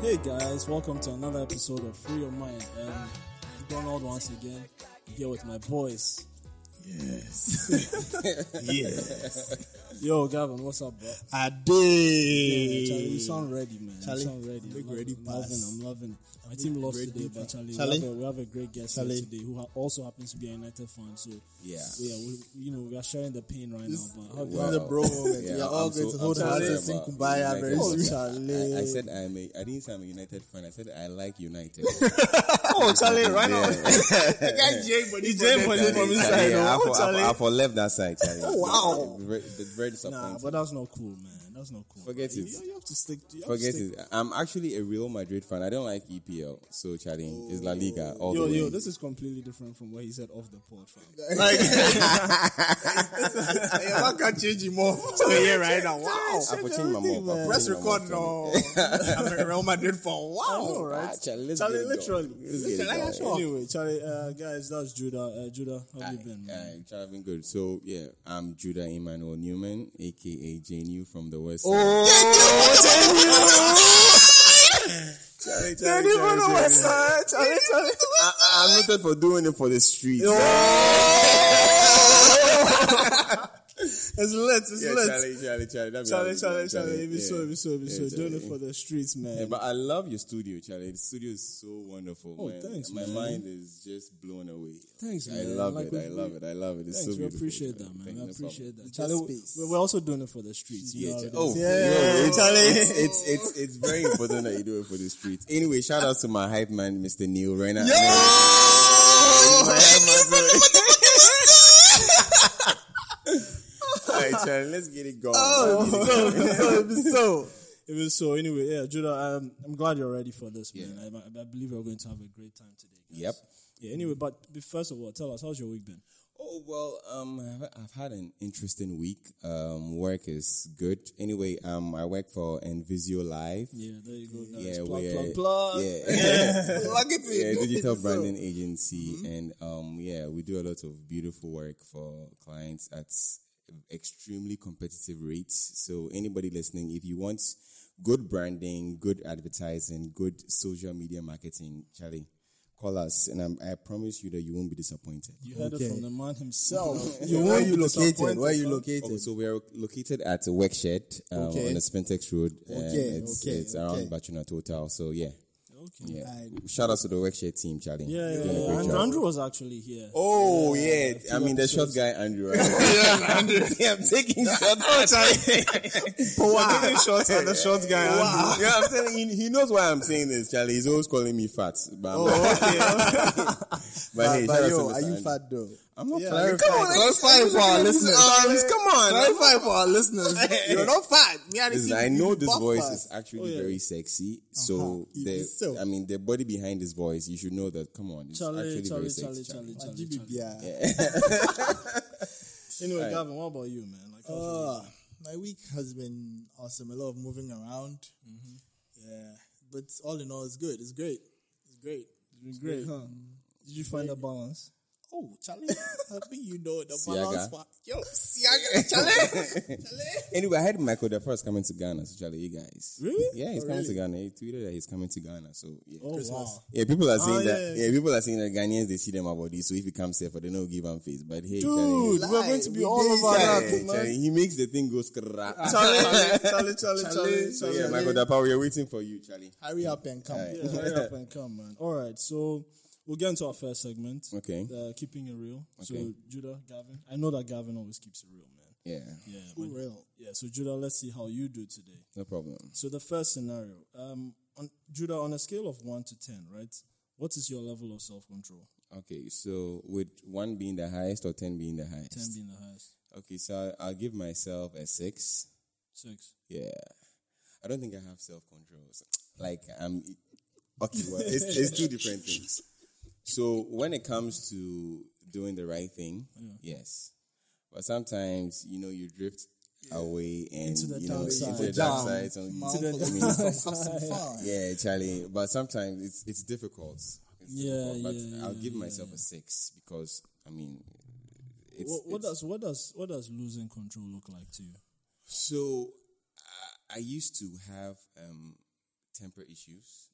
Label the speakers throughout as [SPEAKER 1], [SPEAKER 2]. [SPEAKER 1] Hey guys, welcome to another episode of Free Your Mind. Um, Donald once again here with my boys.
[SPEAKER 2] Yes.
[SPEAKER 1] Yo, Gavin, what's up, bro?
[SPEAKER 2] I
[SPEAKER 1] Yeah,
[SPEAKER 2] did.
[SPEAKER 1] Charlie, you sound ready, man.
[SPEAKER 2] Charlie,
[SPEAKER 1] you sound ready.
[SPEAKER 2] big
[SPEAKER 1] I'm
[SPEAKER 2] ready
[SPEAKER 1] loving,
[SPEAKER 2] pass.
[SPEAKER 1] I'm loving. My team lost
[SPEAKER 2] ready
[SPEAKER 1] today, but
[SPEAKER 2] pass.
[SPEAKER 1] Charlie,
[SPEAKER 2] Charlie?
[SPEAKER 1] We, have a, we have a great guest here
[SPEAKER 2] Charlie?
[SPEAKER 1] today who ha- also happens to be a United fan. So
[SPEAKER 3] Yeah.
[SPEAKER 1] yeah, we, you know we are sharing the pain right now. But how
[SPEAKER 2] Wow. the bro moment.
[SPEAKER 3] Yeah,
[SPEAKER 2] we are all
[SPEAKER 3] I'm
[SPEAKER 2] going
[SPEAKER 3] so-
[SPEAKER 2] to
[SPEAKER 3] I'm
[SPEAKER 2] hold
[SPEAKER 3] so
[SPEAKER 2] hands and
[SPEAKER 3] sorry
[SPEAKER 2] sing
[SPEAKER 3] about
[SPEAKER 2] kumbaya
[SPEAKER 3] United.
[SPEAKER 2] very soon.
[SPEAKER 3] I, I
[SPEAKER 2] Charlie.
[SPEAKER 3] said I'm a. I didn't say I'm a United fan. I said I like United.
[SPEAKER 2] Oh, Charlie, right now. The guy Jay, but he's Jay
[SPEAKER 3] Charlie,
[SPEAKER 2] from
[SPEAKER 3] Charlie,
[SPEAKER 2] inside.
[SPEAKER 3] I,
[SPEAKER 2] oh,
[SPEAKER 3] for, I, for,
[SPEAKER 2] Charlie. Oh,
[SPEAKER 3] I for left that side. Charlie.
[SPEAKER 2] wow.
[SPEAKER 3] Very, very disappointing.
[SPEAKER 1] Nah, but that's not cool, man. That's not cool.
[SPEAKER 3] Forget
[SPEAKER 1] You-
[SPEAKER 3] it.
[SPEAKER 1] You, have to stick. You have to
[SPEAKER 3] Forget
[SPEAKER 1] stick.
[SPEAKER 3] it. I'm actually a Real Madrid fan. I don't like EPL. So Charlie is La
[SPEAKER 2] Oh.
[SPEAKER 3] Liga all
[SPEAKER 1] Yo,
[SPEAKER 3] the way.
[SPEAKER 1] yo, this is completely different from what he said off the pod, fam.
[SPEAKER 2] Like, your man can't change him more. So yeah, right now. Wow.
[SPEAKER 3] I will change my
[SPEAKER 1] everything, man.
[SPEAKER 3] mouth. I will
[SPEAKER 2] Press
[SPEAKER 3] change my
[SPEAKER 2] record
[SPEAKER 3] mouth,
[SPEAKER 2] now. I'm a Real Madrid fan. Wow.
[SPEAKER 3] Charlie. Ah, Charlie, let's
[SPEAKER 1] Charlie,
[SPEAKER 3] get it going.
[SPEAKER 1] literally.
[SPEAKER 3] Let's get it
[SPEAKER 2] Charlie,
[SPEAKER 3] going.
[SPEAKER 2] that's what-
[SPEAKER 1] Anyway, Charlie, uh, guys, that was Judah. Uh, Judah, how have you been, um, man?
[SPEAKER 3] Aye, Charlie, I've been good. So yeah, I'm Judah Emmanuel Newman, aka Janu from the West.
[SPEAKER 1] Oh,
[SPEAKER 3] Side.
[SPEAKER 2] Charlie, Charlie, Charlie, Charlie. Charlie, Charlie.
[SPEAKER 3] I, I- I'm noted for doing it for the streets.
[SPEAKER 1] Oh,
[SPEAKER 2] It's lit. It's
[SPEAKER 3] Yeah,
[SPEAKER 2] lit.
[SPEAKER 3] Charlie, Charlie, Charlie. that'd be
[SPEAKER 1] Charlie,
[SPEAKER 3] nice,
[SPEAKER 1] Charlie,
[SPEAKER 3] man,
[SPEAKER 1] Charlie, if you so,
[SPEAKER 3] yeah.
[SPEAKER 1] if you so, if you so,
[SPEAKER 3] Yeah,
[SPEAKER 1] doing it
[SPEAKER 3] Charlie.
[SPEAKER 1] for the streets, man.
[SPEAKER 3] Yeah, but I love your studio, Charlie. The studio is so wonderful.
[SPEAKER 1] Oh,
[SPEAKER 3] man.
[SPEAKER 1] thanks,
[SPEAKER 3] My
[SPEAKER 1] man.
[SPEAKER 3] mind is just blown away.
[SPEAKER 1] Thanks,
[SPEAKER 3] I
[SPEAKER 1] man.
[SPEAKER 3] love
[SPEAKER 1] Like,
[SPEAKER 3] it.
[SPEAKER 1] we-
[SPEAKER 3] I love it. I love it. It's
[SPEAKER 1] Thanks,
[SPEAKER 3] so
[SPEAKER 1] we
[SPEAKER 3] beautiful.
[SPEAKER 1] appreciate that,
[SPEAKER 3] Charlie.
[SPEAKER 1] man. we
[SPEAKER 3] Thank you, no problem.
[SPEAKER 1] appreciate that. Charlie, we-
[SPEAKER 2] space.
[SPEAKER 1] we're also doing it for the streets. you
[SPEAKER 3] Yeah,
[SPEAKER 1] know how
[SPEAKER 3] Cha-
[SPEAKER 1] it
[SPEAKER 3] oh,
[SPEAKER 1] is.
[SPEAKER 3] yeah, it's, it's, it's, it's, it's very important that you do it for the streets. Anyway, shout out to my hype man, Mr. Neil Reiner. All right, Charlie, let's get it going.
[SPEAKER 2] Oh, so
[SPEAKER 1] It was so. Anyway, yeah, Judah, I'm, I'm glad you're ready for this, man. I,
[SPEAKER 3] Yeah.
[SPEAKER 1] I- I believe we're going to have a great time today. guys.
[SPEAKER 3] Yep.
[SPEAKER 1] Yeah. Anyway, but be- first of all, tell us how's your week been?
[SPEAKER 3] Oh well, um, I've, I've had an interesting week. Um, work is good. Anyway, um, I work for Envisio Live.
[SPEAKER 1] Yeah, there you go. Guys.
[SPEAKER 3] Yeah,
[SPEAKER 1] plug,
[SPEAKER 3] we're
[SPEAKER 1] plug, plug.
[SPEAKER 3] yeah,
[SPEAKER 2] Plug it
[SPEAKER 3] yeah,
[SPEAKER 2] in.
[SPEAKER 3] digital branding agency, and um, yeah, we do a lot of beautiful work for clients at extremely competitive rates. So anybody listening, if you want good branding, good advertising, good social media marketing, Charlie, call us, and I'm, I promise you that you won't be disappointed.
[SPEAKER 1] You heard it
[SPEAKER 2] Okay.
[SPEAKER 1] from the man himself.
[SPEAKER 2] you where you located?
[SPEAKER 1] disappointed,
[SPEAKER 2] Where you
[SPEAKER 1] huh?
[SPEAKER 2] located?
[SPEAKER 3] Okay, so we are located at Workshed um,
[SPEAKER 2] Okay.
[SPEAKER 3] on the Spentex Road. And
[SPEAKER 2] Okay,
[SPEAKER 3] it's,
[SPEAKER 2] okay,
[SPEAKER 3] it's around
[SPEAKER 2] okay.
[SPEAKER 3] Bachuna Total. So yeah,
[SPEAKER 1] Okay.
[SPEAKER 3] yeah.
[SPEAKER 2] Right.
[SPEAKER 3] Shout out to the Workshed team, Charlie.
[SPEAKER 1] Yeah, yeah,
[SPEAKER 3] You're doing a
[SPEAKER 1] yeah.
[SPEAKER 3] great
[SPEAKER 1] Andrew,
[SPEAKER 3] job.
[SPEAKER 1] Andrew was actually here.
[SPEAKER 3] Oh yeah, I mean the short
[SPEAKER 1] episodes.
[SPEAKER 3] guy Andrew. yeah, Andrew. I'm taking shots.
[SPEAKER 2] wow. taking shots at the short guy.
[SPEAKER 3] Wow. Yeah, I'm telling you, he knows why I'm saying this, Charlie. He's always calling me fat. But, I'm not. but, hey, shout out
[SPEAKER 2] but
[SPEAKER 3] to
[SPEAKER 2] yo,
[SPEAKER 3] Mr.
[SPEAKER 2] are you
[SPEAKER 3] Andrew.
[SPEAKER 2] fat though?
[SPEAKER 3] I'm not
[SPEAKER 2] Clarify.
[SPEAKER 3] fat.
[SPEAKER 2] clarify for our listeners.
[SPEAKER 4] Ah,
[SPEAKER 3] Come on.
[SPEAKER 2] Clarify for our listeners. You're not fat. Me and
[SPEAKER 3] Listen,
[SPEAKER 2] the
[SPEAKER 3] I know
[SPEAKER 2] team,
[SPEAKER 3] this
[SPEAKER 2] buff
[SPEAKER 3] voice
[SPEAKER 2] fat.
[SPEAKER 3] is actually
[SPEAKER 1] Oh, yeah.
[SPEAKER 3] very sexy. So,
[SPEAKER 2] It
[SPEAKER 3] the,
[SPEAKER 2] is so.
[SPEAKER 3] I mean, the body behind this voice, you should know that. Come on, it's
[SPEAKER 1] Charlie,
[SPEAKER 3] actually very
[SPEAKER 1] Charlie,
[SPEAKER 3] sexy.
[SPEAKER 1] Charlie,
[SPEAKER 3] Charlie.
[SPEAKER 1] Charlie, Charlie,
[SPEAKER 2] GBB,
[SPEAKER 1] Charlie.
[SPEAKER 2] yeah.
[SPEAKER 1] Anyway, Gavin, what about you, man? Like, how's your
[SPEAKER 2] Uh, my week has been awesome. A lot of moving around.
[SPEAKER 1] Mm-hmm.
[SPEAKER 2] Yeah, but all in all, it's good. It's great. It's great.
[SPEAKER 1] week? great. Huh? Did you find a balance?
[SPEAKER 2] Oh, Charlie, happy you know the
[SPEAKER 3] Siaga.
[SPEAKER 2] balance. Part. Yo, Siaga, Charlie, Charlie.
[SPEAKER 3] Anyway, I heard Michael Dapper is coming to Ghana, so Charlie, you guys.
[SPEAKER 1] Really?
[SPEAKER 3] Yeah, he's
[SPEAKER 1] Oh,
[SPEAKER 3] coming
[SPEAKER 1] really?
[SPEAKER 3] to Ghana. He tweeted that he's coming to Ghana, so yeah.
[SPEAKER 1] Oh wow!
[SPEAKER 3] Yeah, people are saying
[SPEAKER 1] yeah,
[SPEAKER 3] that.
[SPEAKER 1] yeah.
[SPEAKER 3] Yeah, people are saying that Ghanaians they see them about this. So if he comes here, for they don't give him face. But hey,
[SPEAKER 1] Dude,
[SPEAKER 2] Charlie,
[SPEAKER 1] we're going to be
[SPEAKER 2] we
[SPEAKER 1] all
[SPEAKER 2] did
[SPEAKER 1] over
[SPEAKER 3] Charlie,
[SPEAKER 1] that,
[SPEAKER 3] Charlie,
[SPEAKER 1] man.
[SPEAKER 3] Charlie, he makes the thing go scrap.
[SPEAKER 2] Charlie, Charlie, Charlie, Charlie.
[SPEAKER 3] so yeah, Michael Dapper, we are waiting for you, Charlie.
[SPEAKER 2] Hurry up and come.
[SPEAKER 3] Alright.
[SPEAKER 1] Yeah, hurry up and come, man. All right, so we'll get into our first segment.
[SPEAKER 3] Okay.
[SPEAKER 1] Uh, keeping it real. So
[SPEAKER 3] Okay.
[SPEAKER 1] Judah, Gavin, I know that Gavin always keeps it real, man.
[SPEAKER 3] Yeah,
[SPEAKER 1] Yeah,
[SPEAKER 2] Too
[SPEAKER 1] man.
[SPEAKER 2] real.
[SPEAKER 1] yeah. So Judah, let's see how you do today.
[SPEAKER 3] no problem.
[SPEAKER 1] So the first scenario, um, on, Judah, on a scale of one to ten, right? What is your level of self control?
[SPEAKER 3] Okay, so with one being the highest or ten being the highest?
[SPEAKER 1] Ten being the highest.
[SPEAKER 3] Okay, so I, I'll give myself a six.
[SPEAKER 1] Six.
[SPEAKER 3] Yeah, I don't think I have self control. Like I'm okay. Well, it's, it's two different things. So when it comes to doing the right thing, yes, but sometimes you know you drift away and
[SPEAKER 1] Into the
[SPEAKER 3] you know
[SPEAKER 1] dark side.
[SPEAKER 3] into the dark
[SPEAKER 2] Down.
[SPEAKER 3] side. So
[SPEAKER 2] Mount
[SPEAKER 1] the-
[SPEAKER 2] for the people. Have some fun.
[SPEAKER 3] yeah, Charlie. But sometimes it's it's difficult. It's
[SPEAKER 1] Yeah,
[SPEAKER 3] difficult, but
[SPEAKER 1] yeah,
[SPEAKER 3] I'll
[SPEAKER 1] yeah,
[SPEAKER 3] give myself a six because I mean, it's,
[SPEAKER 1] What, what
[SPEAKER 3] it's-
[SPEAKER 1] does what does what does losing control look like to you?
[SPEAKER 3] So I, I used to have um, temper issues.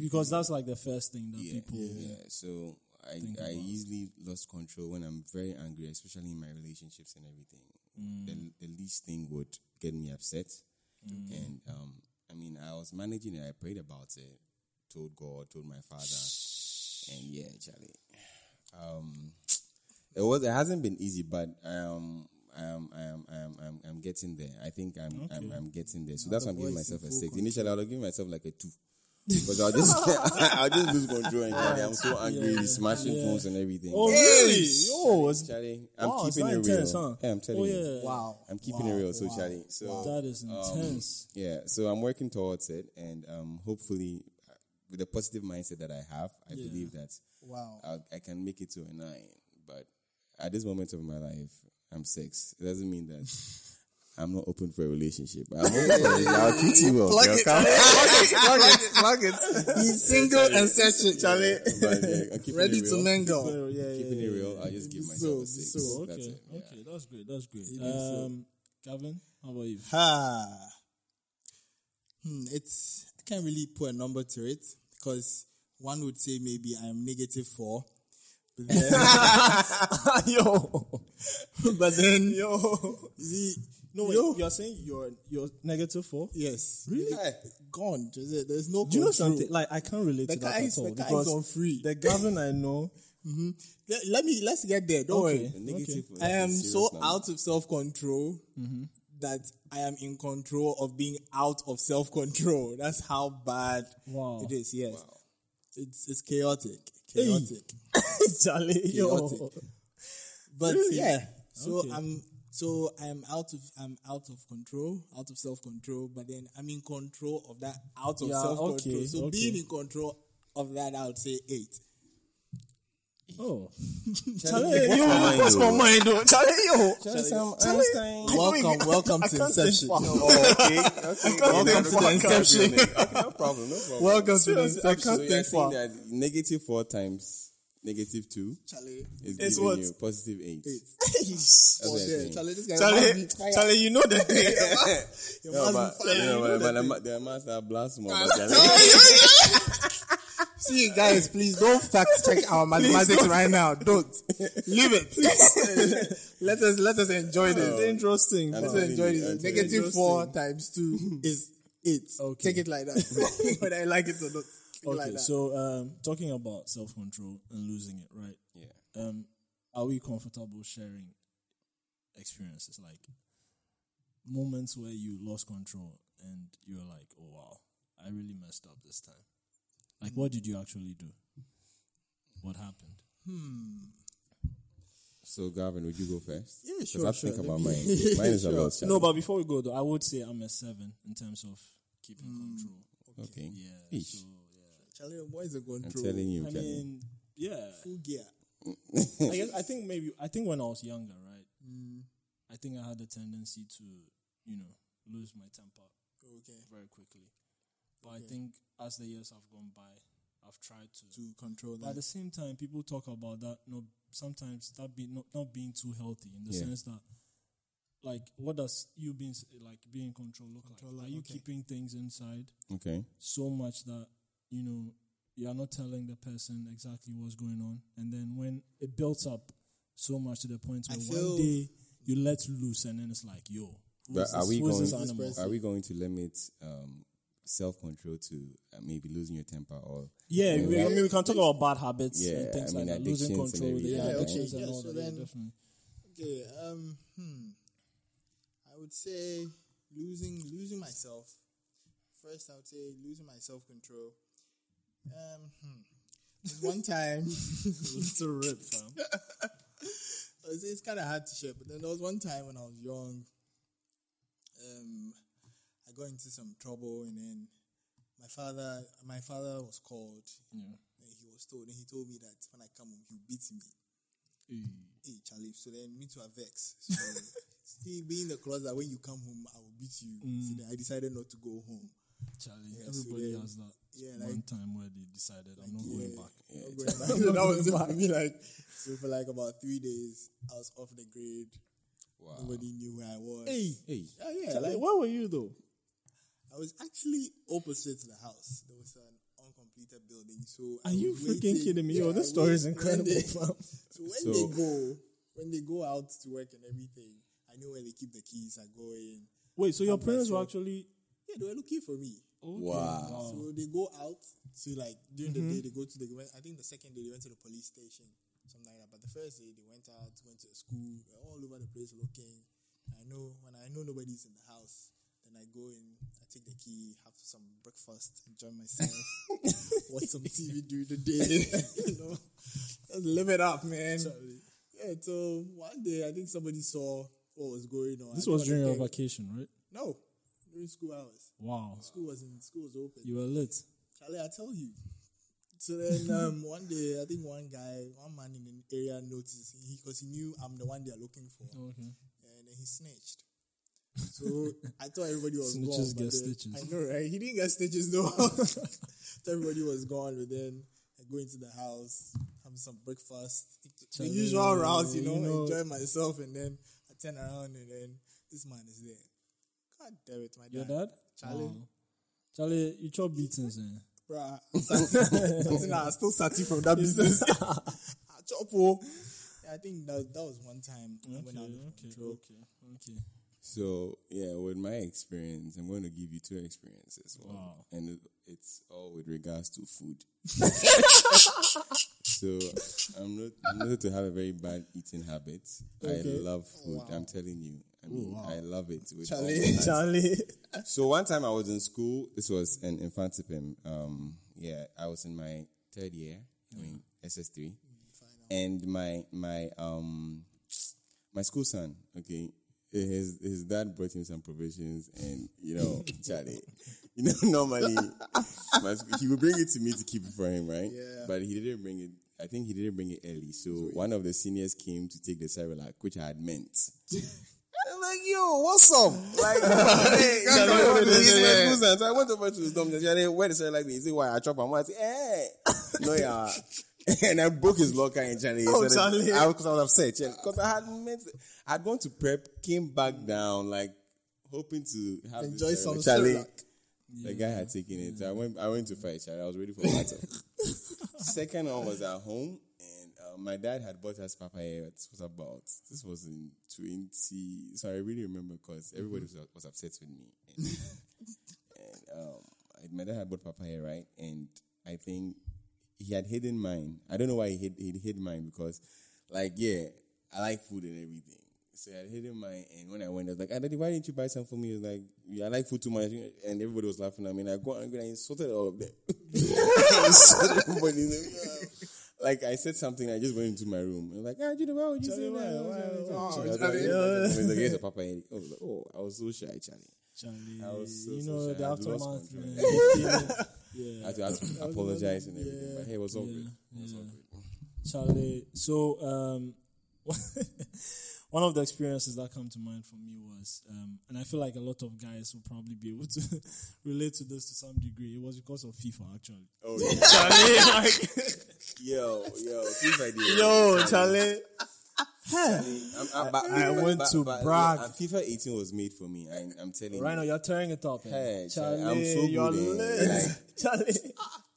[SPEAKER 1] because that's like the first thing that
[SPEAKER 3] Yeah,
[SPEAKER 1] people.
[SPEAKER 3] yeah. So I
[SPEAKER 1] Think
[SPEAKER 3] I
[SPEAKER 1] about.
[SPEAKER 3] easily lost control when I'm very angry, especially in my relationships and everything.
[SPEAKER 1] Mm.
[SPEAKER 3] The, the least thing would get me upset,
[SPEAKER 1] Mm.
[SPEAKER 3] and um, I mean, I was managing it. I prayed about it, told God, told my father, and yeah, Charlie. Um, it was. It hasn't been easy, but um. I am, I am, I am, I am, I'm getting there. I think I'm, I'm, I'm getting there. So that's why I'm giving
[SPEAKER 2] voice in
[SPEAKER 3] myself a
[SPEAKER 2] full
[SPEAKER 3] six. Initially, I was giving myself like a two. Because I'll just, I'll just lose control and Charlie, I'm so angry, smashing phones and everything.
[SPEAKER 1] Oh really? Yo, it's,
[SPEAKER 3] Charlie, I'm
[SPEAKER 1] Wow, it's
[SPEAKER 3] keeping it
[SPEAKER 1] not
[SPEAKER 3] real.
[SPEAKER 1] intense, huh?
[SPEAKER 3] Yeah, I'm telling
[SPEAKER 1] oh
[SPEAKER 3] you.
[SPEAKER 1] yeah.
[SPEAKER 2] Wow.
[SPEAKER 3] I'm keeping
[SPEAKER 2] Wow.
[SPEAKER 3] it real. So,
[SPEAKER 2] Wow.
[SPEAKER 3] Charlie, so
[SPEAKER 1] That is
[SPEAKER 3] Um,
[SPEAKER 1] intense.
[SPEAKER 3] yeah, so I'm working towards it, and um, hopefully, uh, with the positive mindset that I have, I believe that
[SPEAKER 2] Wow.
[SPEAKER 3] I, I can make it to a nine. But at this moment of my life, I'm six. It doesn't mean that I'm not open for a relationship. I'm open for a relationship. I'll treat you well. girl. Come-
[SPEAKER 2] plug it, plug it. He's single and searching. Charlie.
[SPEAKER 3] But, yeah, I'm keeping it
[SPEAKER 2] Ready to
[SPEAKER 3] real.
[SPEAKER 2] mingle.
[SPEAKER 1] Yeah, yeah,
[SPEAKER 3] Keeping
[SPEAKER 1] yeah,
[SPEAKER 3] it
[SPEAKER 1] yeah.
[SPEAKER 3] real, I'll just give
[SPEAKER 2] So,
[SPEAKER 3] myself a six.
[SPEAKER 2] so,
[SPEAKER 1] Okay,
[SPEAKER 3] That's it. yeah.
[SPEAKER 1] okay, that's great. That's great.
[SPEAKER 2] It is, uh,
[SPEAKER 1] Um, Gavin, how about you?
[SPEAKER 2] Ha. Ah. Hmm, it's I can't really put a number to it because one would say maybe I'm negative four. But then, yo, but then yo, no, yo,
[SPEAKER 1] you're saying you're you're negative four.
[SPEAKER 2] yes,
[SPEAKER 3] Hi.
[SPEAKER 2] gone. Just it. There's no.
[SPEAKER 1] Do you know
[SPEAKER 2] control.
[SPEAKER 1] something? Like I can't relate
[SPEAKER 2] The
[SPEAKER 1] to that
[SPEAKER 2] guy is
[SPEAKER 1] at all
[SPEAKER 2] the guy
[SPEAKER 1] because
[SPEAKER 2] is on free.
[SPEAKER 1] the Gavin I know.
[SPEAKER 2] let, let me let's get there. Don't
[SPEAKER 1] Okay.
[SPEAKER 2] worry.
[SPEAKER 3] A negative. like
[SPEAKER 2] I
[SPEAKER 3] a
[SPEAKER 2] am
[SPEAKER 3] serious
[SPEAKER 2] so
[SPEAKER 3] number.
[SPEAKER 2] out of self control that I am in control of being out of self control. That's how bad
[SPEAKER 1] Wow.
[SPEAKER 2] it is. Yes,
[SPEAKER 3] Wow.
[SPEAKER 2] it's it's chaotic, chaotic,
[SPEAKER 1] Charlie,
[SPEAKER 2] chaotic. But
[SPEAKER 1] Really?
[SPEAKER 2] yeah, so
[SPEAKER 1] Okay.
[SPEAKER 2] I'm so I'm out of I'm out of control, out of self control. But then I'm in control of that out of
[SPEAKER 1] Yeah,
[SPEAKER 2] self control.
[SPEAKER 1] okay,
[SPEAKER 2] so
[SPEAKER 1] okay.
[SPEAKER 2] being in control of that, I would say eight.
[SPEAKER 1] Oh,
[SPEAKER 3] Charlie, what's my mind, though?
[SPEAKER 1] mind, though? Charlie, yo,
[SPEAKER 3] Charlie, some
[SPEAKER 1] Charlie.
[SPEAKER 3] Einstein.
[SPEAKER 2] Welcome, welcome to Inception.
[SPEAKER 3] okay. okay.
[SPEAKER 2] Welcome to the Inception.
[SPEAKER 3] Okay, no problem. No problem.
[SPEAKER 2] Welcome to the
[SPEAKER 1] Seriously, I
[SPEAKER 2] Inception.
[SPEAKER 3] So you're saying that negative four times negative two
[SPEAKER 2] Charlie.
[SPEAKER 3] is
[SPEAKER 1] It's
[SPEAKER 3] giving
[SPEAKER 1] what?
[SPEAKER 3] you positive eight.
[SPEAKER 2] That's
[SPEAKER 3] what I'm saying.
[SPEAKER 2] Charlie, this guy
[SPEAKER 1] Charlie,
[SPEAKER 2] must be-
[SPEAKER 1] Charlie, you know the thing.
[SPEAKER 2] your
[SPEAKER 3] No, but,
[SPEAKER 2] must be fire.
[SPEAKER 3] no,
[SPEAKER 2] You know
[SPEAKER 3] but, but
[SPEAKER 2] that
[SPEAKER 3] the,
[SPEAKER 2] thing.
[SPEAKER 3] ma- the master blast more. But Charlie,
[SPEAKER 2] See, guys, please don't fact check our mathematics right now. Don't leave it. let us let us enjoy
[SPEAKER 1] It's
[SPEAKER 2] this.
[SPEAKER 1] interesting.
[SPEAKER 3] I'm
[SPEAKER 1] but-
[SPEAKER 2] Let us enjoy
[SPEAKER 3] I'm
[SPEAKER 2] this.
[SPEAKER 3] telling
[SPEAKER 2] Negative
[SPEAKER 1] you.
[SPEAKER 2] four times two is eight.
[SPEAKER 1] Okay.
[SPEAKER 2] Take it like that, whether I like it or not. Take it
[SPEAKER 1] Okay,
[SPEAKER 2] like that.
[SPEAKER 1] so um, talking about self control and losing it, right?
[SPEAKER 3] yeah.
[SPEAKER 1] Um, are we comfortable sharing experiences like moments where you lost control and you're like, "Oh wow, I really messed up this time." Like, what did you actually do? What happened?
[SPEAKER 3] So Gavin, would you go first?
[SPEAKER 2] Yeah,
[SPEAKER 3] 'Cause
[SPEAKER 2] sure,
[SPEAKER 3] I
[SPEAKER 2] sure.
[SPEAKER 3] think
[SPEAKER 2] Let
[SPEAKER 3] about
[SPEAKER 2] me-
[SPEAKER 3] mine. Mine is a lot. Charlie.
[SPEAKER 1] No, but before we go though, I would say I'm a seven in terms of keeping control.
[SPEAKER 3] okay.
[SPEAKER 1] Yeah,
[SPEAKER 3] Eesh.
[SPEAKER 1] so
[SPEAKER 2] Charlie, what is the
[SPEAKER 3] I'm
[SPEAKER 2] control?
[SPEAKER 3] telling you, Hmm.
[SPEAKER 1] I
[SPEAKER 3] Charlie.
[SPEAKER 1] mean, yeah.
[SPEAKER 2] Full gear.
[SPEAKER 1] I guess I think maybe I think when I was younger, right? Hmm. I think I had a tendency to, you know, lose my temper
[SPEAKER 2] Okay.
[SPEAKER 1] very quickly. But I think as the years have gone by, I've tried to.
[SPEAKER 2] To control
[SPEAKER 1] But at
[SPEAKER 2] that.
[SPEAKER 1] the same time, people talk about that. No, sometimes that be not not being too healthy in the
[SPEAKER 3] Yeah.
[SPEAKER 1] sense that, like, what does you being s- like being in control look
[SPEAKER 2] Control,
[SPEAKER 1] like? Are you
[SPEAKER 2] okay.
[SPEAKER 1] keeping things inside?
[SPEAKER 3] okay.
[SPEAKER 1] so much that you know you are not telling the person exactly what's going on, and then when it builds up so much to the point where
[SPEAKER 2] I
[SPEAKER 1] one
[SPEAKER 2] feel-
[SPEAKER 1] day you let loose, and then it's like, yo, who
[SPEAKER 3] But
[SPEAKER 1] is
[SPEAKER 3] are
[SPEAKER 1] this-
[SPEAKER 3] we
[SPEAKER 1] who is this
[SPEAKER 3] going-
[SPEAKER 1] animal?
[SPEAKER 2] This
[SPEAKER 3] Are we going to limit um, self control to uh, maybe losing your temper or
[SPEAKER 1] Yeah,
[SPEAKER 3] Yeah,
[SPEAKER 1] we,
[SPEAKER 3] yeah.
[SPEAKER 1] I mean, we can talk about bad habits and
[SPEAKER 3] Yeah,
[SPEAKER 1] things
[SPEAKER 3] I mean,
[SPEAKER 1] like that, losing
[SPEAKER 3] addictions and
[SPEAKER 1] control, the
[SPEAKER 3] everything.
[SPEAKER 2] Yeah,
[SPEAKER 1] addictions
[SPEAKER 2] okay.
[SPEAKER 1] and
[SPEAKER 2] Yeah,
[SPEAKER 1] all
[SPEAKER 2] so
[SPEAKER 1] that. Yeah,
[SPEAKER 2] then-
[SPEAKER 1] definitely.
[SPEAKER 2] Okay. Um. Hmm. I would say losing losing myself. First, I would say losing my self control. Um. Hmm. There's One time,
[SPEAKER 1] it's a rip, fam.
[SPEAKER 2] it's, it's kind of hard to share. But then there was one time when I was young. Um, I got into some trouble, and then my father my father was called.
[SPEAKER 1] Yeah.
[SPEAKER 2] And he was told, and he told me that when I come home, he'll beat me. Hey, Charlie. So then me too, I vex. So he be in the closet when you come home, I will beat you.
[SPEAKER 1] Mm.
[SPEAKER 2] So then I decided not to go home.
[SPEAKER 1] Charlie,
[SPEAKER 2] so
[SPEAKER 1] everybody
[SPEAKER 2] then-
[SPEAKER 1] has that
[SPEAKER 2] yeah,
[SPEAKER 1] one
[SPEAKER 2] like-
[SPEAKER 1] time where they decided I'm not
[SPEAKER 2] yeah,
[SPEAKER 1] going back.
[SPEAKER 2] I'm not going back. So that was it for me. Like, so for like about three days, I was off the grid.
[SPEAKER 3] wow.
[SPEAKER 2] Nobody knew where I was.
[SPEAKER 1] Hey,
[SPEAKER 3] Hey.
[SPEAKER 2] Yeah, yeah.
[SPEAKER 1] Charlie,
[SPEAKER 2] Like,
[SPEAKER 1] where were you though?
[SPEAKER 2] I I was actually opposite the house. There was an uncompleted building. So
[SPEAKER 1] Are
[SPEAKER 2] I
[SPEAKER 1] you
[SPEAKER 2] was
[SPEAKER 1] freaking
[SPEAKER 2] waiting-
[SPEAKER 1] kidding me? Yo,
[SPEAKER 2] Yeah, I
[SPEAKER 1] this story is
[SPEAKER 2] wait-
[SPEAKER 1] incredible,
[SPEAKER 2] When they,
[SPEAKER 1] fam.
[SPEAKER 2] so when
[SPEAKER 3] So-
[SPEAKER 2] they go, when they go out to work and everything, I know where they keep the keys. I go in.
[SPEAKER 1] Wait, so your
[SPEAKER 2] I'm
[SPEAKER 1] parents were
[SPEAKER 2] myself.
[SPEAKER 1] actually.
[SPEAKER 2] Yeah, they were looking for me.
[SPEAKER 1] Okay.
[SPEAKER 3] Wow.
[SPEAKER 1] Oh.
[SPEAKER 2] So they go out to like during
[SPEAKER 1] Mm-hmm.
[SPEAKER 2] the day they go to the I think the second day they went to the police station something like that. But the first day they went out, went to school, were all over the place looking. I know when I know nobody's in the house, then I go in, I take the key, have some breakfast, enjoy myself, watch some TV during the day. you know, just live it up, man. Yeah. So one day I think somebody saw what was going on. I
[SPEAKER 1] This
[SPEAKER 2] think
[SPEAKER 1] was
[SPEAKER 2] on
[SPEAKER 1] during
[SPEAKER 2] the
[SPEAKER 1] your
[SPEAKER 2] day-
[SPEAKER 1] vacation, right?
[SPEAKER 2] No, during school hours.
[SPEAKER 1] Wow.
[SPEAKER 2] School was in school was open.
[SPEAKER 1] You were lit.
[SPEAKER 2] Charlie, I tell you. So then um, one day, I think one guy, one man in an area noticed because he, knew I'm the one they're looking for,
[SPEAKER 1] Okay.
[SPEAKER 2] and then he snitched. So I thought everybody was
[SPEAKER 1] Snitches
[SPEAKER 2] gone. but
[SPEAKER 1] get
[SPEAKER 2] then-
[SPEAKER 1] stitches.
[SPEAKER 2] I know, right? He didn't get stitches though. thought everybody was gone, but then I go into the house, have some breakfast, the
[SPEAKER 1] Charlie,
[SPEAKER 2] usual route, you
[SPEAKER 1] you
[SPEAKER 2] know,
[SPEAKER 1] know-
[SPEAKER 2] enjoy myself, and then I turn around and then this man is there. God damn it, my
[SPEAKER 1] Your
[SPEAKER 2] dad.
[SPEAKER 1] dad?
[SPEAKER 2] Charlie.
[SPEAKER 1] Wow. Charlie, you chop beatings, eh?
[SPEAKER 2] Bruh, I'm sati- something that I still sati from that business. Ah, Chopo. Yeah, I think that, that was one time
[SPEAKER 1] Mm-hmm.
[SPEAKER 2] I went out of control.
[SPEAKER 1] okay.
[SPEAKER 3] So yeah, with my experience, I'm going to give you two experiences, Well,
[SPEAKER 1] Wow.
[SPEAKER 3] and it- it's all with regards to food. so I'm not I'm not to have a very bad eating habit. I
[SPEAKER 1] Okay.
[SPEAKER 3] love food. I'm telling you. I mean, I love it. with all
[SPEAKER 2] Charlie,
[SPEAKER 3] my heart.
[SPEAKER 2] Charlie.
[SPEAKER 3] So one time I was in school. This was an infantipim. Um, yeah, I was in my third year, I mean SS three, and my my um my school son. Okay, his his dad brought him some provisions, and you know, Charlie, you know, normally my, sc- he would bring it to me to keep it for him, right?
[SPEAKER 2] Yeah.
[SPEAKER 3] But he didn't bring it. I think he didn't bring it early. So one of the seniors came to take the Cerelac, which I had meant. I'm like, yo, what's up? Like, hey, you know,
[SPEAKER 2] yeah,
[SPEAKER 3] he's my
[SPEAKER 2] yeah.
[SPEAKER 3] school son. So I went over to his dorm. and said, where the cell like this? He said, why? I chop him. I said, hey. No, yeah. and I broke his locker in Charlie. He
[SPEAKER 2] Oh,
[SPEAKER 3] said,
[SPEAKER 2] Charlie.
[SPEAKER 3] I, because I was upset. Because I had meant, I'd gone to prep, came back down, like, hoping to have this
[SPEAKER 2] Enjoy some
[SPEAKER 3] Cerelac. Charlie.
[SPEAKER 2] Cerelac.
[SPEAKER 3] The guy had taken it. So I went. I went to fight. Charlie. I was ready for battle. Second one was at home, and uh, my dad had bought us papaya. This was about. This was in twenty. So I really remember because everybody
[SPEAKER 2] Mm-hmm.
[SPEAKER 3] was, was upset with me. And, and um, I- my dad had bought papaya, right? And I think he had hidden mine. I don't know why he hid, he hid mine because, like, yeah, I like food and everything. So I had hidden mine, and when I went, I was like, ah, Daddy, why didn't you buy some for me? He was like, yeah, I like food too much. And everybody was laughing at me, and I got angry and I insulted all of them. I insulted everybody. Like I said something, I just went into my room. I was like, ah, you know, why would you say that?
[SPEAKER 2] why-
[SPEAKER 3] Why would
[SPEAKER 2] oh,
[SPEAKER 3] you say that?"
[SPEAKER 2] Charlie.
[SPEAKER 3] I was like, "Here's a papa." I was like, oh, I was so shy, Charlie.
[SPEAKER 1] Charlie,
[SPEAKER 3] I was so-
[SPEAKER 1] you
[SPEAKER 3] so
[SPEAKER 1] know,
[SPEAKER 3] shy.
[SPEAKER 1] the
[SPEAKER 3] I lost
[SPEAKER 1] aftermath,
[SPEAKER 3] control.
[SPEAKER 1] man. You feel it.
[SPEAKER 3] I
[SPEAKER 1] yeah.
[SPEAKER 3] had to ask, apologize and everything.
[SPEAKER 2] Yeah.
[SPEAKER 3] But hey, it was all
[SPEAKER 1] Yeah.
[SPEAKER 3] good. It was all
[SPEAKER 1] Yeah.
[SPEAKER 3] good.
[SPEAKER 1] Charlie. So, um, one of the experiences that come to mind for me was, um, and I feel like a lot of guys will probably be able to relate to this to some degree. It was because of FIFA, actually.
[SPEAKER 3] Oh, yeah.
[SPEAKER 1] Charlie, like,
[SPEAKER 3] Yo, yo, please, my dear.
[SPEAKER 1] Charlie.
[SPEAKER 3] I'm, I'm, but,
[SPEAKER 1] I went to Prague.
[SPEAKER 3] uh, FIFA 18 was made for me. I, I'm telling
[SPEAKER 1] Rhino,
[SPEAKER 3] you.
[SPEAKER 1] you're tearing it up. eh?
[SPEAKER 3] Hey, Charlie,
[SPEAKER 1] Charlie,
[SPEAKER 3] I'm so good,
[SPEAKER 1] you're
[SPEAKER 3] eh?
[SPEAKER 1] lit.
[SPEAKER 3] Like-
[SPEAKER 1] Charlie,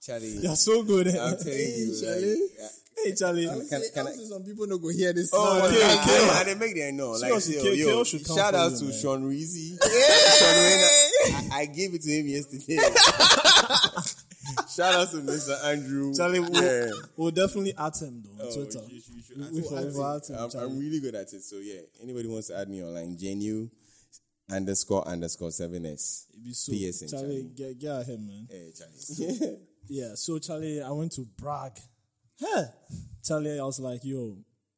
[SPEAKER 3] Charlie,
[SPEAKER 1] you're so good. eh?
[SPEAKER 3] I'm telling you. like,
[SPEAKER 2] Charlie.
[SPEAKER 3] uh,
[SPEAKER 1] Hey, Charlie.
[SPEAKER 3] Can-
[SPEAKER 2] Say,
[SPEAKER 3] can I-
[SPEAKER 2] also some people don't go hear this.
[SPEAKER 3] Oh,
[SPEAKER 2] now.
[SPEAKER 1] okay,
[SPEAKER 3] I,
[SPEAKER 1] okay.
[SPEAKER 3] I, I didn't make them know. Like,
[SPEAKER 1] Seriously,
[SPEAKER 3] yo,
[SPEAKER 1] K-
[SPEAKER 3] yo,
[SPEAKER 1] K.O. should come
[SPEAKER 3] shout
[SPEAKER 1] for
[SPEAKER 3] out
[SPEAKER 1] you,
[SPEAKER 3] to
[SPEAKER 1] man.
[SPEAKER 3] Sean Reezy. Sean Reezy, I, I gave it to him yesterday. shout out to Mr. Andrew.
[SPEAKER 1] Charlie, we-
[SPEAKER 3] yeah.
[SPEAKER 1] We'll definitely at him though on
[SPEAKER 3] Oh,
[SPEAKER 1] Twitter.
[SPEAKER 3] you should- you should
[SPEAKER 1] we
[SPEAKER 3] ask him.
[SPEAKER 1] forever
[SPEAKER 3] I'm-
[SPEAKER 1] at him,
[SPEAKER 3] I'm,
[SPEAKER 1] Charlie.
[SPEAKER 3] really good at it. So yeah, anybody who wants to add me online, genu underscore underscore seven s.
[SPEAKER 1] It'd be so
[SPEAKER 3] PSN,
[SPEAKER 1] Charlie,
[SPEAKER 3] Charlie.
[SPEAKER 1] get get ahead, man.
[SPEAKER 3] Hey, Charlie.
[SPEAKER 1] Yeah, so Charlie, I went to Prague. Huh. Charlie, I was like, yo,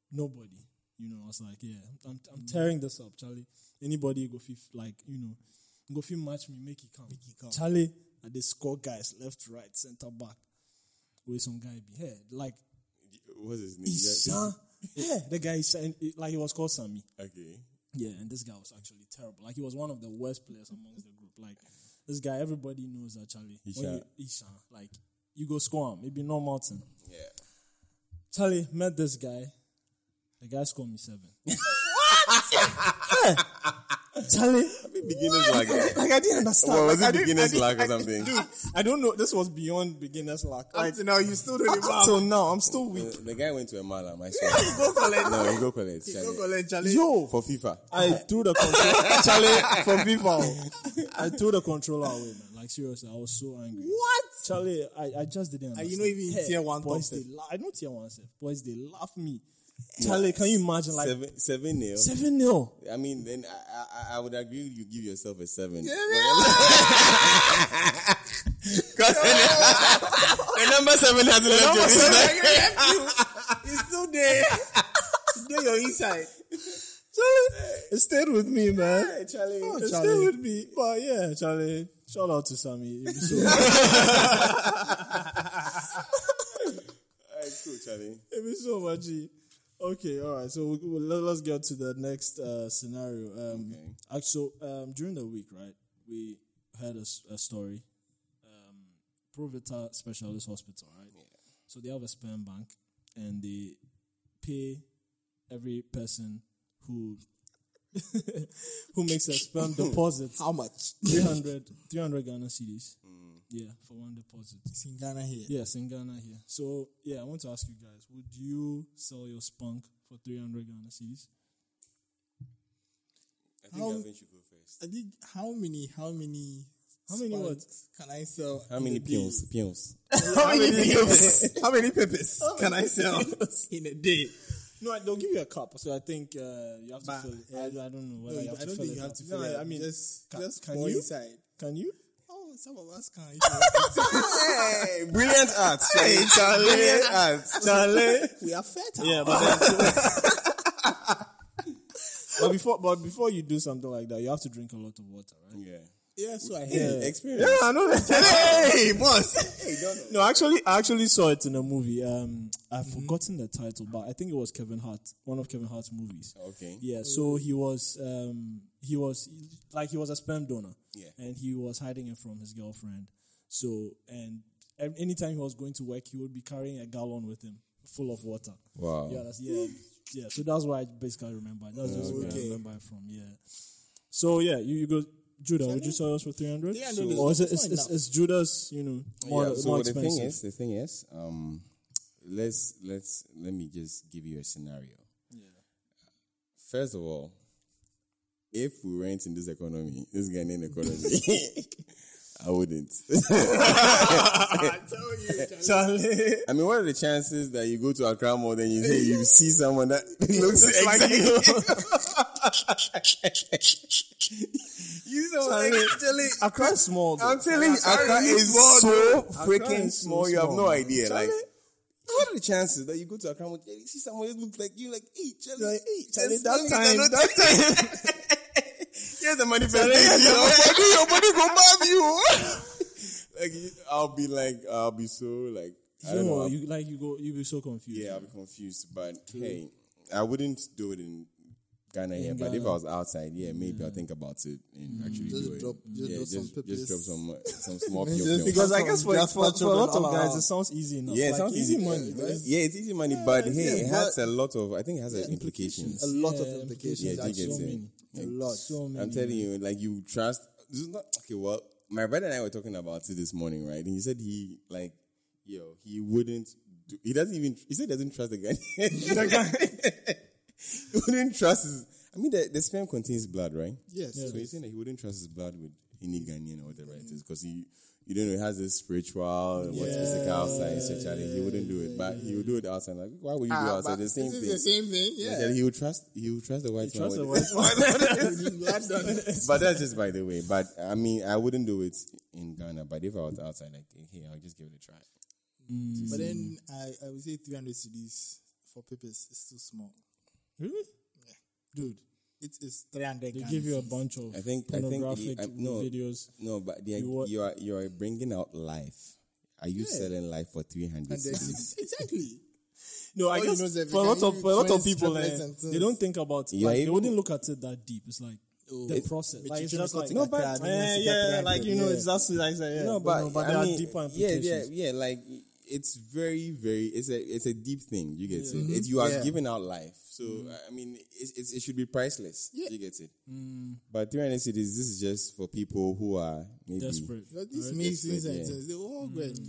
[SPEAKER 1] nobody. You know, I was like, yeah, I'm I'm tearing this up, Charlie. Anybody go fif like, you know, go fit match me, make it come. Make it come. Charlie, and they score guys left, right, center back. With some guy be here. Like
[SPEAKER 3] What's his name?
[SPEAKER 1] Ishan. yeah, the guy Ishan, like he was called Sammy.
[SPEAKER 3] Okay.
[SPEAKER 1] Yeah, and this guy was actually terrible. Like he was one of the worst players amongst the group. Like this guy, everybody knows actually.
[SPEAKER 3] Ishan.
[SPEAKER 1] When you, Ishan, like you go score him, maybe no Martin.
[SPEAKER 3] Yeah.
[SPEAKER 1] Charlie met this guy. The guy scored me seven. what? Charlie,
[SPEAKER 3] Beginners like that.
[SPEAKER 1] like I didn't understand.
[SPEAKER 3] Well,
[SPEAKER 1] Like,
[SPEAKER 3] was
[SPEAKER 1] I
[SPEAKER 3] it
[SPEAKER 1] didn't-
[SPEAKER 3] beginner's
[SPEAKER 1] I didn't-
[SPEAKER 3] luck or
[SPEAKER 1] I-
[SPEAKER 3] something?
[SPEAKER 1] Dude, I don't know. This was beyond beginner's luck. Like,
[SPEAKER 2] Until now, you still don't even
[SPEAKER 1] up
[SPEAKER 2] have
[SPEAKER 1] till now, I'm still weak.
[SPEAKER 3] The guy went to a malam, I swear.
[SPEAKER 2] Go collect.
[SPEAKER 3] No, he go collect.
[SPEAKER 2] Go
[SPEAKER 3] Charlie.
[SPEAKER 2] collect, Charlie.
[SPEAKER 1] Yo,
[SPEAKER 3] For FIFA.
[SPEAKER 1] I threw the controller. Charlie, for people, I threw the controller away, man. Like seriously, I was so angry.
[SPEAKER 2] What?
[SPEAKER 1] Charlie, I, I just didn't.
[SPEAKER 2] Are you
[SPEAKER 1] understand.
[SPEAKER 2] not even in tier one
[SPEAKER 1] Boys,
[SPEAKER 2] top
[SPEAKER 1] they
[SPEAKER 2] set?
[SPEAKER 1] la- I know tier one set. Boys, they laugh me. Charlie, can you imagine like
[SPEAKER 3] seven, seven nil.
[SPEAKER 1] seven nil?
[SPEAKER 3] I mean, then I, I, I would agree you give yourself a seven. Because the number seven hasn't left your business.
[SPEAKER 2] It's still there. It's still your inside.
[SPEAKER 1] It stayed with me, man.
[SPEAKER 2] Charlie.
[SPEAKER 1] Oh,
[SPEAKER 2] It's
[SPEAKER 1] Charlie.
[SPEAKER 2] still-
[SPEAKER 1] with me. But yeah, Charlie. Shout out to Sammy. It was so,
[SPEAKER 3] All right, cool, Charlie.
[SPEAKER 1] it was so much. E. Okay, all right. So we, we, let, us get to the next uh, scenario. Um,
[SPEAKER 3] Okay.
[SPEAKER 1] act- So um, during the week, right, we had a, s- a story. Um, Provita Specialist Hospital, right? So they have a sperm bank, and they pay every person who who makes a sperm deposit
[SPEAKER 2] How much? Mm.
[SPEAKER 1] 300, 300 Ghana cedis. Yeah, for one deposit.
[SPEAKER 2] It's in Ghana here.
[SPEAKER 1] Yes, in Ghana here. So yeah, I want to ask you guys: Would you sell your spunk for three hundred Ghana cedis?
[SPEAKER 3] I think
[SPEAKER 2] How-
[SPEAKER 3] Gavin should go first.
[SPEAKER 2] I think how many, how many,
[SPEAKER 1] How many
[SPEAKER 2] sparks
[SPEAKER 1] what?
[SPEAKER 2] can I sell?
[SPEAKER 3] How many
[SPEAKER 2] in a day?
[SPEAKER 3] peons? Peons.
[SPEAKER 2] How many peppers? How many peppers can I sell in a day?
[SPEAKER 1] No, I- they'll give you a cup. So I think uh, you have to
[SPEAKER 2] But
[SPEAKER 1] fill it. I, I don't know whether
[SPEAKER 2] No,
[SPEAKER 1] you have
[SPEAKER 2] I
[SPEAKER 1] to
[SPEAKER 2] don't
[SPEAKER 1] fill
[SPEAKER 2] think
[SPEAKER 1] it
[SPEAKER 2] you have
[SPEAKER 1] up.
[SPEAKER 2] to fill
[SPEAKER 1] no,
[SPEAKER 2] it.
[SPEAKER 1] I mean,
[SPEAKER 2] just,
[SPEAKER 1] ca-
[SPEAKER 2] just
[SPEAKER 1] can
[SPEAKER 2] pour
[SPEAKER 1] you?
[SPEAKER 2] inside.
[SPEAKER 1] Can you?
[SPEAKER 2] Oh, some of us can.
[SPEAKER 3] Hey, brilliant art, Charlie. Brilliant art.
[SPEAKER 1] Charlie.
[SPEAKER 2] we are fertile.
[SPEAKER 1] yeah, but then, but before but before you do something like that, you have to drink a lot of water, right?
[SPEAKER 3] Yeah.
[SPEAKER 2] Yeah, so I
[SPEAKER 3] Hey,
[SPEAKER 2] hear.
[SPEAKER 1] Yeah.
[SPEAKER 3] experience.
[SPEAKER 1] I know that.
[SPEAKER 2] Hey, boss.
[SPEAKER 3] Hey, don't know.
[SPEAKER 1] No, actually, I actually saw it in a movie. Um, I've forgotten the title, but I think it was Kevin Hart, one of Kevin Hart's movies.
[SPEAKER 3] Okay.
[SPEAKER 1] Yeah, so he was, um, he was like he was a sperm donor,
[SPEAKER 3] Yeah.
[SPEAKER 1] and he was hiding it from his girlfriend. So, and an- anytime he was going to work, he would be carrying a gallon with him full of water.
[SPEAKER 3] Wow.
[SPEAKER 1] Yeah, that's, yeah, yeah. So that's why I basically remember. it. That's just where
[SPEAKER 2] Okay.
[SPEAKER 1] I remember it from. Yeah. So yeah, you, you go. Judah, would you
[SPEAKER 2] we-
[SPEAKER 1] sell us for 300?
[SPEAKER 2] 300
[SPEAKER 1] So-
[SPEAKER 2] is-
[SPEAKER 1] or is, it,
[SPEAKER 2] it's
[SPEAKER 1] is,
[SPEAKER 2] not
[SPEAKER 1] is,
[SPEAKER 2] enough.
[SPEAKER 1] is Judah's, you know, more,
[SPEAKER 3] yeah, so
[SPEAKER 1] more
[SPEAKER 3] the
[SPEAKER 1] expensive?
[SPEAKER 3] thing is, the thing is, um, let's let's let me just give you a scenario.
[SPEAKER 1] Yeah.
[SPEAKER 3] First of all, if we weren't in this economy, this Ghanaian economy, I wouldn't.
[SPEAKER 2] I tell you, Charlie.
[SPEAKER 1] Charlie.
[SPEAKER 3] I mean, what are the chances that you go to Accra Mall and you you see someone that looks
[SPEAKER 2] Looks like
[SPEAKER 3] exactly? you know, actually,
[SPEAKER 1] Accra is small. though.
[SPEAKER 3] I'm telling you,
[SPEAKER 2] Accra
[SPEAKER 3] Accra
[SPEAKER 2] is
[SPEAKER 3] is
[SPEAKER 2] small,
[SPEAKER 3] so
[SPEAKER 1] Accra
[SPEAKER 3] freaking
[SPEAKER 1] is so
[SPEAKER 3] small. You have
[SPEAKER 1] small,
[SPEAKER 3] no
[SPEAKER 1] man.
[SPEAKER 3] idea. Like, what are the chances that you go to Accra Mall and you see someone that looks like you? Like, hey, Charlie,
[SPEAKER 1] Like, hey,
[SPEAKER 3] just
[SPEAKER 1] Charlie,
[SPEAKER 3] tell
[SPEAKER 1] that
[SPEAKER 3] me
[SPEAKER 1] time,
[SPEAKER 3] not-
[SPEAKER 1] that time.
[SPEAKER 3] Here's the manifestation. Your body, your body go mad you. like, you- I'll be like, I'll be so like, I
[SPEAKER 1] You
[SPEAKER 3] don't know. I'll-
[SPEAKER 1] you like you go, you be so confused.
[SPEAKER 3] yeah, I'll be confused. But hey, I wouldn't do it in Ghana here. But if I
[SPEAKER 1] Ghana. Mm.
[SPEAKER 3] was outside, yeah, maybe I'll think about it and actually
[SPEAKER 2] Just
[SPEAKER 3] do it.
[SPEAKER 2] drop- just
[SPEAKER 3] yeah,
[SPEAKER 2] drop
[SPEAKER 3] just,
[SPEAKER 2] some
[SPEAKER 3] just drop
[SPEAKER 2] peppers.
[SPEAKER 3] some uh, some small
[SPEAKER 2] Just
[SPEAKER 3] pio-pio.
[SPEAKER 2] because-
[SPEAKER 1] Because I guess for,
[SPEAKER 2] That's
[SPEAKER 1] for,
[SPEAKER 2] what
[SPEAKER 1] for a lot
[SPEAKER 2] children
[SPEAKER 1] of
[SPEAKER 2] are.
[SPEAKER 1] guys, it sounds easy enough.
[SPEAKER 3] Yeah, it
[SPEAKER 1] Like,
[SPEAKER 3] sounds
[SPEAKER 1] easy
[SPEAKER 3] easy.
[SPEAKER 1] money.
[SPEAKER 3] yeah,
[SPEAKER 1] right?
[SPEAKER 3] yeah, it's easy money, but hey,
[SPEAKER 1] yeah,
[SPEAKER 3] it
[SPEAKER 1] but-
[SPEAKER 3] has a lot of. I think it has uh, implications.
[SPEAKER 2] A lot of
[SPEAKER 1] Yeah,
[SPEAKER 2] implications.
[SPEAKER 3] Yeah, I think
[SPEAKER 1] so
[SPEAKER 3] it's it.
[SPEAKER 1] many.
[SPEAKER 2] A lot.
[SPEAKER 1] So many.
[SPEAKER 3] I'm telling you, like you trust. This is not okay. Well, my brother and I were talking about it this morning, right? And he said he like, yo, he wouldn't. Do, he doesn't even. He said he doesn't trust the guy. the guy. he wouldn't trust. His, I mean, the, the sperm contains blood, right?
[SPEAKER 2] Yes.
[SPEAKER 3] So he's saying that he wouldn't trust his blood with any Ghanaian or whatever it is, because he. You don't know, it has this spiritual, what physical side, sexuality. He wouldn't do it, but he would do it outside. Like, why would you
[SPEAKER 4] Ah,
[SPEAKER 3] do outside? The same
[SPEAKER 2] Ah, this
[SPEAKER 3] thing.
[SPEAKER 2] is the same thing.
[SPEAKER 3] He
[SPEAKER 2] Yeah.
[SPEAKER 3] said He would trust. He would trust the white man.
[SPEAKER 1] Trust the
[SPEAKER 3] with it.
[SPEAKER 1] white
[SPEAKER 2] I've done it.
[SPEAKER 3] But that's just by the way. But I mean, I wouldn't do it in Ghana. But if I was outside, like, hey, I'll just give it a try.
[SPEAKER 2] But then I, I would say 300 CDs for papers is too small.
[SPEAKER 1] Really?
[SPEAKER 2] Dude, it is 300.
[SPEAKER 1] They
[SPEAKER 2] Ghana
[SPEAKER 1] give you a
[SPEAKER 2] cedis.
[SPEAKER 1] bunch of
[SPEAKER 3] I think. I think.
[SPEAKER 1] pornographic
[SPEAKER 3] I- no,
[SPEAKER 1] videos.
[SPEAKER 3] no, but the,
[SPEAKER 1] You
[SPEAKER 3] you,
[SPEAKER 1] what-
[SPEAKER 3] are you are bringing out life. Are you selling life for three hundred?
[SPEAKER 2] 300 CDs. Exactly.
[SPEAKER 1] No, I
[SPEAKER 2] All you
[SPEAKER 1] guess
[SPEAKER 2] know is that we
[SPEAKER 1] for a
[SPEAKER 2] can
[SPEAKER 1] lot of
[SPEAKER 2] give
[SPEAKER 1] for a lot of
[SPEAKER 2] twins,
[SPEAKER 1] people, eh,
[SPEAKER 2] triplets, and twins.
[SPEAKER 1] they don't think about.
[SPEAKER 3] Yeah,
[SPEAKER 1] like, they
[SPEAKER 3] even-
[SPEAKER 1] wouldn't look at it that deep. It's like the
[SPEAKER 2] It-
[SPEAKER 1] process. Oh. Like it's
[SPEAKER 2] Michichimi
[SPEAKER 1] just like
[SPEAKER 2] Kotiaka, No, but-
[SPEAKER 1] Eh,
[SPEAKER 2] Michichimi
[SPEAKER 1] yeah,
[SPEAKER 2] Kotiaka,
[SPEAKER 1] like you know,
[SPEAKER 2] yeah.
[SPEAKER 1] it's that's like yeah.
[SPEAKER 3] No, but,
[SPEAKER 1] but
[SPEAKER 3] I
[SPEAKER 1] there
[SPEAKER 3] mean,
[SPEAKER 1] are deeper
[SPEAKER 3] yeah, yeah,
[SPEAKER 1] implications.
[SPEAKER 3] yeah. Like it's very very it's a it's a deep thing. You get
[SPEAKER 1] Yeah. Mm-hmm.
[SPEAKER 3] it. It's, you are
[SPEAKER 2] Yeah.
[SPEAKER 3] giving out life. So I mean, it's, it's, it should be priceless. You get it.
[SPEAKER 1] Mm.
[SPEAKER 3] But 300 cities. This is just for people who are maybe
[SPEAKER 1] Desperate.
[SPEAKER 2] But these
[SPEAKER 1] Alright.
[SPEAKER 2] meetings
[SPEAKER 3] yeah.
[SPEAKER 2] and things, they all great.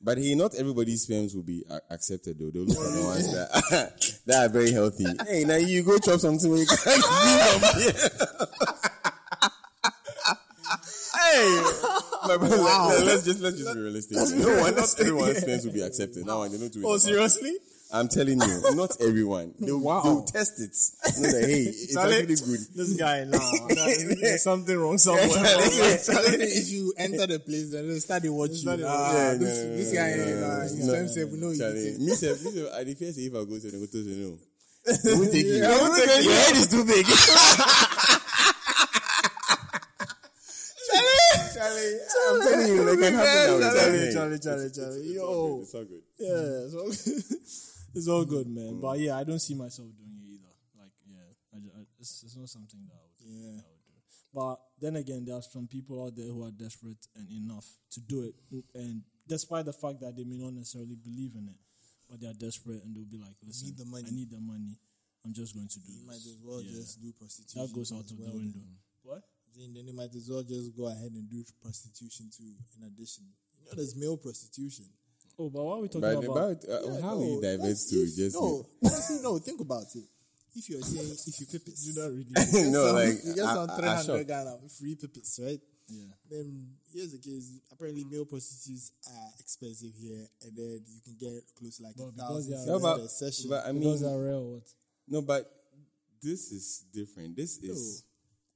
[SPEAKER 3] But hey, not everybody's films will be a- accepted though. They'll look for the ones that, that are very healthy. Hey, now you go chop something where you can't do from here. Hey, my brother, let- let's just let's just be realistic. No one, not everyone's films will be accepted. Now I don't do it.
[SPEAKER 4] Oh, seriously?
[SPEAKER 3] I'm telling you, not everyone. They'll, they'll test it. Know that, hey, it's
[SPEAKER 4] Charlie,
[SPEAKER 3] actually good.
[SPEAKER 4] This guy, nah. There's something wrong somewhere.
[SPEAKER 2] if you enter the place, then they start to watch you.
[SPEAKER 4] they-
[SPEAKER 2] Ah,
[SPEAKER 3] Yeah,
[SPEAKER 2] this,
[SPEAKER 3] no, no,
[SPEAKER 2] this
[SPEAKER 3] no,
[SPEAKER 2] guy,
[SPEAKER 3] no, no,
[SPEAKER 2] uh,
[SPEAKER 3] no,
[SPEAKER 2] his
[SPEAKER 3] no,
[SPEAKER 2] friend said, we know you
[SPEAKER 3] Charlie,
[SPEAKER 2] eat it.
[SPEAKER 3] me self, me self, I dey fear say if I go to the go to the no. They won't take you.
[SPEAKER 2] won't take
[SPEAKER 3] Your head is too big.
[SPEAKER 2] Charlie,
[SPEAKER 3] I'm telling you, like, I'm happy now.
[SPEAKER 4] Charlie, Charlie, Charlie, Charlie. Yo.
[SPEAKER 3] It's all good.
[SPEAKER 1] Yeah, it's all, it's all
[SPEAKER 2] Mm,
[SPEAKER 1] good, man. But yeah, I don't see myself doing it either. Like, yeah, I ju- I- it's, it's not something that I would,
[SPEAKER 2] Yeah.
[SPEAKER 1] I would do. But then again, there are some people out there who are desperate and enough to do it, Mm, and despite the fact that they may not necessarily believe in it, but they are desperate and they'll be like, "Listen,
[SPEAKER 2] the money."
[SPEAKER 1] I need the money. I'm just going to do
[SPEAKER 2] You
[SPEAKER 1] this."
[SPEAKER 2] might as well
[SPEAKER 1] Yeah.
[SPEAKER 2] just do prostitution.
[SPEAKER 1] that goes out
[SPEAKER 2] as
[SPEAKER 1] of
[SPEAKER 2] well
[SPEAKER 1] the window. What?
[SPEAKER 2] Then, then you might as well just go ahead and do prostitution too, in addition. You know, there's male prostitution.
[SPEAKER 1] Oh, but what are we talking
[SPEAKER 3] But
[SPEAKER 1] about?
[SPEAKER 3] about uh, how
[SPEAKER 2] no,
[SPEAKER 3] we divert
[SPEAKER 2] oh, that's-
[SPEAKER 3] to
[SPEAKER 2] if-
[SPEAKER 3] just
[SPEAKER 2] No, honestly, no, think about it. If you're saying, if you pipis,
[SPEAKER 1] Do not really.
[SPEAKER 3] no like
[SPEAKER 2] you just
[SPEAKER 3] I-
[SPEAKER 2] on
[SPEAKER 3] I- I
[SPEAKER 2] 300
[SPEAKER 3] shocked.
[SPEAKER 2] Ghana, free pipis, right?
[SPEAKER 1] yeah.
[SPEAKER 2] Then here's the case. Apparently, male prostitutes are expensive here, and then you can get close to like
[SPEAKER 1] But
[SPEAKER 2] a
[SPEAKER 1] because
[SPEAKER 2] thousand
[SPEAKER 1] they are-
[SPEAKER 3] No,
[SPEAKER 2] cedis
[SPEAKER 3] but,
[SPEAKER 2] per session.
[SPEAKER 3] but I
[SPEAKER 1] Because
[SPEAKER 3] mean,
[SPEAKER 1] they're real. What?
[SPEAKER 3] no, but this is different. This is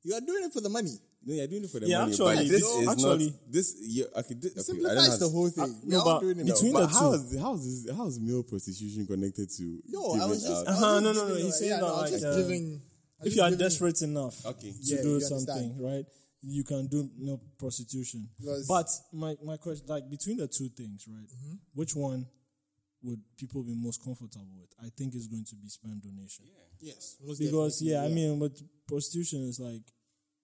[SPEAKER 2] you are doing it for the money.
[SPEAKER 3] no, you're doing it for the
[SPEAKER 1] Yeah,
[SPEAKER 3] money. but
[SPEAKER 1] actually,
[SPEAKER 3] this
[SPEAKER 1] no,
[SPEAKER 3] is
[SPEAKER 1] actually-
[SPEAKER 3] not this. You, okay, this,
[SPEAKER 2] It
[SPEAKER 3] okay, I don't know.
[SPEAKER 2] simplifies the whole thing. We
[SPEAKER 1] no,
[SPEAKER 2] are
[SPEAKER 1] but
[SPEAKER 2] all doing it.
[SPEAKER 1] between
[SPEAKER 3] but
[SPEAKER 1] the
[SPEAKER 3] how
[SPEAKER 1] two.
[SPEAKER 3] is how is this, how is male prostitution connected to?
[SPEAKER 2] no, I
[SPEAKER 3] giving
[SPEAKER 2] was just.
[SPEAKER 3] out?
[SPEAKER 2] I was
[SPEAKER 1] Uh-huh,
[SPEAKER 2] just
[SPEAKER 1] no, no, no, you're
[SPEAKER 2] giving you-
[SPEAKER 1] saying
[SPEAKER 2] yeah, no,
[SPEAKER 1] that
[SPEAKER 2] I was
[SPEAKER 1] like,
[SPEAKER 2] just
[SPEAKER 1] uh,
[SPEAKER 2] giving. I was
[SPEAKER 1] if you are
[SPEAKER 2] giving-
[SPEAKER 1] desperate enough
[SPEAKER 3] Okay.
[SPEAKER 1] to
[SPEAKER 2] Yeah, you
[SPEAKER 1] do
[SPEAKER 2] understand.
[SPEAKER 1] something, right? You can do no prostitution.
[SPEAKER 2] Because- Mm-hmm.
[SPEAKER 1] But my, my question, like between the two things, right? Which one would people be most comfortable with? I think it's going to be sperm donation
[SPEAKER 2] Yes, most
[SPEAKER 1] because
[SPEAKER 2] definitely,
[SPEAKER 1] yeah, I mean, but prostitution is like,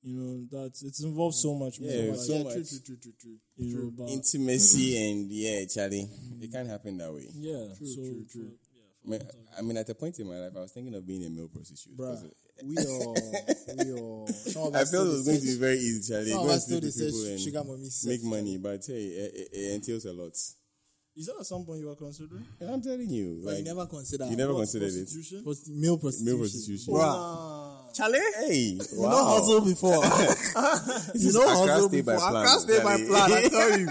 [SPEAKER 1] you know, that's it's involved so much more.
[SPEAKER 3] Yeah,
[SPEAKER 1] like,
[SPEAKER 3] so much.
[SPEAKER 2] True, true, true, true, true.
[SPEAKER 1] you know, but-
[SPEAKER 3] intimacy and yeah, Charlie, it can't happen that way.
[SPEAKER 1] yeah, so
[SPEAKER 2] true,
[SPEAKER 1] for-
[SPEAKER 2] true.
[SPEAKER 3] I mean, I mean, at a point in my life, I was thinking of being a male prostitute.
[SPEAKER 2] Bruh,
[SPEAKER 3] 'Cause
[SPEAKER 2] we are, we are. Some of
[SPEAKER 3] I
[SPEAKER 2] us
[SPEAKER 3] felt it
[SPEAKER 2] do
[SPEAKER 3] was going to
[SPEAKER 2] this.
[SPEAKER 3] be very easy, Charlie.
[SPEAKER 2] Some of
[SPEAKER 3] Go and
[SPEAKER 2] us still
[SPEAKER 3] sleep with
[SPEAKER 2] research
[SPEAKER 3] people and
[SPEAKER 2] sugar mommy sex.
[SPEAKER 3] make money, but hey, it, it- it entails a lot.
[SPEAKER 1] Is that something you are considering?
[SPEAKER 3] And I'm telling you,
[SPEAKER 2] But
[SPEAKER 3] like,
[SPEAKER 2] you never consider
[SPEAKER 3] you never considered it.
[SPEAKER 1] Prostitution?
[SPEAKER 2] prosti- male prostitution.
[SPEAKER 3] Male prostitution.
[SPEAKER 2] Bruh.
[SPEAKER 3] Charlie? Hey,
[SPEAKER 2] You know
[SPEAKER 3] wow.
[SPEAKER 2] hustle before. you
[SPEAKER 3] is
[SPEAKER 2] know
[SPEAKER 3] Accra
[SPEAKER 2] hustle
[SPEAKER 3] Stay by
[SPEAKER 2] before.
[SPEAKER 3] Plan,
[SPEAKER 2] Accra stay by
[SPEAKER 3] Charlie.
[SPEAKER 2] plan. I tell you.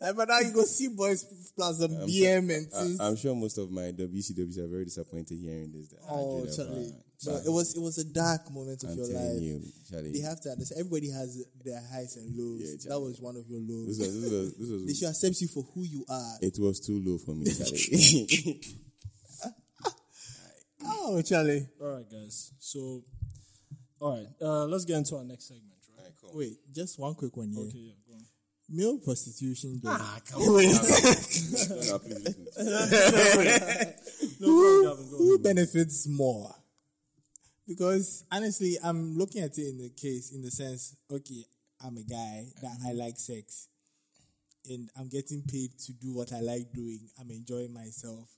[SPEAKER 2] Like, but now you go see boys plus the BM and things.
[SPEAKER 3] I, am sure most of my WCWs are very disappointed hearing this. that
[SPEAKER 2] oh,
[SPEAKER 3] Andrew Lavar-
[SPEAKER 2] Charlie. But it was it was a dark moment of
[SPEAKER 3] I'm
[SPEAKER 2] your
[SPEAKER 3] telling
[SPEAKER 2] life.
[SPEAKER 3] you, Charlie.
[SPEAKER 2] They have to understand. Everybody has their highs and lows.
[SPEAKER 3] Yeah,
[SPEAKER 2] that
[SPEAKER 3] Charlie.
[SPEAKER 2] was one of your
[SPEAKER 3] this
[SPEAKER 2] lows.
[SPEAKER 3] was, this was, this
[SPEAKER 2] They
[SPEAKER 3] was,
[SPEAKER 2] should accept you for who you are.
[SPEAKER 3] it was too low for me, Charlie.
[SPEAKER 2] Oh, Charlie.
[SPEAKER 1] All right, guys. So, all right, uh, let's get into our next segment, right?
[SPEAKER 2] Wait, just one quick one here.
[SPEAKER 1] Okay, yeah, go on.
[SPEAKER 2] Male prostitution. Ah, come
[SPEAKER 3] No, please listen.
[SPEAKER 1] No, go on, Gavin, go on.
[SPEAKER 2] who benefits more? Because honestly, I'm looking at it in the case in the sense, okay, I'm a guy that
[SPEAKER 3] Mm-hmm.
[SPEAKER 2] I like sex, and I'm getting paid to do what I like doing. I'm enjoying myself.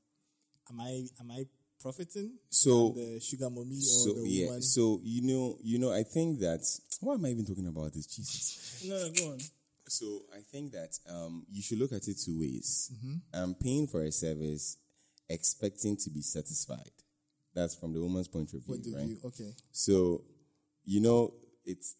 [SPEAKER 2] Am I am I profiting?
[SPEAKER 3] So-
[SPEAKER 2] the sugar mommy or
[SPEAKER 3] so
[SPEAKER 2] the
[SPEAKER 3] yeah,
[SPEAKER 2] woman?
[SPEAKER 3] so you know, you know, I think that why am I even talking about this, Jesus?
[SPEAKER 1] No, no, go on.
[SPEAKER 3] So I think that um, you should look at it two ways.
[SPEAKER 2] Mm-hmm.
[SPEAKER 3] I'm paying for a service, expecting to be satisfied. That's from the woman's point of view,
[SPEAKER 2] Point of
[SPEAKER 3] right?
[SPEAKER 2] view. Okay.
[SPEAKER 3] So, you know, it's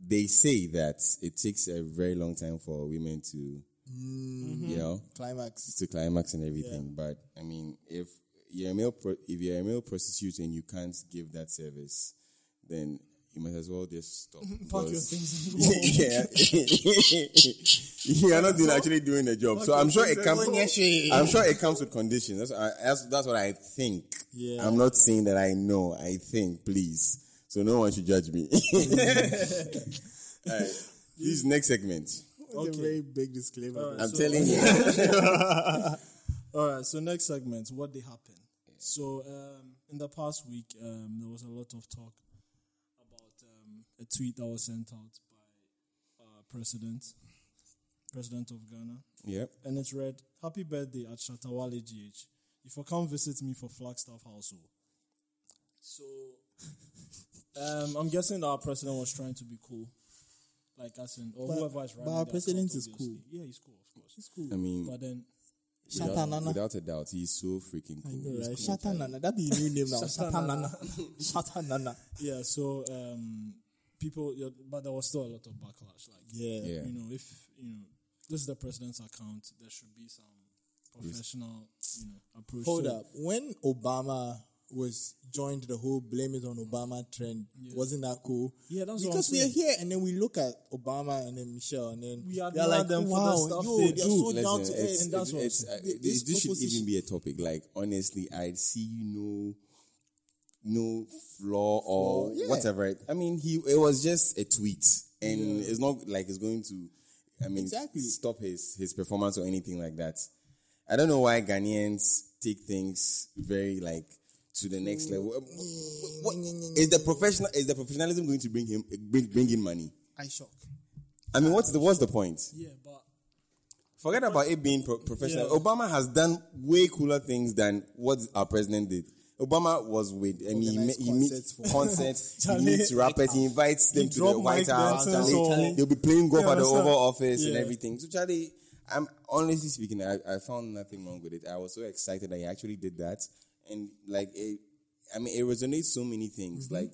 [SPEAKER 3] they say that it takes a very long time for women to,
[SPEAKER 2] Mm-hmm.
[SPEAKER 3] you know,
[SPEAKER 2] Climax.
[SPEAKER 3] to climax and everything. But I mean, if you're a male, pro- if you're a male prostitute and you can't give that service, then you might as well just stop.
[SPEAKER 1] Pack your
[SPEAKER 3] because-
[SPEAKER 1] things. and go.
[SPEAKER 3] yeah, you are not doing, actually doing the job. So I'm sure it comes. I'm sure it comes with conditions. That's, I, that's that's what I think.
[SPEAKER 2] Yeah.
[SPEAKER 3] I'm not saying that I know. I think, please. So no one should judge me. All right. This next segment.
[SPEAKER 2] That's a very big disclaimer.
[SPEAKER 1] All right,
[SPEAKER 3] I'm
[SPEAKER 1] so-
[SPEAKER 3] telling you.
[SPEAKER 1] All right, so next segment, what did happen? So um, in the past week, um, there was a lot of talk about um, a tweet that was sent out by uh, President president of Ghana,
[SPEAKER 3] Yeah.
[SPEAKER 1] and it read, "Happy birthday at Shatawale GH. If you come visit me for Flagstaff household." So, um, I'm guessing our president was trying to be cool, like as in, or
[SPEAKER 2] But-
[SPEAKER 1] whoever is
[SPEAKER 2] but
[SPEAKER 1] running.
[SPEAKER 2] our
[SPEAKER 1] the
[SPEAKER 2] president
[SPEAKER 1] account,
[SPEAKER 2] is cool.
[SPEAKER 1] obviously. Yeah, he's cool, of course.
[SPEAKER 2] It's cool.
[SPEAKER 3] I mean,
[SPEAKER 1] But then,
[SPEAKER 3] without,
[SPEAKER 2] Shatanana.
[SPEAKER 3] without a doubt, he's so freaking cool.
[SPEAKER 2] I know,
[SPEAKER 3] He's
[SPEAKER 2] right?
[SPEAKER 3] cool.
[SPEAKER 2] Shatanana. That'd be your new name now.
[SPEAKER 1] Shatanana.
[SPEAKER 2] Shatanana. Shatanana.
[SPEAKER 1] yeah, so um, people, yeah, but there was still a lot of backlash. Like,
[SPEAKER 2] Yeah.
[SPEAKER 3] Yeah.
[SPEAKER 1] you know, if you know this is the president's account, there should be some professional, you know, approach.
[SPEAKER 2] Hold
[SPEAKER 1] So,
[SPEAKER 2] up. When Obama was joined the whole blame it on Obama trend, wasn't that cool?
[SPEAKER 1] Yeah, that's what
[SPEAKER 2] because
[SPEAKER 1] I'm saying.
[SPEAKER 2] we are here and then we look at Obama and then Michelle and then
[SPEAKER 1] We
[SPEAKER 2] they're
[SPEAKER 1] admire
[SPEAKER 2] like,
[SPEAKER 1] them for the
[SPEAKER 2] wow,
[SPEAKER 1] stuff
[SPEAKER 2] yo,
[SPEAKER 1] they
[SPEAKER 2] they're
[SPEAKER 1] do.
[SPEAKER 2] so down to
[SPEAKER 3] Listen,
[SPEAKER 2] earth.
[SPEAKER 3] it's-
[SPEAKER 2] And that's
[SPEAKER 3] it's-
[SPEAKER 2] what
[SPEAKER 3] it's-
[SPEAKER 2] I'm
[SPEAKER 3] uh,
[SPEAKER 2] saying.
[SPEAKER 3] this, this should
[SPEAKER 2] proposition-
[SPEAKER 3] even be a topic. Like honestly, I see you know no flaw or
[SPEAKER 2] yeah.
[SPEAKER 3] whatever. I mean, he it was just a tweet, and it's not like it's going to. I mean,
[SPEAKER 2] Exactly.
[SPEAKER 3] stop his his performance or anything like that. I don't know why Ghanaians take things very like to the
[SPEAKER 2] Mm.
[SPEAKER 3] next level. Um, What, is the professional is the professionalism going to bring him bring, bring in money?
[SPEAKER 2] I shock.
[SPEAKER 3] I mean, what's the what's the point?
[SPEAKER 1] yeah, but
[SPEAKER 3] Forget about it being pro- professional.
[SPEAKER 1] Yeah.
[SPEAKER 3] Obama has done way cooler things than what our president did. Obama was with, I mean, he,
[SPEAKER 2] Organized
[SPEAKER 3] ma- he meets
[SPEAKER 2] concerts for-
[SPEAKER 3] concerts, he
[SPEAKER 1] Charlie,
[SPEAKER 3] meets rappers, he invites them to the
[SPEAKER 1] dropped
[SPEAKER 3] White
[SPEAKER 1] Mike
[SPEAKER 3] House.
[SPEAKER 1] Benson,
[SPEAKER 3] Charlie,
[SPEAKER 1] so-
[SPEAKER 3] Charlie, they'll be playing golf
[SPEAKER 1] Yeah,
[SPEAKER 3] at the
[SPEAKER 1] that's
[SPEAKER 3] Oval
[SPEAKER 1] right.
[SPEAKER 3] Office and
[SPEAKER 1] Yeah.
[SPEAKER 3] everything. So, Charlie, I'm honestly speaking, I, I found nothing wrong with it. I was so excited that he actually did that, and like, it, I mean, it resonates so many things. Like,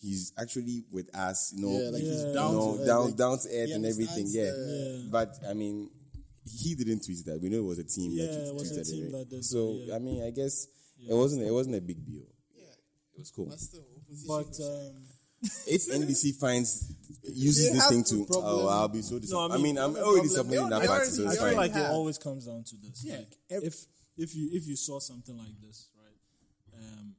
[SPEAKER 3] he's actually with us, you know,
[SPEAKER 2] Yeah, like,
[SPEAKER 1] Mm-hmm. he's
[SPEAKER 3] you
[SPEAKER 2] down
[SPEAKER 3] know,
[SPEAKER 2] to earth,
[SPEAKER 3] down,
[SPEAKER 2] like,
[SPEAKER 3] down to earth
[SPEAKER 2] he
[SPEAKER 3] and everything.
[SPEAKER 2] understands
[SPEAKER 3] Yeah.
[SPEAKER 2] the-
[SPEAKER 1] Yeah.
[SPEAKER 3] But I mean, he didn't tweet that. We know it was a team.
[SPEAKER 1] Yeah,
[SPEAKER 3] that tweet-
[SPEAKER 1] it was a
[SPEAKER 3] tweeted
[SPEAKER 1] team
[SPEAKER 3] right?
[SPEAKER 1] that did
[SPEAKER 3] So
[SPEAKER 1] that, yeah.
[SPEAKER 3] I mean, I guess it wasn't. It wasn't a big deal.
[SPEAKER 2] Yeah.
[SPEAKER 3] It was cool.
[SPEAKER 2] But still, opposition
[SPEAKER 1] but
[SPEAKER 2] was-
[SPEAKER 1] um,
[SPEAKER 3] If NBC finds uses
[SPEAKER 2] They
[SPEAKER 3] this
[SPEAKER 2] have
[SPEAKER 3] thing
[SPEAKER 2] to
[SPEAKER 3] to,
[SPEAKER 2] problem-
[SPEAKER 3] oh, I'll be so disappointed. I,
[SPEAKER 1] mean,
[SPEAKER 3] mean, I am
[SPEAKER 2] problem-
[SPEAKER 3] already
[SPEAKER 2] problem-
[SPEAKER 3] disappointed in that
[SPEAKER 2] they
[SPEAKER 3] part.
[SPEAKER 2] already-
[SPEAKER 3] So
[SPEAKER 2] they
[SPEAKER 3] it's
[SPEAKER 1] I
[SPEAKER 2] already
[SPEAKER 1] feel
[SPEAKER 3] fine.
[SPEAKER 1] like it
[SPEAKER 2] have-
[SPEAKER 1] always comes down to this.
[SPEAKER 2] Yeah,
[SPEAKER 1] Like,
[SPEAKER 2] ev-
[SPEAKER 1] if if you if you saw something like this, right, um,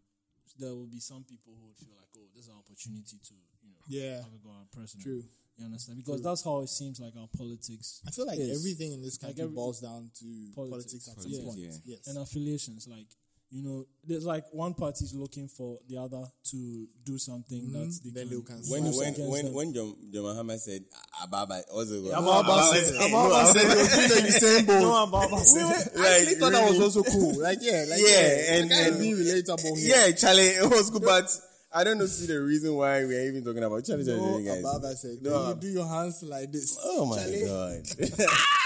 [SPEAKER 1] there will be some people who would feel like, oh, this is an opportunity to, you know,
[SPEAKER 2] Yeah.
[SPEAKER 1] have a go at our president.
[SPEAKER 2] True.
[SPEAKER 1] You understand? Because that's how it seems like our politics
[SPEAKER 2] I feel like
[SPEAKER 1] Yes.
[SPEAKER 2] everything in this country
[SPEAKER 1] every-
[SPEAKER 2] boils down to
[SPEAKER 1] Politics.
[SPEAKER 2] politics, at
[SPEAKER 1] Politics,
[SPEAKER 2] some point.
[SPEAKER 3] yeah.
[SPEAKER 2] Yes.
[SPEAKER 1] and affiliations. Like, you know, there's like one party is looking for the other to do something
[SPEAKER 2] Mm-hmm.
[SPEAKER 1] that they
[SPEAKER 2] Then
[SPEAKER 1] can.
[SPEAKER 2] they can
[SPEAKER 3] When
[SPEAKER 2] smash
[SPEAKER 3] when
[SPEAKER 1] against
[SPEAKER 3] when
[SPEAKER 1] them.
[SPEAKER 3] when John, John Muhammad said "Ah, Ababa, also
[SPEAKER 1] Ababa said- Ababa said- No, about
[SPEAKER 2] I actually thought that was also cool. Like, yeah, like,
[SPEAKER 3] Yeah, and-
[SPEAKER 2] and,
[SPEAKER 3] and-
[SPEAKER 2] be relatable here.
[SPEAKER 3] yeah, Charlie, it was good, but I don't know see the reason why we are even talking about Charlie. Charlie,
[SPEAKER 2] No,
[SPEAKER 3] Charlie, guys.
[SPEAKER 2] Ababa said,
[SPEAKER 3] No,
[SPEAKER 2] no, you
[SPEAKER 3] Ab-
[SPEAKER 2] do your hands like this.
[SPEAKER 3] Oh my
[SPEAKER 2] Charlie.
[SPEAKER 3] god.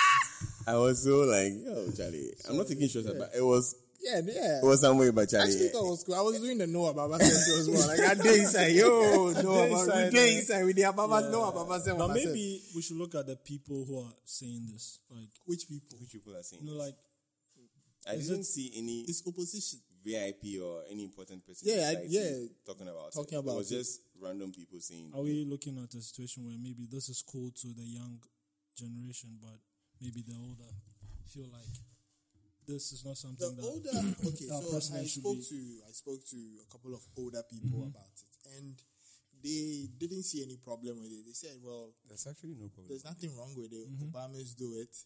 [SPEAKER 3] I was so like, yo, Charlie. I'm not taking shots, but it was
[SPEAKER 2] Yeah, yeah.
[SPEAKER 3] it was some way, but
[SPEAKER 2] I
[SPEAKER 3] Charlie.
[SPEAKER 2] actually thought it was cool. I was doing the no Ababa Center as well. Like, I did inside. Yo, no
[SPEAKER 1] Dey
[SPEAKER 2] Ababa. We
[SPEAKER 1] inside,
[SPEAKER 2] did
[SPEAKER 1] eh?
[SPEAKER 2] inside. We did Ababa. No Ababa Center.
[SPEAKER 1] But
[SPEAKER 2] Ababa Center.
[SPEAKER 1] maybe we should look at the people who are saying this. Like,
[SPEAKER 2] Which people?
[SPEAKER 3] Which people are saying?
[SPEAKER 1] you know, like,
[SPEAKER 3] I didn't see any
[SPEAKER 2] It's opposition.
[SPEAKER 3] VIP or any important person.
[SPEAKER 2] Yeah, I-
[SPEAKER 3] in society
[SPEAKER 2] yeah.
[SPEAKER 3] talking about
[SPEAKER 2] Talking
[SPEAKER 3] it.
[SPEAKER 2] about
[SPEAKER 3] it was
[SPEAKER 2] it. Oh.
[SPEAKER 3] just random people saying.
[SPEAKER 1] are we looking at a situation where maybe this is cool to the young generation, but maybe the older feel like this is not
[SPEAKER 2] The
[SPEAKER 1] something that.
[SPEAKER 2] older, okay,
[SPEAKER 1] Our
[SPEAKER 2] so
[SPEAKER 1] president
[SPEAKER 2] I
[SPEAKER 1] should
[SPEAKER 2] spoke
[SPEAKER 1] be- Mm-hmm.
[SPEAKER 2] to I spoke to a couple of older people about it, and they didn't see any problem with it. They said, "Well,
[SPEAKER 3] That's actually no problem.
[SPEAKER 2] there's nothing wrong with it.
[SPEAKER 1] Mm-hmm.
[SPEAKER 2] Obama's do it.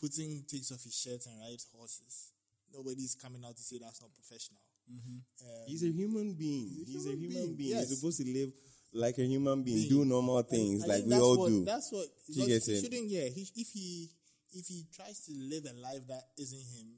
[SPEAKER 2] Putin takes off his shirt and rides horses. Nobody's coming out to say that's not professional. Um,
[SPEAKER 3] He's a human being. He's a human, being.
[SPEAKER 2] yes.
[SPEAKER 3] He's supposed to live like a human being, do
[SPEAKER 2] Being.
[SPEAKER 3] normal things
[SPEAKER 2] I
[SPEAKER 3] like
[SPEAKER 2] think
[SPEAKER 3] we
[SPEAKER 2] that's
[SPEAKER 3] all
[SPEAKER 2] what,
[SPEAKER 3] do.
[SPEAKER 2] That's what
[SPEAKER 3] You
[SPEAKER 2] because
[SPEAKER 3] get
[SPEAKER 2] he
[SPEAKER 3] it?
[SPEAKER 2] shouldn't. Yeah, he, if he if he tries to live a life that isn't him,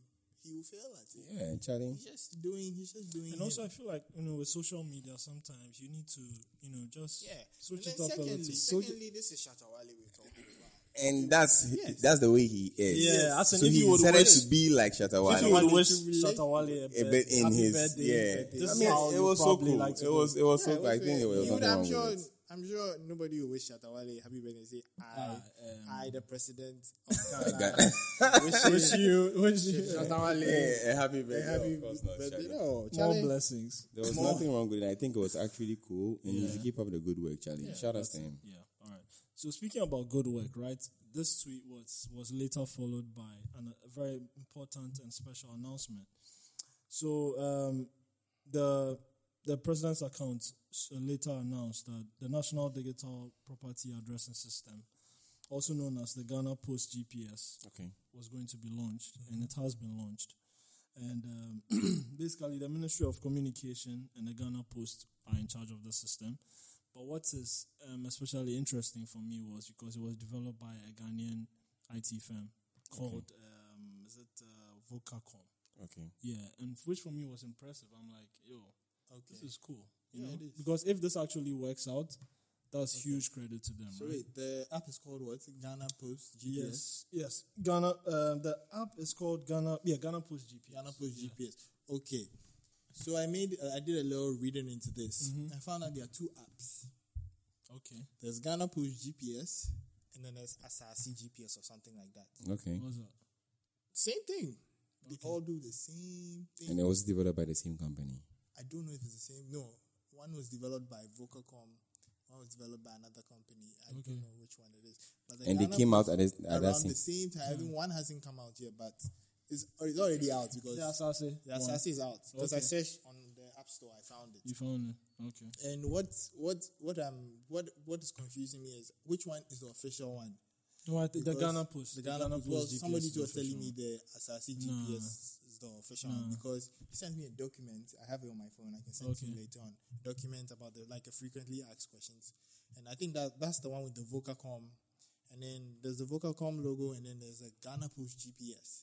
[SPEAKER 2] he will fail at it.
[SPEAKER 3] Yeah, Charlie.
[SPEAKER 2] He's just doing. He's just doing.
[SPEAKER 1] and
[SPEAKER 2] him.
[SPEAKER 1] also, I feel like you know, with social media, sometimes you need to, you know, just
[SPEAKER 2] yeah.
[SPEAKER 1] switch
[SPEAKER 2] and
[SPEAKER 1] it
[SPEAKER 2] then
[SPEAKER 1] up a
[SPEAKER 2] secondly,
[SPEAKER 1] little.
[SPEAKER 2] secondly, this is Shatawale we're talking about.
[SPEAKER 3] And that's
[SPEAKER 2] Yes.
[SPEAKER 3] that's the way he is.
[SPEAKER 1] Yeah, as in
[SPEAKER 3] so
[SPEAKER 1] if
[SPEAKER 3] he
[SPEAKER 1] you would
[SPEAKER 3] decided
[SPEAKER 1] wish-
[SPEAKER 3] to be like Shatawale.
[SPEAKER 1] If you would
[SPEAKER 2] Shatawale
[SPEAKER 1] wish
[SPEAKER 2] to relate
[SPEAKER 1] Shatawale a
[SPEAKER 3] a
[SPEAKER 1] bit,
[SPEAKER 3] bit in
[SPEAKER 1] happy
[SPEAKER 3] his
[SPEAKER 1] birthday,
[SPEAKER 3] yeah.
[SPEAKER 1] birthday. This
[SPEAKER 3] I
[SPEAKER 1] is
[SPEAKER 3] mean,
[SPEAKER 1] how
[SPEAKER 3] it
[SPEAKER 1] you
[SPEAKER 3] was so
[SPEAKER 1] probably
[SPEAKER 3] cool.
[SPEAKER 1] like to
[SPEAKER 3] it
[SPEAKER 1] do
[SPEAKER 3] was it was
[SPEAKER 2] Yeah,
[SPEAKER 3] so cool. I think it
[SPEAKER 2] you
[SPEAKER 3] was
[SPEAKER 2] would-
[SPEAKER 3] nothing
[SPEAKER 2] I'm
[SPEAKER 3] wrong
[SPEAKER 2] sure.
[SPEAKER 3] with it.
[SPEAKER 2] I'm sure nobody will wish Shatawale happy birthday. Say I,
[SPEAKER 1] um,
[SPEAKER 2] I, the president of Ghana,
[SPEAKER 3] Ghana.
[SPEAKER 2] wish
[SPEAKER 1] Wish
[SPEAKER 2] you
[SPEAKER 1] you, wish you
[SPEAKER 2] Shatawale
[SPEAKER 3] Yeah, a happy birthday.
[SPEAKER 2] a happy
[SPEAKER 3] of course not,
[SPEAKER 2] birthday.
[SPEAKER 3] Charlie.
[SPEAKER 2] No,
[SPEAKER 1] more
[SPEAKER 2] Charlie.
[SPEAKER 1] blessings.
[SPEAKER 3] There was nothing wrong with it. I think it was actually cool, and you should keep up the good work, Charlie. Shout out to him.
[SPEAKER 1] Yeah, all right. So speaking about good work, right? This tweet was was later followed by an, a very important and special announcement. So um, the the president's account s- later announced that the National Digital Property Addressing System, also known as the Ghana Post GPS,
[SPEAKER 3] Okay.
[SPEAKER 1] was going to be launched,
[SPEAKER 2] Mm-hmm.
[SPEAKER 1] and it has been launched. And um, basically, the Ministry of Communication and the Ghana Post are in charge of the system. But what is um, especially interesting for me was because it was developed by a Ghanaian IT firm called um, is it uh, Vocacom?
[SPEAKER 3] Okay.
[SPEAKER 1] Yeah, and which for me was impressive. I'm like, yo, this is cool. You
[SPEAKER 2] Yeah,
[SPEAKER 1] know,
[SPEAKER 2] it is.
[SPEAKER 1] because if this actually works out, that's huge credit to them,
[SPEAKER 2] So
[SPEAKER 1] right?
[SPEAKER 2] wait, the app is called what? Ghana Post GPS.
[SPEAKER 1] Yes, yes. Ghana. Um, the app is called Ghana. Yeah, Ghana Post GPS.
[SPEAKER 2] Ghana Post
[SPEAKER 1] Yeah.
[SPEAKER 2] GPS. Okay. So I made uh, I did a little reading into this. I found out there are two apps.
[SPEAKER 1] Okay.
[SPEAKER 2] There's Ghana Post GPS, and then there's Asasi GPS or something like that.
[SPEAKER 3] Okay.
[SPEAKER 1] What's that?
[SPEAKER 2] Same thing. They all do the same thing.
[SPEAKER 3] And it was developed by the same company.
[SPEAKER 2] I don't know if it's the same. No, one was developed by Vocacom. One was developed by another company. I
[SPEAKER 1] Okay.
[SPEAKER 2] don't know which one it is. But the
[SPEAKER 3] And they
[SPEAKER 2] Ghana
[SPEAKER 3] came out
[SPEAKER 2] Post
[SPEAKER 3] at, this, at that
[SPEAKER 2] around
[SPEAKER 3] same.
[SPEAKER 2] the same time. I think one hasn't come out yet, but it's, it's already out because
[SPEAKER 1] Yeah, Sase.
[SPEAKER 2] The Assassin is out because I
[SPEAKER 1] Okay.
[SPEAKER 2] searched on the App Store. I found it.
[SPEAKER 1] You found it. Okay.
[SPEAKER 2] And what what what um what what is confusing me is which one is the official one?
[SPEAKER 1] No, I think the
[SPEAKER 2] Because
[SPEAKER 1] Ghana Post.
[SPEAKER 2] The Ghana, Post. Well,
[SPEAKER 1] GPS
[SPEAKER 2] somebody
[SPEAKER 1] is
[SPEAKER 2] was
[SPEAKER 1] the
[SPEAKER 2] telling me
[SPEAKER 1] official
[SPEAKER 2] the Assassin
[SPEAKER 1] No.
[SPEAKER 2] GPS is the official one because he sent me a document. I have it on my phone. I can send it to you
[SPEAKER 1] Okay.
[SPEAKER 2] later on. Document about the like a frequently asked questions, and I think that that's the one with the Vocacom. And then there's the Vocacom logo, and then there's the Ghana Post GPS.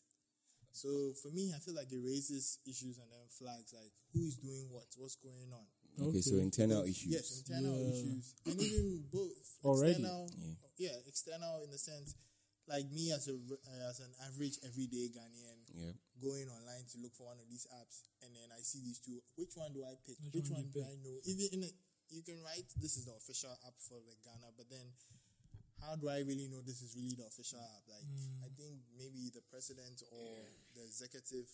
[SPEAKER 2] So for me, I feel like it raises issues and then flags like who is doing what, what's going on.
[SPEAKER 3] Okay, so
[SPEAKER 1] Okay.
[SPEAKER 3] internal issues.
[SPEAKER 2] Yes, internal
[SPEAKER 1] Yeah.
[SPEAKER 2] issues, and even both
[SPEAKER 1] Already?
[SPEAKER 2] External, yeah. external in the sense, like me as a uh, as an average everyday Ghanaian
[SPEAKER 3] Yeah.
[SPEAKER 2] going online to look for one of these apps, and then I see these two. Which one do I pick?
[SPEAKER 1] Which
[SPEAKER 2] Which,
[SPEAKER 1] one
[SPEAKER 2] one,
[SPEAKER 1] you
[SPEAKER 2] do
[SPEAKER 1] pick?
[SPEAKER 2] I know? Even in a, you can write this is the official app for like Ghana, but then how do I really know this is really the official app? Like
[SPEAKER 1] Hmm.
[SPEAKER 2] I think maybe the president or the executive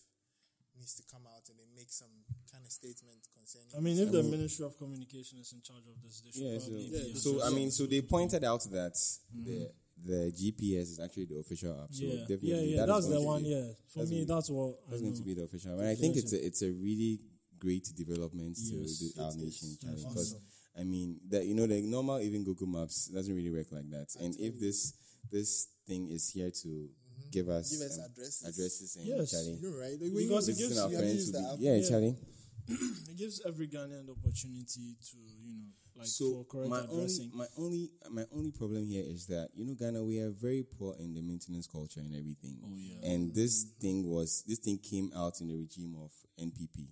[SPEAKER 2] needs to come out and then make some kind of statement concerning.
[SPEAKER 1] one. I mean, if the
[SPEAKER 3] Well-
[SPEAKER 1] Ministry of Communication is in charge of this, they should
[SPEAKER 3] Yeah, so,
[SPEAKER 1] probably be
[SPEAKER 3] so, I
[SPEAKER 1] addressing
[SPEAKER 3] mean,
[SPEAKER 1] this.
[SPEAKER 3] so they pointed out that the the GPS is actually the official app. So
[SPEAKER 1] Mm-hmm. yeah,
[SPEAKER 3] definitely,
[SPEAKER 1] yeah, yeah.
[SPEAKER 3] that is
[SPEAKER 1] That's the
[SPEAKER 3] going to
[SPEAKER 1] one.
[SPEAKER 3] be-
[SPEAKER 1] Yeah, Mm-hmm. for
[SPEAKER 3] that's
[SPEAKER 1] me,
[SPEAKER 3] going-
[SPEAKER 1] that's what I
[SPEAKER 3] That's going
[SPEAKER 1] know.
[SPEAKER 3] to be the official one. And I think it's a, it's a really great development
[SPEAKER 1] Yes.
[SPEAKER 3] to the, our
[SPEAKER 2] It
[SPEAKER 3] nation,
[SPEAKER 2] is.
[SPEAKER 3] Charlie.
[SPEAKER 1] Yes.
[SPEAKER 3] Because I mean, that you know, the normal even Google Maps doesn't really work like that. And if this this thing is here to give us
[SPEAKER 2] Give us
[SPEAKER 3] um,
[SPEAKER 2] addresses.
[SPEAKER 3] addresses and
[SPEAKER 1] Mm-hmm. Yes.
[SPEAKER 3] Charlie,
[SPEAKER 2] You know, right? Like,
[SPEAKER 1] Because
[SPEAKER 2] when
[SPEAKER 1] it
[SPEAKER 2] you
[SPEAKER 1] gives
[SPEAKER 3] visiting our
[SPEAKER 2] you have
[SPEAKER 3] friends
[SPEAKER 2] used
[SPEAKER 3] will
[SPEAKER 2] the app,
[SPEAKER 3] be, yeah, Charlie.
[SPEAKER 1] It gives every Ghanaian the opportunity to, you know, like
[SPEAKER 3] so
[SPEAKER 1] for correct
[SPEAKER 3] my
[SPEAKER 1] addressing.
[SPEAKER 3] only my only my only problem here is that you know Ghana we are very poor in the maintenance culture and everything.
[SPEAKER 1] Oh, yeah.
[SPEAKER 3] And this thing was this thing came out in the regime of NPP.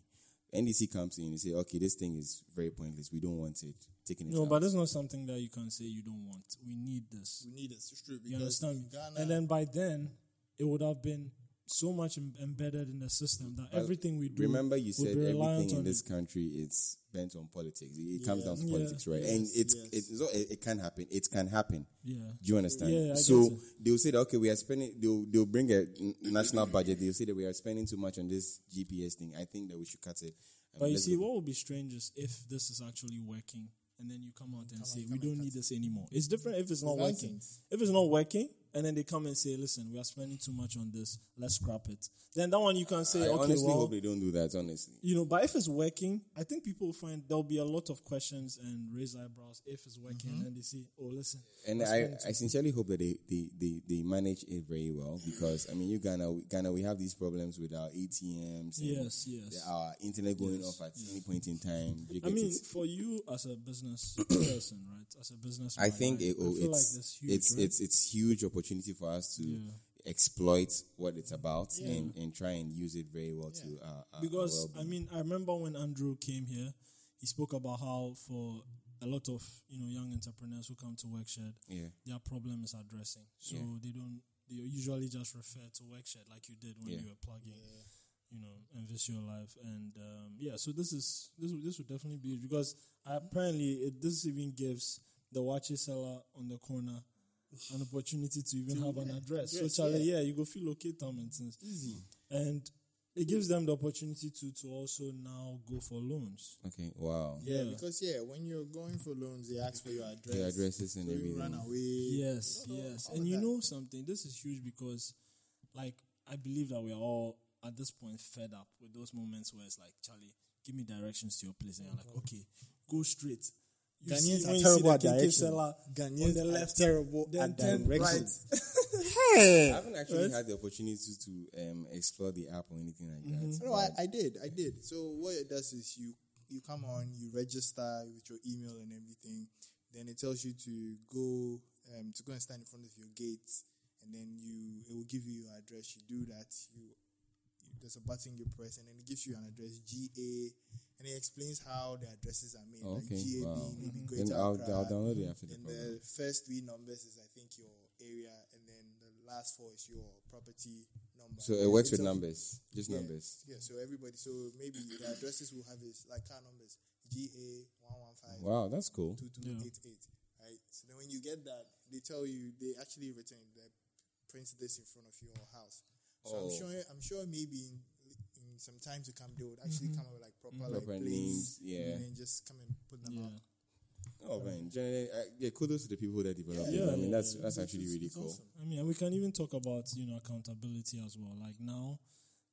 [SPEAKER 3] NDC comes in and say, okay, this thing is very pointless. We don't want it. Taking it
[SPEAKER 1] no,
[SPEAKER 3] out.
[SPEAKER 1] but it's not something that you can say you don't want. We need this.
[SPEAKER 2] we need it. It's true.
[SPEAKER 1] You
[SPEAKER 2] Because
[SPEAKER 1] understand me?
[SPEAKER 2] Ghana,
[SPEAKER 1] And then by then, it would have been so much em- embedded in the system that everything we do.
[SPEAKER 3] Remember, you
[SPEAKER 1] would
[SPEAKER 3] said
[SPEAKER 1] be reliant
[SPEAKER 3] everything in
[SPEAKER 1] on
[SPEAKER 3] this
[SPEAKER 1] it.
[SPEAKER 3] country is bent on politics. It, it comes
[SPEAKER 2] Yeah.
[SPEAKER 3] down to
[SPEAKER 1] Yeah.
[SPEAKER 3] politics, right? And
[SPEAKER 2] Yes,
[SPEAKER 3] it's
[SPEAKER 2] yes.
[SPEAKER 3] it's not- it, it can happen. It can happen.
[SPEAKER 1] Yeah.
[SPEAKER 3] Do you understand?
[SPEAKER 1] Yeah, I get
[SPEAKER 3] so
[SPEAKER 1] it.
[SPEAKER 3] they'll say that okay, we are spending. They'll they'll bring a n- national budget. They'll say that we are spending too much on this GPS thing. I think that we should cut it. And
[SPEAKER 1] But you
[SPEAKER 3] let's
[SPEAKER 1] see,
[SPEAKER 3] go-
[SPEAKER 1] what would be strange is if this is actually working, and then you come out and say we don't need this anymore. It's different if it's not working.
[SPEAKER 2] nonsense.
[SPEAKER 1] If it's not working, and then they come and say, "Listen, we are spending too much on this. Let's scrap it." Then that one you can say,
[SPEAKER 3] I
[SPEAKER 1] "Okay,
[SPEAKER 3] honestly
[SPEAKER 1] well,
[SPEAKER 3] hope they don't do that. Honestly,
[SPEAKER 1] you know, but if it's working, I think people will find there'll be a lot of questions and raise eyebrows if it's working
[SPEAKER 3] Mm-hmm.
[SPEAKER 1] and they say, oh, listen.
[SPEAKER 3] and
[SPEAKER 1] let's
[SPEAKER 3] I,
[SPEAKER 1] spend it
[SPEAKER 3] I sincerely hope that they, they, they, they manage it very well because I mean, you Ghana, we- Ghana, we have these problems with our ATMs. and
[SPEAKER 1] Yes, yes.
[SPEAKER 3] Our internet going off at any point in time. You
[SPEAKER 1] I
[SPEAKER 3] get
[SPEAKER 1] mean,
[SPEAKER 3] it.
[SPEAKER 1] for you as a business person, right? As a business,
[SPEAKER 3] I think it, oh,
[SPEAKER 1] I feel like that's
[SPEAKER 3] it's
[SPEAKER 1] huge.
[SPEAKER 3] it's
[SPEAKER 1] right?
[SPEAKER 3] it's it's huge opportunity for us to
[SPEAKER 1] Yeah.
[SPEAKER 3] exploit what it's about and, and try and use it very well to uh, uh,
[SPEAKER 1] because
[SPEAKER 3] well
[SPEAKER 1] I mean, I remember when Andrew came here, he spoke about how for a lot of you know young entrepreneurs who come to Workshed,
[SPEAKER 3] yeah
[SPEAKER 1] their problem is addressing. So
[SPEAKER 3] Yeah.
[SPEAKER 1] they don't. They usually just refer to Workshed like you did when
[SPEAKER 3] Yeah.
[SPEAKER 1] you were plugging, you know, and Visual Life, and um, yeah. So this is this will- this would definitely be because apparently it, this even gives the watchy seller on the corner an opportunity to even have an address.
[SPEAKER 2] address,
[SPEAKER 1] so Charlie, yeah. you go feel okay, Tom and things.
[SPEAKER 2] easy.
[SPEAKER 1] and it gives them the opportunity to to also now go for loans.
[SPEAKER 3] okay wow
[SPEAKER 2] Yeah,
[SPEAKER 1] Yeah.
[SPEAKER 2] because yeah, when you're going for loans, they ask for your address.
[SPEAKER 3] the addresses and
[SPEAKER 2] So you run
[SPEAKER 3] everything
[SPEAKER 2] away.
[SPEAKER 1] Yes, yes.
[SPEAKER 2] all
[SPEAKER 1] And
[SPEAKER 2] of
[SPEAKER 1] you
[SPEAKER 2] that.
[SPEAKER 1] know something? This is huge because, like, I believe that we're all at this point fed up with those moments where it's like, Charlie, give me directions to your place. And you're like, okay, go straight. You
[SPEAKER 2] Ghanaians
[SPEAKER 1] see-
[SPEAKER 2] are
[SPEAKER 1] when you see the
[SPEAKER 2] terrible at
[SPEAKER 1] Kinky
[SPEAKER 2] directions.
[SPEAKER 1] seller
[SPEAKER 2] Ghanaians
[SPEAKER 1] on the
[SPEAKER 2] are
[SPEAKER 1] left,
[SPEAKER 2] terrible
[SPEAKER 1] then
[SPEAKER 2] at
[SPEAKER 1] turn
[SPEAKER 2] directions.
[SPEAKER 1] right.
[SPEAKER 3] I
[SPEAKER 1] Eh,
[SPEAKER 3] haven't actually had the opportunity to um, explore the app or anything like that
[SPEAKER 1] Mm-hmm.
[SPEAKER 2] No, I, I did, I did. So what it does is you you come on, you register with your email and everything. Then it tells you to go um, to go and stand in front of your gate and then you it will give you your address. You do that. You, you there's a button you press, and then it gives you an address GA, and it explains how the addresses are made.
[SPEAKER 3] Oh,
[SPEAKER 2] like
[SPEAKER 3] Okay,
[SPEAKER 2] GA
[SPEAKER 3] wow.
[SPEAKER 2] being maybe
[SPEAKER 3] Then
[SPEAKER 2] Greater
[SPEAKER 3] I'll,
[SPEAKER 2] Accra,
[SPEAKER 3] I'll download it after the
[SPEAKER 2] and
[SPEAKER 3] program.
[SPEAKER 2] the first three numbers is I think your area, and then the last four is your property number.
[SPEAKER 3] So
[SPEAKER 2] Yeah,
[SPEAKER 3] it works
[SPEAKER 2] it's
[SPEAKER 3] with
[SPEAKER 2] a-
[SPEAKER 3] numbers, just
[SPEAKER 2] yeah,
[SPEAKER 3] numbers.
[SPEAKER 2] Yeah, so everybody, so maybe the addresses will have is like car numbers GA one one five
[SPEAKER 3] Wow, that's cool.
[SPEAKER 2] two two eight eight. Right. So then when you get that, they tell you they actually written that print this in front of your house. So I'm
[SPEAKER 3] Oh.
[SPEAKER 2] sure I'm sure maybe in, in some time to come they would actually come up with like proper,
[SPEAKER 3] Proper
[SPEAKER 2] like
[SPEAKER 3] names,
[SPEAKER 2] planes
[SPEAKER 3] yeah.
[SPEAKER 2] and then just come and put them
[SPEAKER 1] Yeah.
[SPEAKER 2] out.
[SPEAKER 3] Oh man, generally, uh, yeah, kudos to the people that developed it.
[SPEAKER 1] Yeah,
[SPEAKER 3] I mean,
[SPEAKER 1] yeah,
[SPEAKER 3] that's
[SPEAKER 1] yeah.
[SPEAKER 3] that's actually really cool.
[SPEAKER 1] I mean, and we can even talk about you know accountability as well. Like now,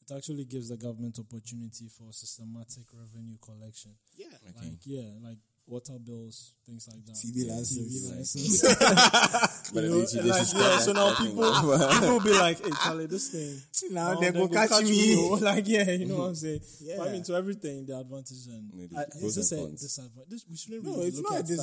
[SPEAKER 1] it actually gives the government opportunity for systematic revenue collection.
[SPEAKER 2] Yeah.
[SPEAKER 1] Like yeah, like water bills, things like that.
[SPEAKER 2] TV license.
[SPEAKER 1] TV license.
[SPEAKER 3] But
[SPEAKER 1] know,
[SPEAKER 3] eventually
[SPEAKER 1] like,
[SPEAKER 3] this is
[SPEAKER 1] yeah,
[SPEAKER 3] not
[SPEAKER 1] so
[SPEAKER 3] that
[SPEAKER 1] now
[SPEAKER 3] thing.
[SPEAKER 1] people- People be like, "Hey, Charlie, this thing."
[SPEAKER 4] Now
[SPEAKER 1] now
[SPEAKER 4] they go catch me.
[SPEAKER 1] oh. like yeah, you know what I'm saying.
[SPEAKER 2] Yeah.
[SPEAKER 1] But I mean, to everything, the advantages and
[SPEAKER 3] Yeah, the
[SPEAKER 1] I, is
[SPEAKER 3] pros
[SPEAKER 1] this
[SPEAKER 3] and
[SPEAKER 1] a
[SPEAKER 3] cons.
[SPEAKER 1] disadvantage? We shouldn't
[SPEAKER 2] No,
[SPEAKER 1] really
[SPEAKER 2] it's
[SPEAKER 1] look
[SPEAKER 2] not a
[SPEAKER 1] at that as yeah, it's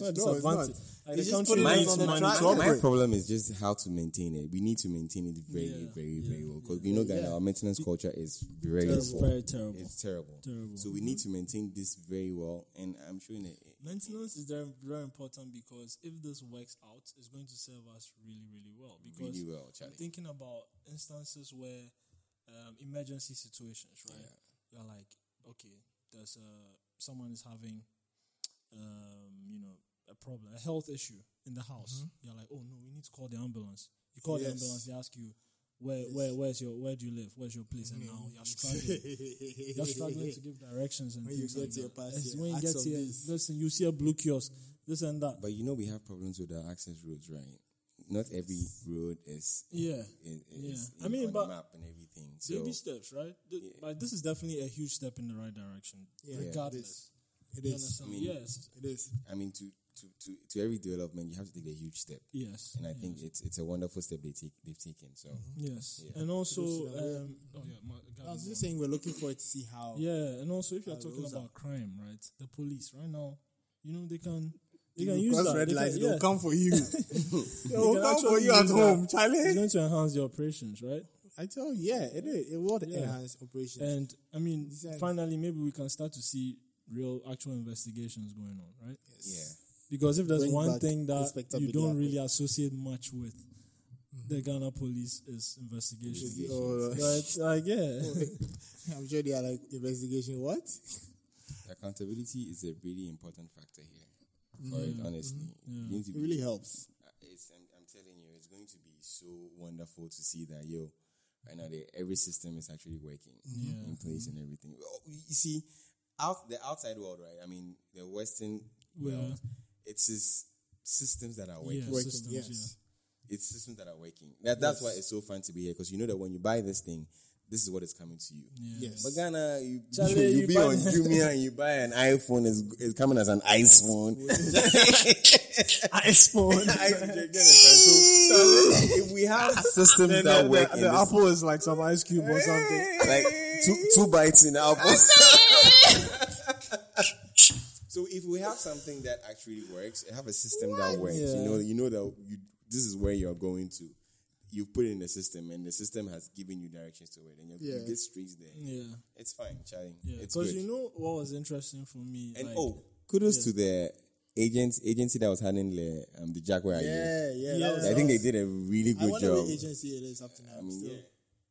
[SPEAKER 1] not a
[SPEAKER 2] No, it's not.
[SPEAKER 1] disadvantage. Like,
[SPEAKER 2] It's
[SPEAKER 1] the
[SPEAKER 2] just
[SPEAKER 1] country
[SPEAKER 2] putting
[SPEAKER 1] is
[SPEAKER 2] it
[SPEAKER 1] not
[SPEAKER 2] on the
[SPEAKER 1] money
[SPEAKER 2] track.
[SPEAKER 1] to operate.
[SPEAKER 3] My problem is just how to maintain it. We need to maintain it very,
[SPEAKER 1] Yeah,
[SPEAKER 3] very,
[SPEAKER 1] yeah,
[SPEAKER 3] very well because we know that
[SPEAKER 1] yeah.
[SPEAKER 3] our maintenance culture is very
[SPEAKER 1] Terrible,
[SPEAKER 3] poor.
[SPEAKER 1] very terrible.
[SPEAKER 3] It's terrible.
[SPEAKER 1] Terrible.
[SPEAKER 3] So we need to maintain this very well, and I'm sure that
[SPEAKER 1] Maintenance is very, very important because if this works out, it's going to serve us really, really well. Because
[SPEAKER 3] really well, Charlie.
[SPEAKER 1] I'm thinking about instances where um, emergency situations, right? You're like, okay, there's a, someone is having, um, you know, a problem, a health issue in the house. You're like, oh no, we need to call the ambulance. You call the
[SPEAKER 2] Mm-hmm. Yes.
[SPEAKER 1] ambulance, they ask you, where, where, where's your, where do you live? Where's your place?
[SPEAKER 2] Mm-hmm.
[SPEAKER 1] And now you're struggling. You're struggling to give directions and
[SPEAKER 2] When you
[SPEAKER 1] things
[SPEAKER 2] get
[SPEAKER 1] like
[SPEAKER 2] here,
[SPEAKER 1] that.
[SPEAKER 2] pass
[SPEAKER 1] Yes,
[SPEAKER 2] here,
[SPEAKER 1] when you
[SPEAKER 2] ask
[SPEAKER 1] get
[SPEAKER 2] of
[SPEAKER 1] here,
[SPEAKER 2] this.
[SPEAKER 1] listen, you see a blue kiosk, this and that.
[SPEAKER 3] But you know we have problems with our access roads, right? Not every road is
[SPEAKER 1] yeah,
[SPEAKER 3] is,
[SPEAKER 1] Yeah.
[SPEAKER 3] is
[SPEAKER 1] I mean,
[SPEAKER 3] on
[SPEAKER 1] but-
[SPEAKER 3] the map and everything. So
[SPEAKER 1] baby steps, right? Th- But this is definitely a huge step in the right direction,
[SPEAKER 2] Yeah, it
[SPEAKER 1] regardless.
[SPEAKER 2] It
[SPEAKER 1] You
[SPEAKER 2] is.
[SPEAKER 1] understand?
[SPEAKER 3] I mean-
[SPEAKER 1] yes,
[SPEAKER 2] It is.
[SPEAKER 3] I mean, to, to, to, to every development, you have to take a huge step,
[SPEAKER 1] yes,
[SPEAKER 3] and I think it's it's a wonderful step they take they've taken. So
[SPEAKER 2] Mm-hmm.
[SPEAKER 1] yes,
[SPEAKER 3] Yeah.
[SPEAKER 1] and also,
[SPEAKER 2] Those are-
[SPEAKER 1] um, oh yeah, my,
[SPEAKER 2] I was
[SPEAKER 1] Gavin,
[SPEAKER 2] just saying we're looking forward to see how.
[SPEAKER 1] yeah, and also if you're
[SPEAKER 2] Uh,
[SPEAKER 1] talking
[SPEAKER 2] those are-
[SPEAKER 1] about crime, right? The police right now, you know, they can they
[SPEAKER 2] You
[SPEAKER 1] can use
[SPEAKER 2] cross
[SPEAKER 1] that.
[SPEAKER 2] red
[SPEAKER 1] They can-
[SPEAKER 2] lights,
[SPEAKER 1] yeah,
[SPEAKER 2] they'll come for you.
[SPEAKER 1] they
[SPEAKER 2] they'll
[SPEAKER 1] can
[SPEAKER 2] come for
[SPEAKER 1] actually
[SPEAKER 2] you at
[SPEAKER 1] use
[SPEAKER 2] home,
[SPEAKER 1] that.
[SPEAKER 2] Charlie.
[SPEAKER 1] It's going to enhance your operations, right?
[SPEAKER 2] I tell you, yeah, it is. It would
[SPEAKER 1] Yeah.
[SPEAKER 2] enhance operations.
[SPEAKER 1] And I mean,
[SPEAKER 2] Exactly.
[SPEAKER 1] finally, maybe we can start to see real, actual investigations going on, right?
[SPEAKER 3] yeah,
[SPEAKER 1] Because if there's
[SPEAKER 2] Bring
[SPEAKER 1] one
[SPEAKER 2] back
[SPEAKER 1] thing that
[SPEAKER 2] respectability
[SPEAKER 1] you don't
[SPEAKER 2] back.
[SPEAKER 1] really associate much with
[SPEAKER 3] Mm-hmm.
[SPEAKER 1] the Ghana police is investigations.
[SPEAKER 3] Investigation.
[SPEAKER 2] Oh,
[SPEAKER 1] But it's like, yeah,
[SPEAKER 2] I'm sure they are like investigation. What?
[SPEAKER 3] accountability is a really important factor here. For it, honestly, You need to
[SPEAKER 2] Mm-hmm. It
[SPEAKER 3] be-
[SPEAKER 2] really helps.
[SPEAKER 3] uh, it's, I'm, I'm telling you, it's going to be so wonderful to see that yo, right now the, every system is actually working in place and everything. Well, you see, out the outside world, right? I mean, the Western
[SPEAKER 1] Yeah.
[SPEAKER 3] world, it's just systems that are working.
[SPEAKER 1] yeah,
[SPEAKER 2] Working,
[SPEAKER 1] systems,
[SPEAKER 2] yes.
[SPEAKER 3] It's systems that are working. That, that's why it's so fun to be here because you know that when you buy this thing, this is what is coming to you.
[SPEAKER 1] yeah.
[SPEAKER 2] Yes.
[SPEAKER 3] But Ghana, you,
[SPEAKER 1] Charlie,
[SPEAKER 3] you,
[SPEAKER 1] you
[SPEAKER 3] be
[SPEAKER 1] buy-
[SPEAKER 3] on Jumia and you buy an iPhone, it's, it's coming as an iPhone.
[SPEAKER 1] iPhone.
[SPEAKER 3] so, if we have systems
[SPEAKER 4] Then
[SPEAKER 3] that
[SPEAKER 4] the,
[SPEAKER 3] work
[SPEAKER 4] the,
[SPEAKER 3] in
[SPEAKER 4] the
[SPEAKER 3] this
[SPEAKER 4] apple is like some ice cube or something.
[SPEAKER 3] like two two bites in apple. so if we have something that actually works, have a system that works, you
[SPEAKER 1] Yeah.
[SPEAKER 3] know, you know that you this is where you're going to. You put it in the system, and the system has given you directions to it, and you
[SPEAKER 2] Yeah.
[SPEAKER 3] you get streets there.
[SPEAKER 1] yeah,
[SPEAKER 3] It's fine, Charlie.
[SPEAKER 1] yeah.
[SPEAKER 3] It's
[SPEAKER 1] Because
[SPEAKER 3] good.
[SPEAKER 1] you know what was interesting for me,
[SPEAKER 3] and
[SPEAKER 1] like,
[SPEAKER 3] oh, kudos to the agents agency that was handling the um, the Jaguar.
[SPEAKER 2] Yeah, yeah.
[SPEAKER 1] Yeah.
[SPEAKER 2] That was,
[SPEAKER 3] I think they did a really
[SPEAKER 2] I
[SPEAKER 3] good
[SPEAKER 2] wonder
[SPEAKER 3] job.
[SPEAKER 2] what agency it is up to now.
[SPEAKER 3] I mean,
[SPEAKER 2] still.
[SPEAKER 3] yeah,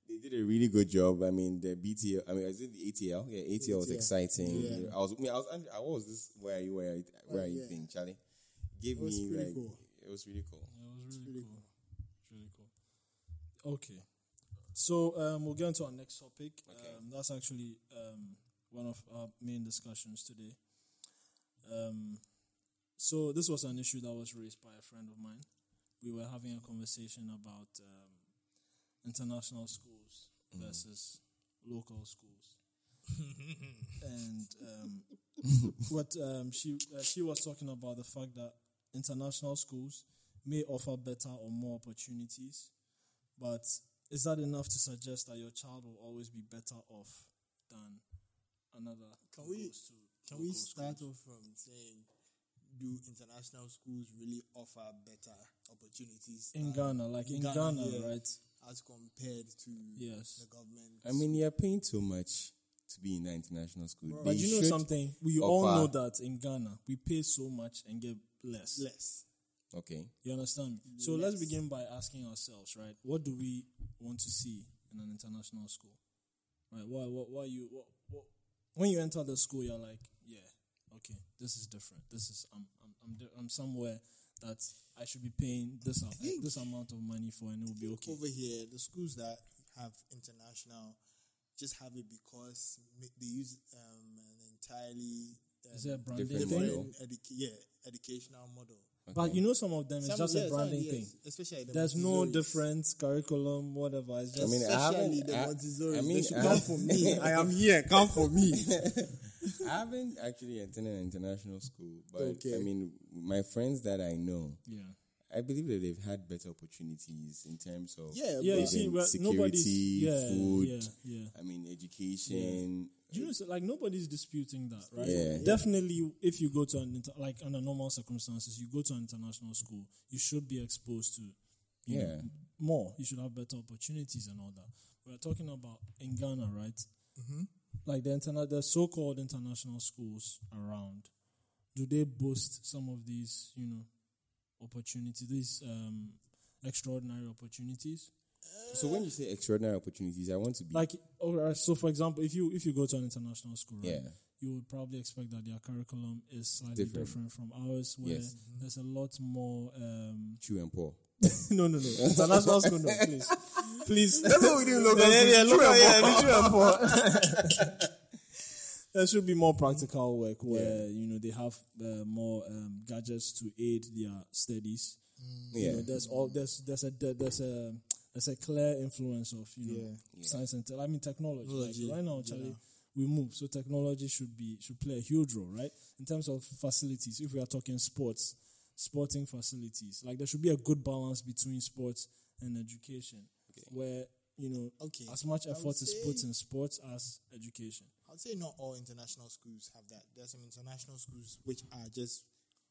[SPEAKER 3] they did a really good job. I mean, the BTL. I mean, is it the ATL? Yeah, ATL, was
[SPEAKER 2] ATL.
[SPEAKER 3] exciting.
[SPEAKER 2] Yeah. Oh,
[SPEAKER 3] I was. I, mean, I was. under- I what was this. Where are you? Where are you? Where are you?
[SPEAKER 2] yeah.
[SPEAKER 3] Thing, Charlie. Gave
[SPEAKER 2] was
[SPEAKER 3] me
[SPEAKER 2] pretty
[SPEAKER 3] like.
[SPEAKER 2] cool.
[SPEAKER 3] It was really cool.
[SPEAKER 1] It was really, cool. It's really cool. Okay. So um, we'll get into our next topic. Um, that's actually um, one of our main discussions today. Um, so this was an issue that was raised by a friend of mine. We were having a conversation about um, international schools
[SPEAKER 3] Mm.
[SPEAKER 1] versus local schools, and um, what um, she uh, she was talking about the fact that international schools may offer better or more opportunities, but is that enough to suggest that your child will always be better off than another?
[SPEAKER 2] Can we-
[SPEAKER 1] who goes to
[SPEAKER 2] Can we
[SPEAKER 1] local
[SPEAKER 2] start
[SPEAKER 1] schools?
[SPEAKER 2] off from saying do international schools really offer better opportunities
[SPEAKER 1] in
[SPEAKER 2] than-
[SPEAKER 1] Ghana, like in Ghana,
[SPEAKER 2] Ghana, yeah.
[SPEAKER 1] right?
[SPEAKER 2] as compared to
[SPEAKER 1] Yes.
[SPEAKER 2] the government?
[SPEAKER 3] I mean, you're paying too much to be in an international school.
[SPEAKER 1] But
[SPEAKER 3] They
[SPEAKER 1] you know
[SPEAKER 3] should
[SPEAKER 1] something? We all know
[SPEAKER 3] offer-
[SPEAKER 1] that in Ghana, we pay so much and get less.
[SPEAKER 2] less.
[SPEAKER 3] Okay.
[SPEAKER 1] You understand me? So let's
[SPEAKER 2] Yes.
[SPEAKER 1] begin by asking ourselves, right? What do we want to see in an international school? Right? Why? What? Why you? What, what, when you enter the school, you're like, yeah, okay, this is different. This is I'm I'm I'm, di- I'm somewhere that I should be paying this am-
[SPEAKER 2] think-
[SPEAKER 1] this amount of money for, and it will be okay.
[SPEAKER 2] Over here, the schools that have international just have it because ma- they use um, an entirely um,
[SPEAKER 1] Is there a branding
[SPEAKER 3] Different
[SPEAKER 1] thing?
[SPEAKER 3] model.
[SPEAKER 2] different educa- yeah, educational model.
[SPEAKER 1] But
[SPEAKER 3] okay.
[SPEAKER 1] you know, some of them it's
[SPEAKER 2] Some-
[SPEAKER 1] just
[SPEAKER 2] yeah,
[SPEAKER 1] a
[SPEAKER 2] some-
[SPEAKER 1] branding
[SPEAKER 2] yes,
[SPEAKER 1] thing.
[SPEAKER 2] Especially the
[SPEAKER 1] There's no
[SPEAKER 2] Montessori.
[SPEAKER 1] different curriculum, whatever. It's
[SPEAKER 3] I
[SPEAKER 1] just
[SPEAKER 3] mean, I
[SPEAKER 2] Especially
[SPEAKER 3] haven't.
[SPEAKER 2] the
[SPEAKER 3] I,
[SPEAKER 2] Montessori.
[SPEAKER 3] I
[SPEAKER 2] They
[SPEAKER 3] mean,
[SPEAKER 2] should
[SPEAKER 3] I,
[SPEAKER 2] come for me.
[SPEAKER 4] I am here. Come for me.
[SPEAKER 3] I haven't actually attended an international school, but
[SPEAKER 2] Okay.
[SPEAKER 3] I mean, my friends that I know,
[SPEAKER 1] yeah.
[SPEAKER 3] I believe that they've had better opportunities in terms of
[SPEAKER 2] Yeah,
[SPEAKER 1] Yeah, you
[SPEAKER 2] but
[SPEAKER 1] see,
[SPEAKER 3] even
[SPEAKER 1] well, nobody's
[SPEAKER 3] security,
[SPEAKER 1] yeah,
[SPEAKER 3] food.
[SPEAKER 1] yeah, yeah.
[SPEAKER 3] I mean, education.
[SPEAKER 1] you know, so, like nobody's disputing that, right?
[SPEAKER 3] Yeah. Yeah.
[SPEAKER 1] Definitely, if you go to an inter- like under normal circumstances, you go to an international school, you should be exposed to, you know,
[SPEAKER 3] Yeah.
[SPEAKER 1] m- more. You should have better opportunities and all that. We're talking about in Ghana, right? Mm-hmm. Like the interna- the so-called international schools around, do they boast some of these, you know, opportunities, these um, extraordinary opportunities?
[SPEAKER 3] So when you say extraordinary opportunities, I want to be
[SPEAKER 1] Like, or uh, so for example, if you if you go to an international school, right?
[SPEAKER 3] Yeah.
[SPEAKER 1] you would probably expect that their curriculum is slightly
[SPEAKER 3] Different.
[SPEAKER 1] different, from ours, where
[SPEAKER 3] Yes.
[SPEAKER 1] there's a lot more. Um,
[SPEAKER 3] true and poor.
[SPEAKER 1] no, no, no, international school, no, please, please.
[SPEAKER 3] what we do in
[SPEAKER 1] Yeah, yeah, yeah, look at- yeah, the true and poor. There should be more practical work where you know they have uh, more um, gadgets to aid their studies. You know,
[SPEAKER 3] Yeah.
[SPEAKER 1] there's all there's there's a there- there's a there's a clear influence of you know
[SPEAKER 2] Yeah.
[SPEAKER 1] science and te- I mean technology. Like,
[SPEAKER 2] Technology,
[SPEAKER 1] right now, Charlie, we move so technology should be should play a huge role, right? In terms of facilities, if we are talking sports, sporting facilities, like there should be a good balance between sports and education, where you know
[SPEAKER 2] Okay.
[SPEAKER 1] as much
[SPEAKER 2] I would
[SPEAKER 1] effort is put
[SPEAKER 2] say-
[SPEAKER 1] in sports as education.
[SPEAKER 2] I'd say not all international schools have that. There's some international schools which are just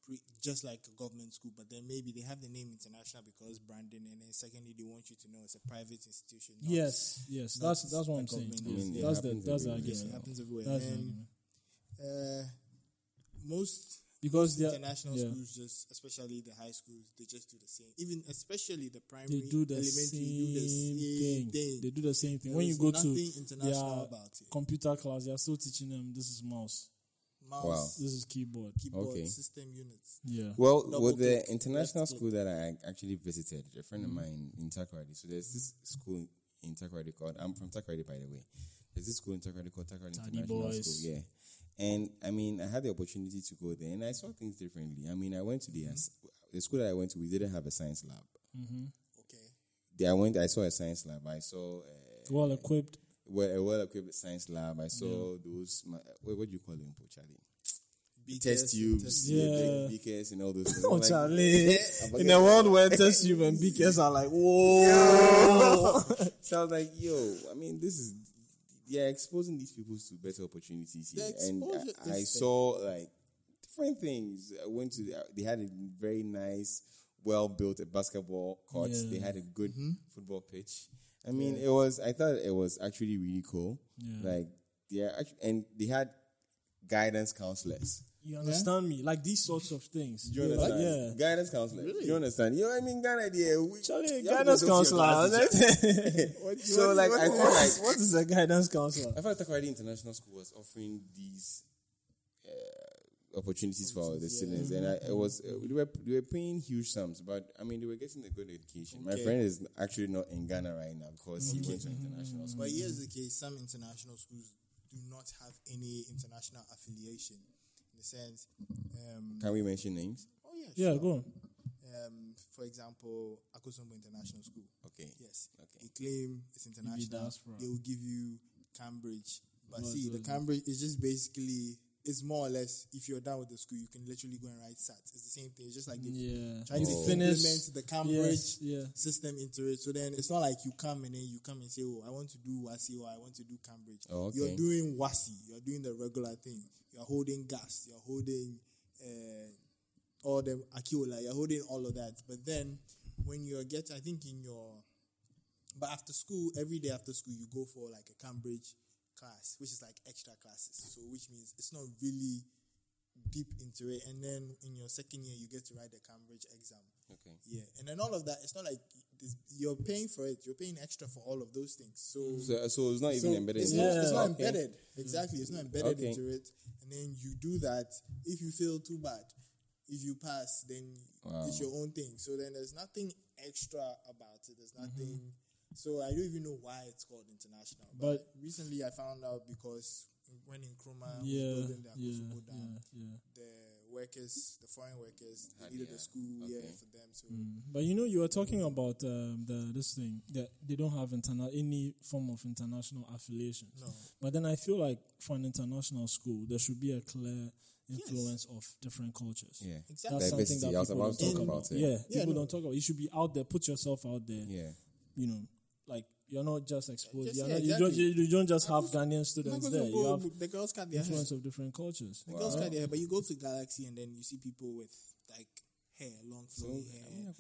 [SPEAKER 2] pre, just like a government school, but then maybe they have the name international because branding, and then secondly they want you to know it's a private institution. not-
[SPEAKER 1] yes, yes, that's that's what I'm
[SPEAKER 2] like
[SPEAKER 1] saying.
[SPEAKER 2] government
[SPEAKER 1] Yes,
[SPEAKER 3] is- it
[SPEAKER 1] that's the
[SPEAKER 3] happens
[SPEAKER 1] that's the
[SPEAKER 3] everywhere.
[SPEAKER 2] yes, it
[SPEAKER 1] argument.
[SPEAKER 2] happens everywhere.
[SPEAKER 1] That's the
[SPEAKER 2] And,
[SPEAKER 1] argument.
[SPEAKER 2] uh, most
[SPEAKER 1] Because they're
[SPEAKER 2] international
[SPEAKER 1] yeah.
[SPEAKER 2] schools, just especially the high schools, they just do the same. Even especially the primary,
[SPEAKER 1] they do the
[SPEAKER 2] elementary,
[SPEAKER 1] same
[SPEAKER 2] do the same
[SPEAKER 1] thing.
[SPEAKER 2] thing.
[SPEAKER 1] They do the same thing.
[SPEAKER 2] There
[SPEAKER 1] when you
[SPEAKER 2] is
[SPEAKER 1] go
[SPEAKER 2] nothing
[SPEAKER 1] to
[SPEAKER 2] international
[SPEAKER 1] their
[SPEAKER 2] about it.
[SPEAKER 1] computer class, they are still teaching them this is mouse,
[SPEAKER 2] Mouse,
[SPEAKER 1] this is keyboard.
[SPEAKER 2] keyboard,
[SPEAKER 3] Okay.
[SPEAKER 2] system units.
[SPEAKER 1] Yeah.
[SPEAKER 3] Well,
[SPEAKER 2] Double
[SPEAKER 3] with the
[SPEAKER 2] click,
[SPEAKER 3] international
[SPEAKER 2] left click.
[SPEAKER 3] school that I actually visited, a friend
[SPEAKER 1] Mm-hmm.
[SPEAKER 3] of mine in Takoradi. So there's this school in Takoradi called. I'm from Takoradi, by the way. There's this school in Takoradi called Takoradi
[SPEAKER 1] Taddy
[SPEAKER 3] International
[SPEAKER 1] boys.
[SPEAKER 3] School. Yeah, and I mean, I had the opportunity to go there, and I saw things differently. I mean, I went to the
[SPEAKER 1] Mm-hmm.
[SPEAKER 3] as- the school that I went to. We didn't have a science lab.
[SPEAKER 2] Okay.
[SPEAKER 3] There, I went. I saw a science lab. I saw. Uh,
[SPEAKER 1] Well equipped.
[SPEAKER 3] well, a well-equipped science lab. I saw those. ma- What, what do you call them, po, Charlie?
[SPEAKER 2] Big
[SPEAKER 3] Test tubes, yeah,
[SPEAKER 1] Yeah.
[SPEAKER 3] big beakers, and all those. Things.
[SPEAKER 1] Oh,
[SPEAKER 3] I'm like,
[SPEAKER 1] Charlie.
[SPEAKER 3] forget
[SPEAKER 1] In a world where test tube and BKS are like, whoa.
[SPEAKER 3] So I was like, yo, I mean, this is they're exposing these people to better opportunities here,
[SPEAKER 2] The
[SPEAKER 3] and I,
[SPEAKER 2] exposure
[SPEAKER 3] I
[SPEAKER 2] is
[SPEAKER 3] saw like different things. I went to the, they had a very nice, well built basketball court.
[SPEAKER 1] Yeah. Mm-hmm.
[SPEAKER 3] They had a good football pitch. I mean, it was. I thought it was actually really cool.
[SPEAKER 1] Yeah.
[SPEAKER 3] Like, yeah, actu- and they had guidance counselors.
[SPEAKER 1] You understand me? Like these sorts of things.
[SPEAKER 3] Do you
[SPEAKER 1] yeah.
[SPEAKER 3] understand?
[SPEAKER 1] yeah.
[SPEAKER 3] Guidance counselor. Do you understand? You know what I mean? Ghana, yeah. We,
[SPEAKER 1] Charlie,
[SPEAKER 3] you have to
[SPEAKER 1] guidance
[SPEAKER 3] go to your
[SPEAKER 1] counselor.
[SPEAKER 3] classes. so like, I feel like
[SPEAKER 1] what is a guidance counselor?
[SPEAKER 3] I felt like already international school was offering these uh, opportunities for the students, and I, it was uh, they were they were paying huge sums, but I mean they were getting a good education. My friend is actually not in Ghana right now because he went to international school.
[SPEAKER 2] But
[SPEAKER 1] Mm-hmm.
[SPEAKER 2] here's the case: some international schools do not have any international affiliation. In the sense, um,
[SPEAKER 3] Can we mention names?
[SPEAKER 2] oh yeah,
[SPEAKER 1] Yeah,
[SPEAKER 2] sure.
[SPEAKER 1] go on.
[SPEAKER 2] Um, for example, Akosombo International School.
[SPEAKER 3] Okay.
[SPEAKER 2] Yes.
[SPEAKER 3] Okay.
[SPEAKER 2] They claim it's international.
[SPEAKER 1] diaspora.
[SPEAKER 2] They will give you Cambridge, but
[SPEAKER 1] No,
[SPEAKER 2] see,
[SPEAKER 1] no,
[SPEAKER 2] the
[SPEAKER 1] no.
[SPEAKER 2] Cambridge is just basically. It's more or less if you're done with the school, you can literally go and write SATs. It's the same thing. It's just like they
[SPEAKER 1] Yeah.
[SPEAKER 2] trying
[SPEAKER 1] You
[SPEAKER 2] to
[SPEAKER 1] finish-
[SPEAKER 2] implement the Cambridge
[SPEAKER 1] Yes, yeah.
[SPEAKER 2] system into it. So then it's not like you come and then you come and say, "Oh, I want to do WASI or I want to do Cambridge."
[SPEAKER 3] Oh, okay.
[SPEAKER 2] You're doing WASI. You're doing the regular thing. You're holding gas. You're holding uh, or the Akiola, you're holding all of that. But then when you're getting, I think in your, but after school, every day after school, you go for like a Cambridge class, which is like extra classes. So which means it's not really deep into it. And then in your second year, you get to write the Cambridge exam.
[SPEAKER 3] Okay.
[SPEAKER 2] Yeah, and then all of that. It's not like this, you're paying for it. You're paying extra for all of those things. So,
[SPEAKER 3] So, uh, so it's not even
[SPEAKER 2] so
[SPEAKER 3] embedded.
[SPEAKER 2] It's
[SPEAKER 3] in
[SPEAKER 2] not,
[SPEAKER 3] it.
[SPEAKER 2] it's not
[SPEAKER 3] Okay.
[SPEAKER 2] embedded. Exactly. It's not embedded
[SPEAKER 3] Okay.
[SPEAKER 2] into it. And then you do that. If you fail, too bad. If you pass, then
[SPEAKER 3] Wow.
[SPEAKER 2] it's your own thing. So then there's nothing extra about it. There's
[SPEAKER 3] Mm-hmm.
[SPEAKER 2] nothing. So I don't even know why it's called international. But, recently I found out because when in Kroma, we
[SPEAKER 1] Yeah,
[SPEAKER 2] was building the
[SPEAKER 1] yeah,
[SPEAKER 2] Akosobo Dam,
[SPEAKER 1] yeah, yeah.
[SPEAKER 2] the workers, the foreign workers, they
[SPEAKER 3] Had,
[SPEAKER 2] needed
[SPEAKER 3] yeah.
[SPEAKER 2] a school yeah
[SPEAKER 3] Okay.
[SPEAKER 2] for them. So
[SPEAKER 1] But you know, you were talking about um, the this thing that they don't have interna- any form of international affiliations.
[SPEAKER 2] No.
[SPEAKER 1] But then I feel like for an international school, there should be a clear influence of different cultures.
[SPEAKER 3] Yeah.
[SPEAKER 2] Exactly.
[SPEAKER 1] That's
[SPEAKER 3] Diversity.
[SPEAKER 1] something that
[SPEAKER 3] I was
[SPEAKER 1] people
[SPEAKER 3] about to
[SPEAKER 1] don't
[SPEAKER 3] talk
[SPEAKER 1] talk
[SPEAKER 3] about
[SPEAKER 1] about.
[SPEAKER 3] it.
[SPEAKER 1] Yeah,
[SPEAKER 2] Yeah,
[SPEAKER 1] people
[SPEAKER 2] no.
[SPEAKER 1] don't talk about. You should be out there. Put yourself out there.
[SPEAKER 3] Yeah.
[SPEAKER 1] You know, like you're not just exposed.
[SPEAKER 2] Just-
[SPEAKER 1] you're
[SPEAKER 2] yeah,
[SPEAKER 1] not, you,
[SPEAKER 2] exactly.
[SPEAKER 1] don't, you, you don't just have
[SPEAKER 2] Because-
[SPEAKER 1] Ghanaian students there. You have
[SPEAKER 2] the girls cut their hair.
[SPEAKER 1] influence uh, of different cultures.
[SPEAKER 2] The girls cut their hair, but you go to Galaxy and then you see people with like hair, long flowing hair. Like,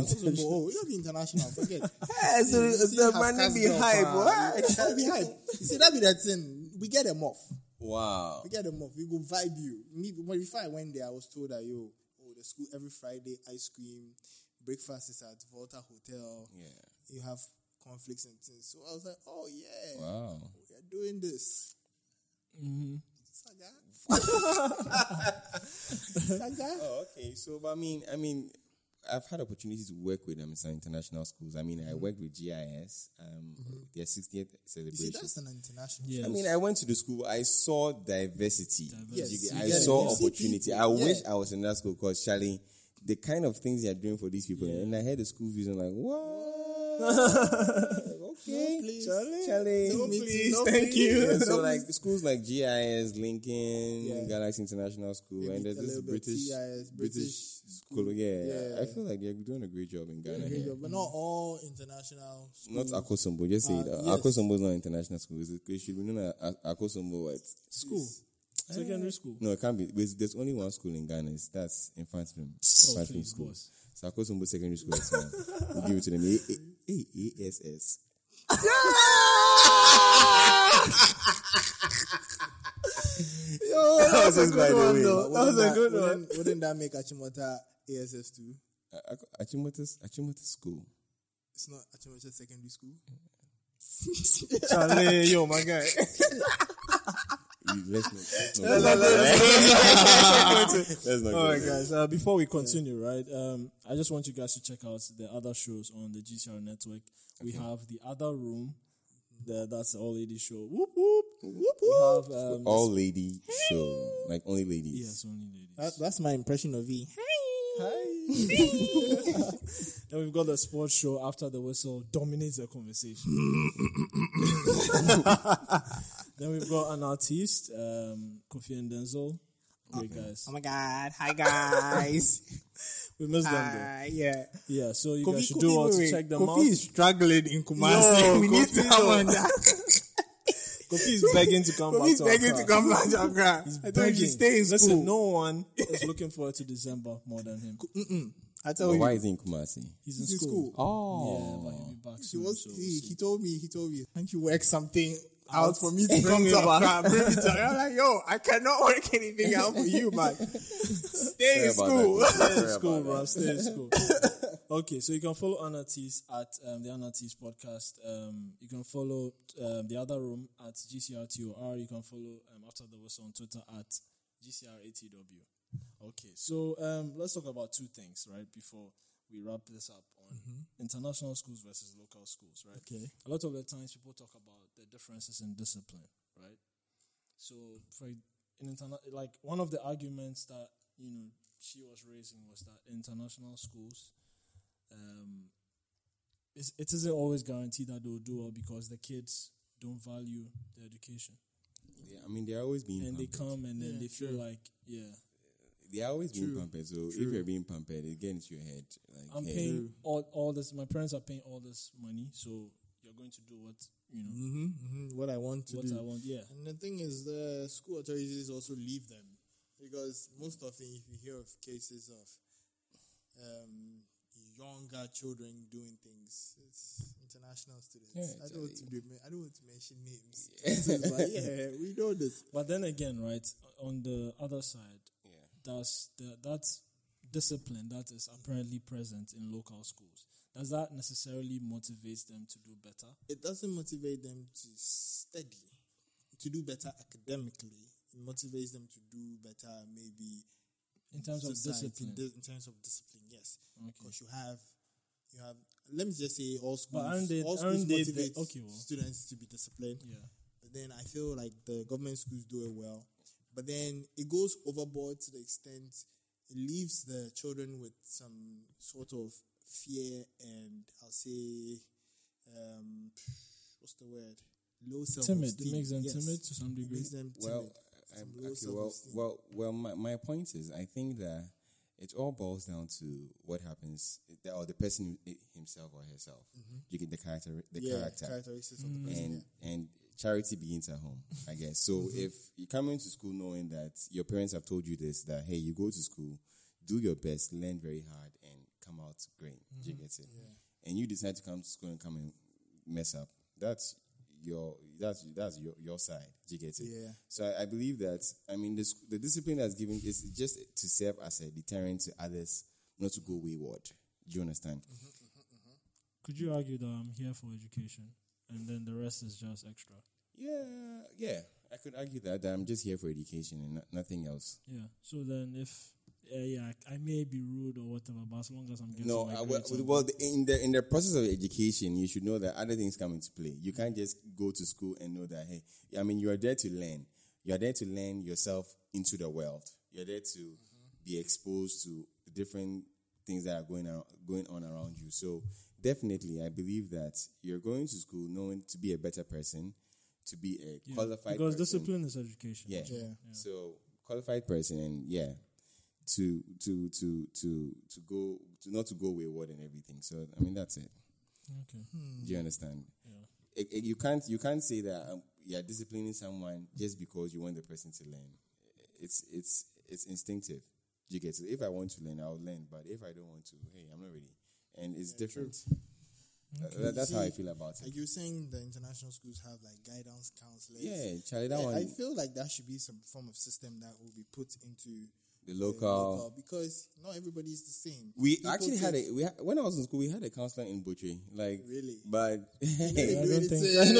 [SPEAKER 2] that's also- oh, it'll be international. Forget.
[SPEAKER 3] so
[SPEAKER 2] You see
[SPEAKER 3] the
[SPEAKER 2] half
[SPEAKER 3] money
[SPEAKER 2] caste
[SPEAKER 3] be
[SPEAKER 2] girl,
[SPEAKER 3] hype.
[SPEAKER 2] fam. Money be hype. You see, that be that thing. We get them off.
[SPEAKER 3] Wow.
[SPEAKER 2] We get them off. We go vibe you. Me, when before I went there, I was told that yo, oh, the school every Friday ice cream, breakfast is at Volta Hotel.
[SPEAKER 3] Yeah.
[SPEAKER 2] You have conflicts and things. So I was like, oh yeah,
[SPEAKER 3] Wow.
[SPEAKER 2] we are doing this. Mm-hmm. Saga. Saga.
[SPEAKER 3] Oh, okay. So, but I mean, I mean, I've had opportunities to work with um, some international schools. I mean, I worked with GIS, um, their 60th
[SPEAKER 2] Mm-hmm. You see,
[SPEAKER 3] celebration.
[SPEAKER 2] that's an international.
[SPEAKER 1] Yeah.
[SPEAKER 3] I mean, I went to the school. I saw diversity.
[SPEAKER 2] Yes,
[SPEAKER 3] You get-
[SPEAKER 2] you
[SPEAKER 3] I
[SPEAKER 2] get it.
[SPEAKER 3] saw
[SPEAKER 2] You see
[SPEAKER 3] opportunity.
[SPEAKER 2] people.
[SPEAKER 3] I
[SPEAKER 2] Yeah.
[SPEAKER 3] wish I was in that school because Charlie, the kind of things they are doing for these people, and I heard the school fees. I'm like, what? okay,
[SPEAKER 2] please.
[SPEAKER 3] Charlie, Charlie,
[SPEAKER 2] No,
[SPEAKER 3] me
[SPEAKER 2] please.
[SPEAKER 3] too.
[SPEAKER 2] No, please.
[SPEAKER 3] Yeah, so like schools like GIS, Lincoln,
[SPEAKER 2] Yeah.
[SPEAKER 3] Galaxy International School,
[SPEAKER 2] Maybe
[SPEAKER 3] and there's
[SPEAKER 2] a
[SPEAKER 3] this
[SPEAKER 2] little bit
[SPEAKER 3] British,
[SPEAKER 2] CIS, British
[SPEAKER 3] school. Yeah,
[SPEAKER 2] Yeah.
[SPEAKER 3] I feel like they're doing a great job in Ghana.
[SPEAKER 2] Yeah,
[SPEAKER 3] here.
[SPEAKER 2] but not all international.
[SPEAKER 3] Not
[SPEAKER 2] schools.
[SPEAKER 3] Akosombo, just say it.
[SPEAKER 2] Uh,
[SPEAKER 3] Uh,
[SPEAKER 2] yes.
[SPEAKER 3] Akosombo is not international school. It's- It should be known as A- Akosombo. It's
[SPEAKER 1] School, secondary school.
[SPEAKER 3] No, it can't be. There's, there's only one school in Ghana. It's, that's Infantium.
[SPEAKER 1] Oh,
[SPEAKER 3] Infantium
[SPEAKER 1] please,
[SPEAKER 3] School.
[SPEAKER 1] boss.
[SPEAKER 3] Sakosumbo Secondary School. That's fine. we give it to them. A- A- A- ASS. that was just by the way.
[SPEAKER 2] But wouldn't that- Wouldn't, wouldn't that make Achimota ASS too?
[SPEAKER 3] A- Ako- Achimota Achimota School.
[SPEAKER 2] It's not Achimota Secondary School.
[SPEAKER 4] Charlie, yo, my guy.
[SPEAKER 3] You- Let's not. Let's not. Let's not.
[SPEAKER 4] All right,
[SPEAKER 3] go there.
[SPEAKER 4] guys.
[SPEAKER 1] guys, uh, before we continue, right, um, I just want you guys to check out the other shows on the GCR network. We have the other room.
[SPEAKER 2] Mm-hmm.
[SPEAKER 1] The, that's the all lady show. Whoop whoop whoop whoop. We have um,
[SPEAKER 3] All lady show. Like only ladies.
[SPEAKER 1] yes, only ladies.
[SPEAKER 2] That, that's my impression of E.
[SPEAKER 1] then we've got the sports show. After the whistle dominates the conversation. then we've got an artist, um, Kofi and Denzel. Great guys.
[SPEAKER 2] Oh my god! Hi guys!
[SPEAKER 1] We missed them though.
[SPEAKER 2] yeah.
[SPEAKER 1] Yeah, so you guys should
[SPEAKER 2] Kofi-
[SPEAKER 1] do
[SPEAKER 2] Kofi-
[SPEAKER 1] well to
[SPEAKER 2] wait,
[SPEAKER 1] check them
[SPEAKER 2] Kofi
[SPEAKER 1] out.
[SPEAKER 2] is struggling in Kumasi. we need someone that
[SPEAKER 1] Kofi is begging to come
[SPEAKER 2] Kofi's
[SPEAKER 1] back to
[SPEAKER 2] begging
[SPEAKER 1] Accra.
[SPEAKER 2] to come back to Accra.
[SPEAKER 1] He's
[SPEAKER 2] I thought you
[SPEAKER 1] begging.
[SPEAKER 2] stay in
[SPEAKER 1] Listen,
[SPEAKER 2] school.
[SPEAKER 1] no one is looking forward to December more than him.
[SPEAKER 2] I
[SPEAKER 3] But
[SPEAKER 4] Oh,
[SPEAKER 2] tell
[SPEAKER 3] why
[SPEAKER 2] you,
[SPEAKER 3] is he in Kumasi?
[SPEAKER 1] He's in
[SPEAKER 2] he's in
[SPEAKER 1] school.
[SPEAKER 2] school.
[SPEAKER 1] Yeah, but he'll be back
[SPEAKER 2] He
[SPEAKER 1] soon.
[SPEAKER 2] was.
[SPEAKER 1] so
[SPEAKER 2] he, he told me. He told me. Can't you work something out for me to
[SPEAKER 4] and
[SPEAKER 2] bring
[SPEAKER 4] come
[SPEAKER 2] to
[SPEAKER 4] here back."
[SPEAKER 2] Accra? Bring me to Accra. I'm like, yo, I cannot work anything out for you, man. Stay in
[SPEAKER 3] Sorry about
[SPEAKER 2] school.
[SPEAKER 3] that. Sorry
[SPEAKER 1] Stay in
[SPEAKER 3] about
[SPEAKER 1] school,
[SPEAKER 3] that.
[SPEAKER 1] bro. Stay in school. okay, so you can follow Anatis at um, the Anatis podcast. Um, you can follow um, the other room at GCRTOR. You can follow um, after the was on Twitter at GCRATW. Okay, so um, let's talk about two things, right? Before we wrap this up on international schools versus local schools, right?
[SPEAKER 2] Okay.
[SPEAKER 1] A lot of the times people talk about the differences in discipline, right? So for in interna- like one of the arguments that you know she was raising was that international schools, um, it's, it isn't always guaranteed that they'll do well because the kids don't value their education
[SPEAKER 3] Yeah, I mean, they're always being
[SPEAKER 1] and they
[SPEAKER 3] pampered.
[SPEAKER 1] come and then
[SPEAKER 2] Yeah,
[SPEAKER 1] they feel
[SPEAKER 2] true.
[SPEAKER 1] like yeah
[SPEAKER 3] They're always being
[SPEAKER 2] True.
[SPEAKER 3] pampered. So if
[SPEAKER 2] True.
[SPEAKER 3] you're being pampered, it gets into your head. Like,
[SPEAKER 1] I'm
[SPEAKER 3] hey,
[SPEAKER 1] paying all all this my parents are paying all this money so you're going to do what you know
[SPEAKER 2] Mm-hmm, mm-hmm, what I want to
[SPEAKER 1] what
[SPEAKER 2] do.
[SPEAKER 1] I want yeah
[SPEAKER 2] And the thing is, the school authorities also leave them. because most often if you hear of cases of um, younger children doing things, it's international students.
[SPEAKER 3] Yeah,
[SPEAKER 2] I don't want to
[SPEAKER 3] actually.
[SPEAKER 2] be, men- I don't want to mention names. So it's like, yeah, we know this.
[SPEAKER 1] But then again, right on the other side, that's the, that's discipline that is apparently present in local schools. Does that necessarily motivate them to do better?
[SPEAKER 2] It doesn't motivate them to study, to do better academically. It motivates them to do better, maybe
[SPEAKER 1] In terms of
[SPEAKER 2] society,
[SPEAKER 1] discipline.
[SPEAKER 2] di- in terms of discipline, yes.
[SPEAKER 1] Okay.
[SPEAKER 2] Because you have, you have. Let me just say, all schools,
[SPEAKER 1] aren't they-
[SPEAKER 2] all schools
[SPEAKER 1] aren't they the-
[SPEAKER 2] motivate
[SPEAKER 1] okay, well.
[SPEAKER 2] students to be disciplined.
[SPEAKER 1] Yeah.
[SPEAKER 2] But then I feel like the government schools do it well. But then it goes overboard to the extent it leaves the children with some sort of fear and I'll say, um, what's the word? Low self
[SPEAKER 1] Timid. It makes them timid to some
[SPEAKER 2] It
[SPEAKER 1] degree.
[SPEAKER 2] makes them timid.
[SPEAKER 3] Well,
[SPEAKER 2] Some
[SPEAKER 3] I'm-
[SPEAKER 2] low
[SPEAKER 3] okay, well,
[SPEAKER 2] self-esteem.
[SPEAKER 3] well, well. My, my point is, I think that it all boils down to what happens, or the person i- himself or herself. You get the character, the
[SPEAKER 2] yeah,
[SPEAKER 3] character,
[SPEAKER 2] characteristics
[SPEAKER 1] Mm.
[SPEAKER 2] of the person.
[SPEAKER 3] and and charity begins at home, I guess. So if you come into school knowing that your parents have told you this, that hey, you go to school, do your best, learn very hard, and come out great. Do You get it, and you decide to come to school and come and mess up. That's your that's that's your your side. Do You get it,
[SPEAKER 2] Yeah.
[SPEAKER 3] So I, I believe that I mean the sc- the discipline that's given is just to serve as a deterrent to others not to go wayward. Do you understand?
[SPEAKER 1] Could you argue that I'm here for education and then the rest is just extra?
[SPEAKER 3] Yeah, yeah. I could argue that, that I'm just here for education and no- nothing else.
[SPEAKER 1] Yeah. So then if uh, yeah, I I may be rude or whatever, but as long as I'm getting
[SPEAKER 3] No,
[SPEAKER 1] my
[SPEAKER 3] uh, well,
[SPEAKER 1] grades up,
[SPEAKER 3] well, the- in the in the process of education, you should know that other things come into play. You can't just go to school and know that. Hey, I mean, you are there to learn. You are there to learn yourself into the world. You're there to
[SPEAKER 1] Mm-hmm.
[SPEAKER 3] be exposed to different things that are going on, going on around you. So definitely, I believe that you're going to school knowing to be a better person, to be a
[SPEAKER 1] yeah.
[SPEAKER 3] qualified
[SPEAKER 1] because
[SPEAKER 3] person.
[SPEAKER 1] discipline is education.
[SPEAKER 3] Yeah.
[SPEAKER 2] Yeah.
[SPEAKER 3] So qualified person, and yeah, to to to to to go to not to go wayward and everything. So I mean, that's it.
[SPEAKER 1] Okay.
[SPEAKER 3] Do you understand?
[SPEAKER 1] Yeah.
[SPEAKER 3] It- it- you can't you can't say that um, you're disciplining someone just because you want the person to learn. It's it's it's instinctive. Do You get it. If I want to learn, I'll learn. But if I don't want to, hey, I'm not ready. And it's different. Tha- tha- that's how I feel about it.
[SPEAKER 2] Like you were saying, the international schools have like guidance counselors.
[SPEAKER 3] Yeah, Charlie, that
[SPEAKER 2] I-
[SPEAKER 3] one.
[SPEAKER 2] I feel like that should be some form of system that will be put into
[SPEAKER 3] the
[SPEAKER 2] the
[SPEAKER 3] local
[SPEAKER 2] because not everybody is the same.
[SPEAKER 3] We
[SPEAKER 2] People
[SPEAKER 3] actually had
[SPEAKER 2] take-
[SPEAKER 3] a we ha- when I was in school we had a counselor in Butchie. Like
[SPEAKER 2] Really?
[SPEAKER 3] but
[SPEAKER 2] They
[SPEAKER 1] I
[SPEAKER 2] do
[SPEAKER 1] don't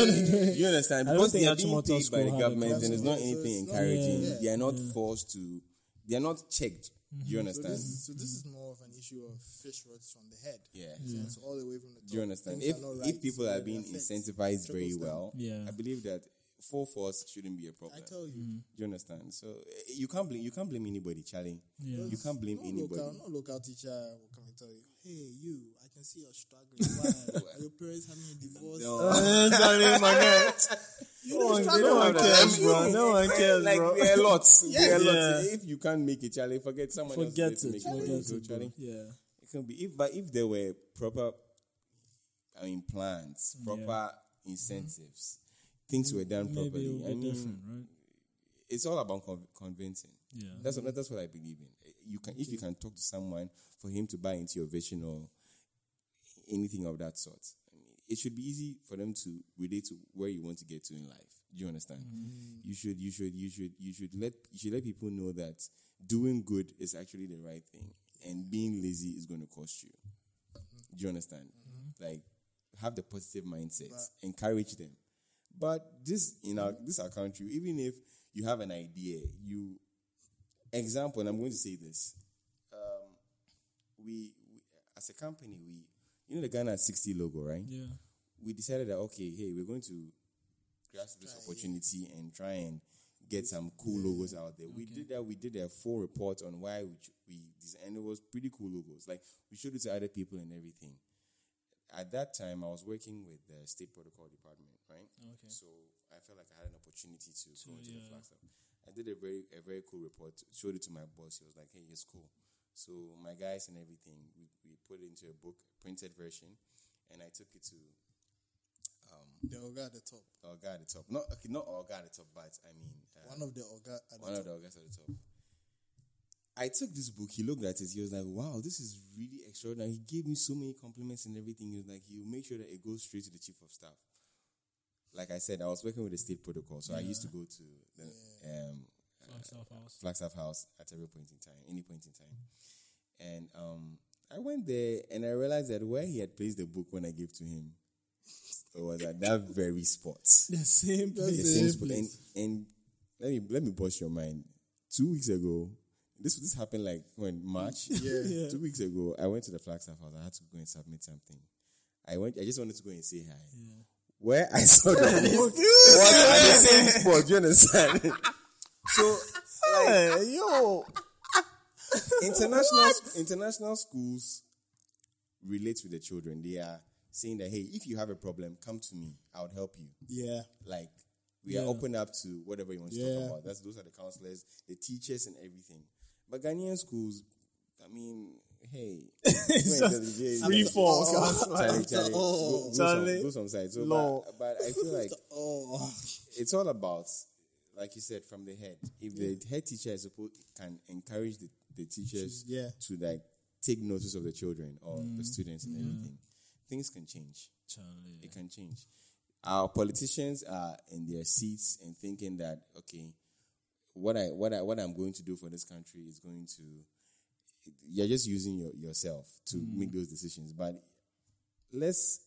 [SPEAKER 2] it
[SPEAKER 1] think-
[SPEAKER 2] in-
[SPEAKER 3] you understand
[SPEAKER 1] I don't
[SPEAKER 3] because
[SPEAKER 1] think
[SPEAKER 3] they are
[SPEAKER 1] Achimota
[SPEAKER 3] being paid
[SPEAKER 1] school
[SPEAKER 3] by the
[SPEAKER 1] had a
[SPEAKER 3] government and it's not
[SPEAKER 2] counselor.
[SPEAKER 3] anything
[SPEAKER 2] So it's not-
[SPEAKER 3] encouraging.
[SPEAKER 2] Yeah.
[SPEAKER 3] They are not forced to. They are not checked.
[SPEAKER 1] Mm-hmm.
[SPEAKER 3] You
[SPEAKER 2] So
[SPEAKER 3] understand?
[SPEAKER 2] this, so this is more of an issue of fish rods from the head.
[SPEAKER 3] Yeah.
[SPEAKER 2] So it's all the way from the top.
[SPEAKER 3] Do you understand? If
[SPEAKER 2] Things are not
[SPEAKER 3] if
[SPEAKER 2] right,
[SPEAKER 3] people
[SPEAKER 2] so
[SPEAKER 3] are
[SPEAKER 2] it
[SPEAKER 3] being
[SPEAKER 2] affects.
[SPEAKER 3] incentivized very
[SPEAKER 2] trickles down.
[SPEAKER 3] well,
[SPEAKER 1] Yeah.
[SPEAKER 3] I believe that full force shouldn't be a problem.
[SPEAKER 2] I tell you,
[SPEAKER 3] Do you understand? So eh, you can't blame you can't blame anybody, Charlie.
[SPEAKER 1] Yeah.
[SPEAKER 3] You can't blame
[SPEAKER 2] no
[SPEAKER 3] anybody.
[SPEAKER 2] local, no local teacher will come and tell you, "Hey, you, I can see you're struggling. Why are your parents having a divorce?
[SPEAKER 4] Eh, sorry, my guy. No one- no one cares, bro. No one cares,
[SPEAKER 3] like
[SPEAKER 4] bro.
[SPEAKER 3] we are lots. We are lots.
[SPEAKER 4] Yeah.
[SPEAKER 3] If you can't make it, Charlie, forget someone
[SPEAKER 1] Forget
[SPEAKER 3] else. is there to
[SPEAKER 1] it.
[SPEAKER 3] make for you.
[SPEAKER 1] Forget
[SPEAKER 3] So,
[SPEAKER 1] it.
[SPEAKER 3] Charlie,
[SPEAKER 1] bro. Yeah.
[SPEAKER 3] it can be if, but if there were proper, I mean, plans, proper incentives, things were done
[SPEAKER 1] Maybe
[SPEAKER 3] properly.
[SPEAKER 1] it will
[SPEAKER 3] I
[SPEAKER 1] be
[SPEAKER 3] mean,
[SPEAKER 1] different, right?
[SPEAKER 3] it's all about con- convincing.
[SPEAKER 1] Yeah.
[SPEAKER 3] That's what that's what I believe in. You can if you can talk to someone for him to buy into your vision or anything of that sort. I mean, it should be easy for them to relate to where you want to get to in life. Do you understand? You should you should you should you should let you should let people know that doing good is actually the right thing and being lazy is going to cost you. Do you understand? Like have the positive mindset, encourage them. But this in our this our country, even if you have an idea, you example, and I'm going to say this. Um, we, we as a company, we you know the Ghana 60 logo, right?
[SPEAKER 1] Yeah.
[SPEAKER 3] We decided that okay, hey, we're going to grasp this opportunity and try and get some cool logos out there. We did that. We did a full report on why we, ch- we designed. It was pretty cool logos. Like we showed it to other people and everything at that time I was working with the state protocol department, right?
[SPEAKER 1] Okay.
[SPEAKER 3] So I felt like I had an opportunity to go into
[SPEAKER 1] yeah.
[SPEAKER 3] the flag stuff. I did a very a very cool report, showed it to my boss. He was like, Hey, it's cool. So my guys and everything, we, we put it into a book, printed version, and I took it to
[SPEAKER 2] The Oga at the top.
[SPEAKER 3] our guy at the top. Not okay, not our guy at the top, but I mean uh,
[SPEAKER 2] One of the Oga at the
[SPEAKER 3] one
[SPEAKER 2] top.
[SPEAKER 3] of the guys at the top. I took this book. He looked at it. He was like, "Wow, this is really extraordinary." He gave me so many compliments and everything. He was like, "He'll make sure that it goes straight to the chief of staff." Like I said, I was working with the state protocol, so I used to go to the um,
[SPEAKER 1] Flagstaff House.
[SPEAKER 3] Flagstaff House at every point in time, any point in time. And um, I went there and I realized that where he had placed the book when I gave to him was at that very spot.
[SPEAKER 1] The same
[SPEAKER 3] The
[SPEAKER 1] person.
[SPEAKER 3] same spot. And, and let me let me bust your mind. Two weeks ago, this this happened like when March.
[SPEAKER 2] Yeah.
[SPEAKER 3] Two weeks ago, I went to the Flagstaff House. I had to go and submit something. I went. I just wanted to go and say hi. Where I saw the book was at the same spot. You understand? so
[SPEAKER 4] Hey, yo.
[SPEAKER 3] international international schools relate with the children. They are saying that hey, if you have a problem, come to me. I would help you.
[SPEAKER 2] Yeah.
[SPEAKER 3] Like we are
[SPEAKER 1] Yeah.
[SPEAKER 3] open up to whatever you want to
[SPEAKER 2] Yeah.
[SPEAKER 3] talk about. That's those are the counselors, the teachers, and everything. But Ghanaian schools, I mean, hey,
[SPEAKER 4] free fall.
[SPEAKER 3] Charlie, Charlie,
[SPEAKER 2] all.
[SPEAKER 3] go, go some-
[SPEAKER 4] Charlie,
[SPEAKER 3] go some sides. So,
[SPEAKER 4] law.
[SPEAKER 3] but, but I feel like
[SPEAKER 2] Oh.
[SPEAKER 3] it's all about, like you said, from the head. If the head teacher is supposed can encourage the, the teachers
[SPEAKER 2] Yeah.
[SPEAKER 3] to like take notice of the children or the students and everything, things can change.
[SPEAKER 1] Charlie.
[SPEAKER 3] It can change. Our politicians are in their seats and thinking that okay, what I what I what I'm going to do for this country is going to you're just using your, yourself to make those decisions. But let's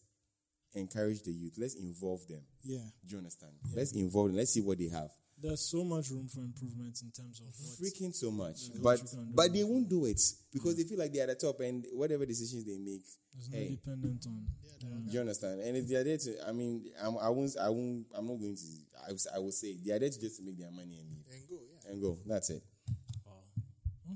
[SPEAKER 3] encourage the youth. Let's involve them.
[SPEAKER 2] Yeah.
[SPEAKER 3] Do you understand? Let's involve them. Let's see what they have.
[SPEAKER 1] There's so much room for improvement in terms of what.
[SPEAKER 3] Freaking so much,
[SPEAKER 1] Yeah,
[SPEAKER 3] but
[SPEAKER 1] what you can do.
[SPEAKER 3] but they won't do it because they feel like they're at the top, and whatever decisions they make,
[SPEAKER 1] It's not
[SPEAKER 3] hey,
[SPEAKER 1] dependent on.
[SPEAKER 3] do you understand? And if they're there to, I mean, I'm, I won't, I won't, I'm not going to. I was, I will say they're there to just to make their money and leave
[SPEAKER 2] And go. Yeah.
[SPEAKER 3] and go. That's it.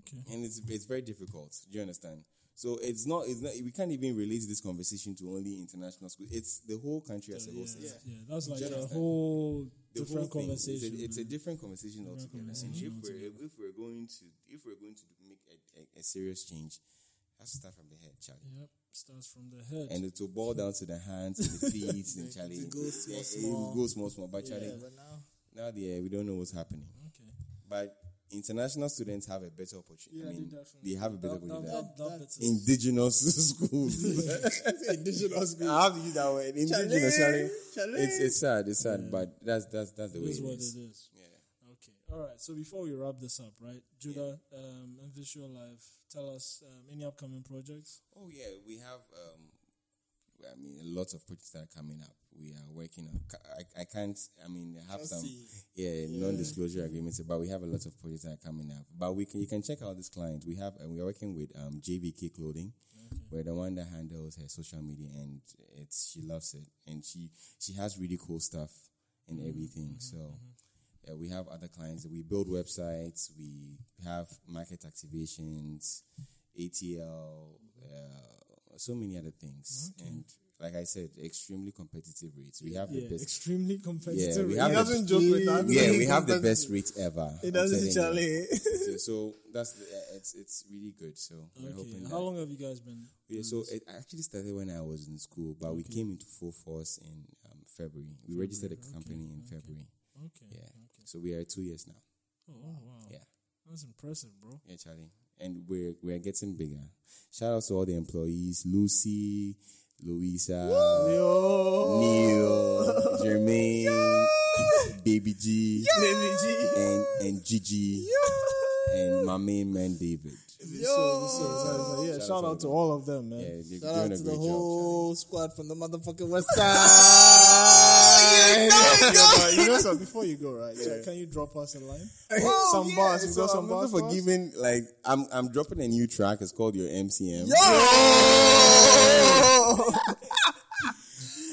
[SPEAKER 1] Okay.
[SPEAKER 3] And it's it's very difficult. Do you understand? So it's not, it's not. We can't even relate this conversation to only international school. It's the whole country as a whole.
[SPEAKER 1] Yeah,
[SPEAKER 3] system.
[SPEAKER 1] yeah, that's like a
[SPEAKER 3] understand?
[SPEAKER 1] whole
[SPEAKER 3] The
[SPEAKER 1] different
[SPEAKER 3] whole thing. It's a-
[SPEAKER 1] conversation.
[SPEAKER 3] It's a,
[SPEAKER 1] man.
[SPEAKER 3] different conversation altogether.
[SPEAKER 1] conversation
[SPEAKER 3] and if we're if we're going to if we're going to make a, a, a serious change, it has to start from the head, Charlie.
[SPEAKER 1] Yep, starts from the head.
[SPEAKER 3] And it will boil down to the hands, and the feet, and Charlie.
[SPEAKER 2] It goes
[SPEAKER 3] Yeah,
[SPEAKER 2] small, small.
[SPEAKER 3] It goes small, small. But Charlie,
[SPEAKER 2] Yeah, but now.
[SPEAKER 3] now yeah, we don't know what's happening.
[SPEAKER 1] okay.
[SPEAKER 3] But international students have a better opportunity. I
[SPEAKER 1] they
[SPEAKER 3] mean,
[SPEAKER 1] definitely-
[SPEAKER 3] they have a better
[SPEAKER 1] That,
[SPEAKER 3] opportunity. than
[SPEAKER 1] that, that, that bit is-
[SPEAKER 3] indigenous schools.
[SPEAKER 2] Indigenous group.
[SPEAKER 3] I have to use that word. Indigenous. Charlie.
[SPEAKER 2] Chalet.
[SPEAKER 3] It's it's sad. It's sad. But that's that's that's the way
[SPEAKER 1] is
[SPEAKER 3] it
[SPEAKER 1] what
[SPEAKER 3] is.
[SPEAKER 1] it is.
[SPEAKER 3] Yeah.
[SPEAKER 1] Okay. All right. So before we wrap this up, right, Judah, um, and Visual Life, tell us um, any upcoming projects.
[SPEAKER 3] Oh yeah, we have. Um, I mean, a lot of projects that are coming up. We are working on. ca- I, I can't. I mean, I have
[SPEAKER 2] Can't
[SPEAKER 3] some.
[SPEAKER 2] see.
[SPEAKER 3] Yeah, non-disclosure agreements, but we have a lot of projects that are coming up. But we can you can check out this client. We have and we are working with um, JVK Clothing. We're the one that handles her social media, and it's she loves it, and she she has really cool stuff and everything. So. Yeah, we have other clients. We build websites. We have market activations, ATL, uh, so many other things. And like I said, extremely competitive rates. We have
[SPEAKER 1] Yeah,
[SPEAKER 3] the best.
[SPEAKER 1] extremely competitive.
[SPEAKER 3] Yeah, we
[SPEAKER 1] rate.
[SPEAKER 3] have
[SPEAKER 4] He
[SPEAKER 3] the-
[SPEAKER 4] doesn't joke with that.
[SPEAKER 3] Yeah, we have the best rates ever.
[SPEAKER 4] He
[SPEAKER 3] I'm
[SPEAKER 4] doesn't,
[SPEAKER 3] telling you.
[SPEAKER 4] Charlie.
[SPEAKER 3] So, so that's the, uh, it's it's really good. So we're hoping
[SPEAKER 1] Okay.
[SPEAKER 3] that.
[SPEAKER 1] How long have you guys been?
[SPEAKER 3] Yeah, so it actually started when I was in school, but we came into full force in um, February. We registered a company in February.
[SPEAKER 1] Okay.
[SPEAKER 3] Yeah, so we are two years now.
[SPEAKER 1] Oh wow, wow.
[SPEAKER 3] Yeah.
[SPEAKER 1] That's impressive, bro.
[SPEAKER 3] Yeah, Charlie. And we're we're getting bigger. Shout out to all the employees: Lucy, Louisa,
[SPEAKER 4] Yo.
[SPEAKER 3] Neil, Jermaine, Baby G,
[SPEAKER 4] Baby G.
[SPEAKER 3] and and Gigi, and my main man David.
[SPEAKER 1] So, yeah, shout out to all of them, man.
[SPEAKER 3] Yeah, they're
[SPEAKER 2] Shout out
[SPEAKER 3] doing a great
[SPEAKER 2] to the
[SPEAKER 3] job, Charlie.
[SPEAKER 2] whole squad from the motherfucking West Ah. Side.
[SPEAKER 4] Yo.
[SPEAKER 1] you know, so before you go, right? Jack, can you drop us a line?
[SPEAKER 2] Oh,
[SPEAKER 1] some bars, you
[SPEAKER 3] So
[SPEAKER 1] got some
[SPEAKER 3] I'm looking
[SPEAKER 1] bars.
[SPEAKER 3] for
[SPEAKER 1] for us?
[SPEAKER 3] giving like I'm I'm dropping a new track. It's called Your MCM.
[SPEAKER 2] Oh.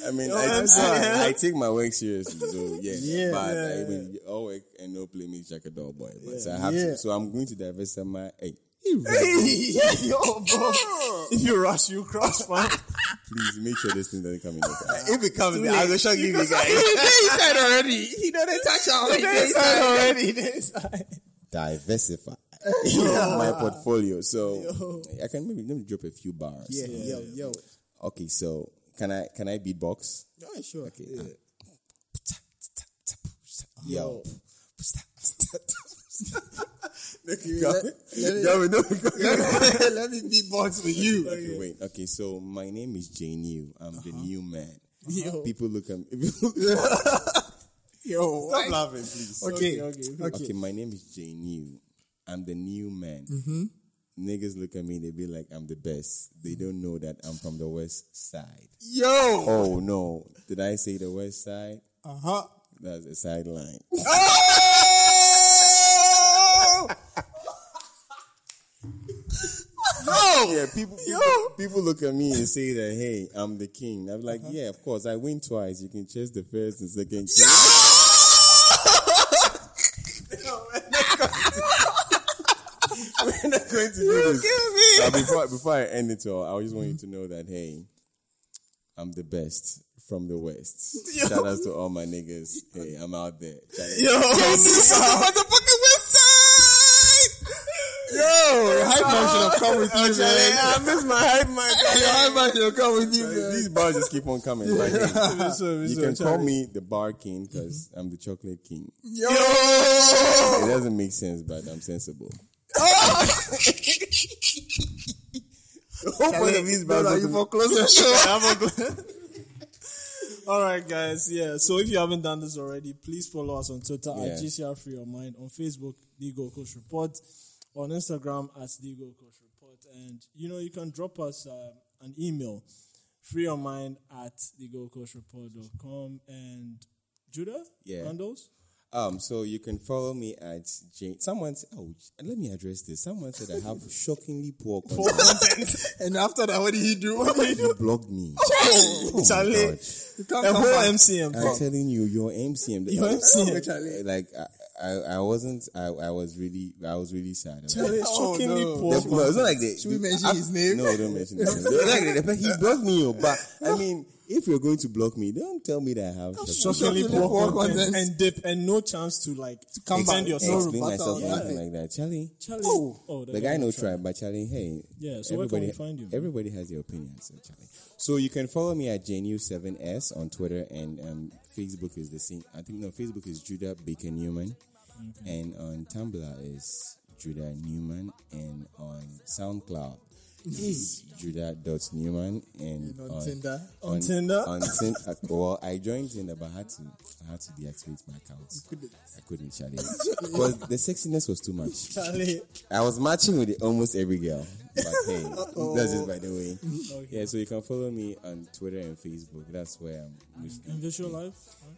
[SPEAKER 3] I mean, I,
[SPEAKER 4] MCM.
[SPEAKER 3] I, I take my work seriously, so yeah.
[SPEAKER 1] Yeah.
[SPEAKER 3] but I mean, all work and no play makes like a dull boy. But so I have
[SPEAKER 1] Yeah.
[SPEAKER 3] to, so I'm going to diversify my. Hey,
[SPEAKER 4] Yo, bro. If you rush, you cross, man.
[SPEAKER 3] please make sure this thing doesn't come in. Your car.
[SPEAKER 4] If it comes, I will show you guys.
[SPEAKER 2] He said already. He know they touch out. He
[SPEAKER 4] They inside already. They inside.
[SPEAKER 3] diversify my portfolio. So I can maybe let me drop a few bars.
[SPEAKER 2] Yeah, yo, yo.
[SPEAKER 3] Okay, so can I can I beatbox?
[SPEAKER 2] Yeah, sure.
[SPEAKER 3] Okay. uh, Yo.
[SPEAKER 4] Let me be boss for you.
[SPEAKER 3] Okay, wait. Okay, so my name is Jay New. I'm the new man.
[SPEAKER 1] Yo.
[SPEAKER 3] People look at me.
[SPEAKER 4] Yo,
[SPEAKER 2] Stop
[SPEAKER 4] why-
[SPEAKER 2] laughing, please.
[SPEAKER 4] Okay,
[SPEAKER 3] okay. my name is Jay New. I'm the new man. Niggas look at me, they be like, I'm the best. They don't know that I'm from the west side.
[SPEAKER 4] Yo,
[SPEAKER 3] Oh no. Did I say the west side?
[SPEAKER 2] Uh huh.
[SPEAKER 1] Uh-huh.
[SPEAKER 3] That's a sideline.
[SPEAKER 2] Oh.
[SPEAKER 3] yeah, people, people, people look at me and say that, hey, I'm the king. I'm like, yeah, of course. I win twice. You can chase the first and second king. We're not going to do this. Now, before, before I end it all, I just want you to know that, hey, I'm the best from the West. Shout out to all my niggas. Hey, I'm out there. Shout out-
[SPEAKER 4] yo, this is the motherfucking West Side. Yo, hype man should have come with you, man.
[SPEAKER 3] I miss my hype man.
[SPEAKER 4] Your hype man should have come with you, man.
[SPEAKER 3] These bars just keep on coming. Right
[SPEAKER 1] Sorry, sorry,
[SPEAKER 3] you can
[SPEAKER 1] sorry.
[SPEAKER 3] call me Mm-hmm. the bar king because I'm the chocolate king.
[SPEAKER 4] Yo,
[SPEAKER 3] It doesn't make sense, but I'm sensible.
[SPEAKER 4] open
[SPEAKER 3] of these bars
[SPEAKER 4] Are
[SPEAKER 3] are
[SPEAKER 4] you
[SPEAKER 3] to-
[SPEAKER 4] for closer show?
[SPEAKER 1] All right, guys. Yeah. So if you haven't done this already, please follow us on Twitter at
[SPEAKER 3] Yeah.
[SPEAKER 1] GCR Free Your Mind, on Facebook, The Gold Coast Report, on Instagram at The Gold Coast Report, and you know you can drop us uh, an email, free your mind at the Gold Coast Report.com. And Judah,
[SPEAKER 3] Yeah.
[SPEAKER 1] handles.
[SPEAKER 3] Um, so you can follow me at Jane. Someone, s- oh, let me address this. Someone said I have shockingly poor content.
[SPEAKER 4] and after that, what did he do? What did he do?
[SPEAKER 3] you blocked me.
[SPEAKER 4] Oh,
[SPEAKER 3] Oh my
[SPEAKER 4] Charlie,
[SPEAKER 3] God.
[SPEAKER 4] you can't
[SPEAKER 1] The
[SPEAKER 4] come
[SPEAKER 1] whole
[SPEAKER 4] back.
[SPEAKER 1] MCM.
[SPEAKER 3] I'm telling you, your MCM.
[SPEAKER 1] Your MCM.
[SPEAKER 3] Charlie. Like I, I, I wasn't. I, I was really. I was really sad. about it.
[SPEAKER 1] Charlie, it's
[SPEAKER 4] Oh,
[SPEAKER 1] shockingly
[SPEAKER 4] no.
[SPEAKER 1] poor.
[SPEAKER 3] No, no, it's not like that.
[SPEAKER 4] Should we mention his name?
[SPEAKER 3] No, don't mention his name. It's not like that. He blocked me, oh, but I mean, if you're going to block me, don't tell me that I have. shockingly
[SPEAKER 1] Shockingly
[SPEAKER 4] Shockingly
[SPEAKER 1] poor,
[SPEAKER 4] poor
[SPEAKER 1] content,
[SPEAKER 4] content.
[SPEAKER 1] and dip and no chance to like
[SPEAKER 4] come
[SPEAKER 1] defend
[SPEAKER 4] back.
[SPEAKER 1] yourself.
[SPEAKER 3] Explain
[SPEAKER 4] Sorry,
[SPEAKER 3] myself,
[SPEAKER 4] but, uh,
[SPEAKER 3] nothing like that, Charlie.
[SPEAKER 1] Charlie,
[SPEAKER 4] Oh.
[SPEAKER 1] oh, that
[SPEAKER 3] The
[SPEAKER 1] guy
[SPEAKER 3] guy
[SPEAKER 1] no
[SPEAKER 3] no
[SPEAKER 1] try.
[SPEAKER 3] tribe, but Charlie, hey.
[SPEAKER 1] Yeah, so where can we find you?
[SPEAKER 3] Everybody has their opinions, so Charlie. So you can follow me at JNU7S on Twitter and um, Facebook is the same. I think, no, Facebook is Judah Baker Newman. And on Tumblr is Judah Newman. And on SoundCloud is Judah.Newman. And
[SPEAKER 2] On Tinder.
[SPEAKER 1] On Tinder?
[SPEAKER 3] On Tin- uh, well, I joined Tinder, but I had to, I had to deactivate my account. I couldn't, Charlie. Because the sexiness was too much.
[SPEAKER 1] Charlie,
[SPEAKER 3] I was matching with almost every girl. But hey, that's just by the way. Yeah, so you can follow me on Twitter and Facebook. That's where I'm mostly.
[SPEAKER 1] in visual life.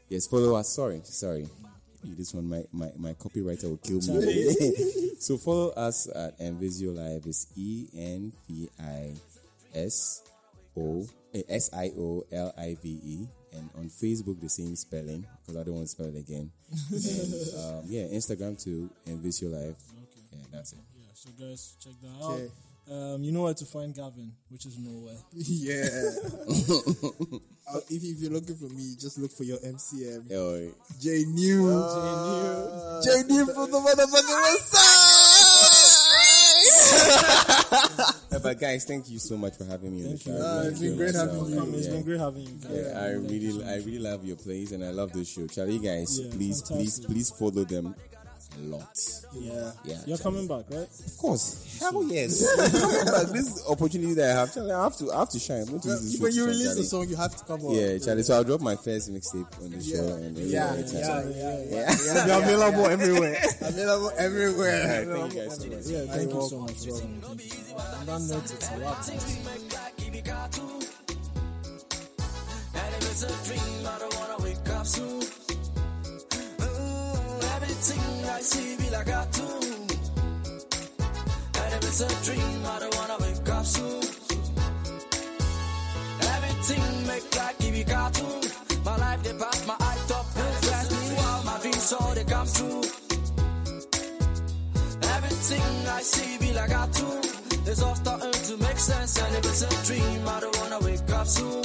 [SPEAKER 3] Yes, follow us. Sorry, sorry. You- This one, my, my, my copywriter will kill me.
[SPEAKER 1] Charlie.
[SPEAKER 3] so follow us at Envisio Live. It's E N V I S O eh, S I O L I V E. And on Facebook, the same spelling, because I don't want to spell it again. and, um, yeah, Instagram too, Envisio Live.
[SPEAKER 1] Okay.
[SPEAKER 3] Yeah, that's it.
[SPEAKER 1] Yeah, so guys, check that
[SPEAKER 2] Okay.
[SPEAKER 1] out. Um, you know where to find Gavin, which is nowhere.
[SPEAKER 2] Yeah. Uh, if, if you're looking for me, just look for your MCM.
[SPEAKER 3] Oh,
[SPEAKER 2] J Uh, New.
[SPEAKER 4] J D from the motherfucking West Side.
[SPEAKER 3] Yeah, but guys, thank you so much for having me on the show.
[SPEAKER 2] you.
[SPEAKER 3] I
[SPEAKER 2] It's
[SPEAKER 3] really
[SPEAKER 2] been great
[SPEAKER 3] enjoyed
[SPEAKER 2] having
[SPEAKER 3] myself.
[SPEAKER 2] you.
[SPEAKER 1] Um, It's
[SPEAKER 3] Yeah.
[SPEAKER 1] been great having you. Gavin.
[SPEAKER 3] Yeah, I really, I really love your place, and I love this show. Charlie, you guys,
[SPEAKER 1] Yeah,
[SPEAKER 3] please, please,
[SPEAKER 1] fantastic.
[SPEAKER 3] please follow them a lot.
[SPEAKER 2] Yeah.
[SPEAKER 3] Yeah,
[SPEAKER 1] You're coming
[SPEAKER 3] Charlie.
[SPEAKER 1] back, right?
[SPEAKER 3] of course. Hell yes. But this opportunity that I have, Charlie, I have to, I have to shine. I'm going to use this show
[SPEAKER 2] When
[SPEAKER 3] to
[SPEAKER 2] you
[SPEAKER 3] shine,
[SPEAKER 2] release
[SPEAKER 3] Charlie.
[SPEAKER 2] the song, you have to come on.
[SPEAKER 3] yeah, Charlie. So I'll drop my first mixtape on the show, and then
[SPEAKER 2] Yeah,
[SPEAKER 3] we'll
[SPEAKER 2] yeah,
[SPEAKER 3] chat. yeah.
[SPEAKER 2] yeah,
[SPEAKER 4] You're available everywhere.
[SPEAKER 2] Available everywhere.
[SPEAKER 3] All right, thank you guys so much.
[SPEAKER 1] Yeah, thank you so much. Gavin. Thank you. And on that note, it's a wrap. guys.
[SPEAKER 5] And if it's a dream, I don't wanna wake up soon. Ooh, everything I see be like a tomb. And if it's a dream, I don't wanna wake up soon. Everything make like it be cartoon. My life they pass my eye top and flash me while my dreams all they come true. Everything I see be like a tomb. It's all starting to make sense, and if it's a dream, I don't wanna wake up soon.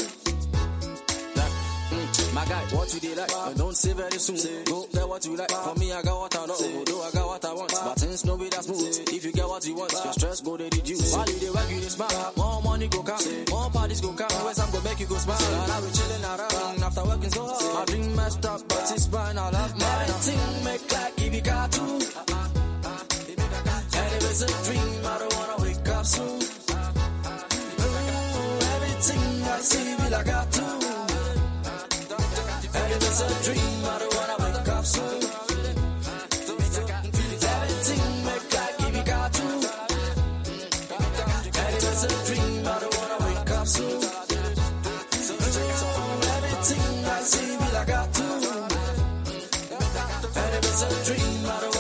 [SPEAKER 5] Like, mm, my guy, what you did like? No, don't say very soon. Go get what you like. For me, I got what I know. Though I got what I want. But things no be that smooth. If you get what you want, your stress go they reduce. While you dey work, you dey smile. More money go come, more parties go come. Where some go make you go smile. And I be chilling around after working so hard. My dream messed up, but it's fine. I love mine. Everything make like it be cartoon. it's a dream. I don't wanna wake up soon. Ooh, everything I see be like I do. And if it's a dream, I don't wanna wake up soon. Everything make I give you got to. And if it's a dream, I don't wanna wake up soon. Ooh, everything I see be like I do. And if it's a dream, I don't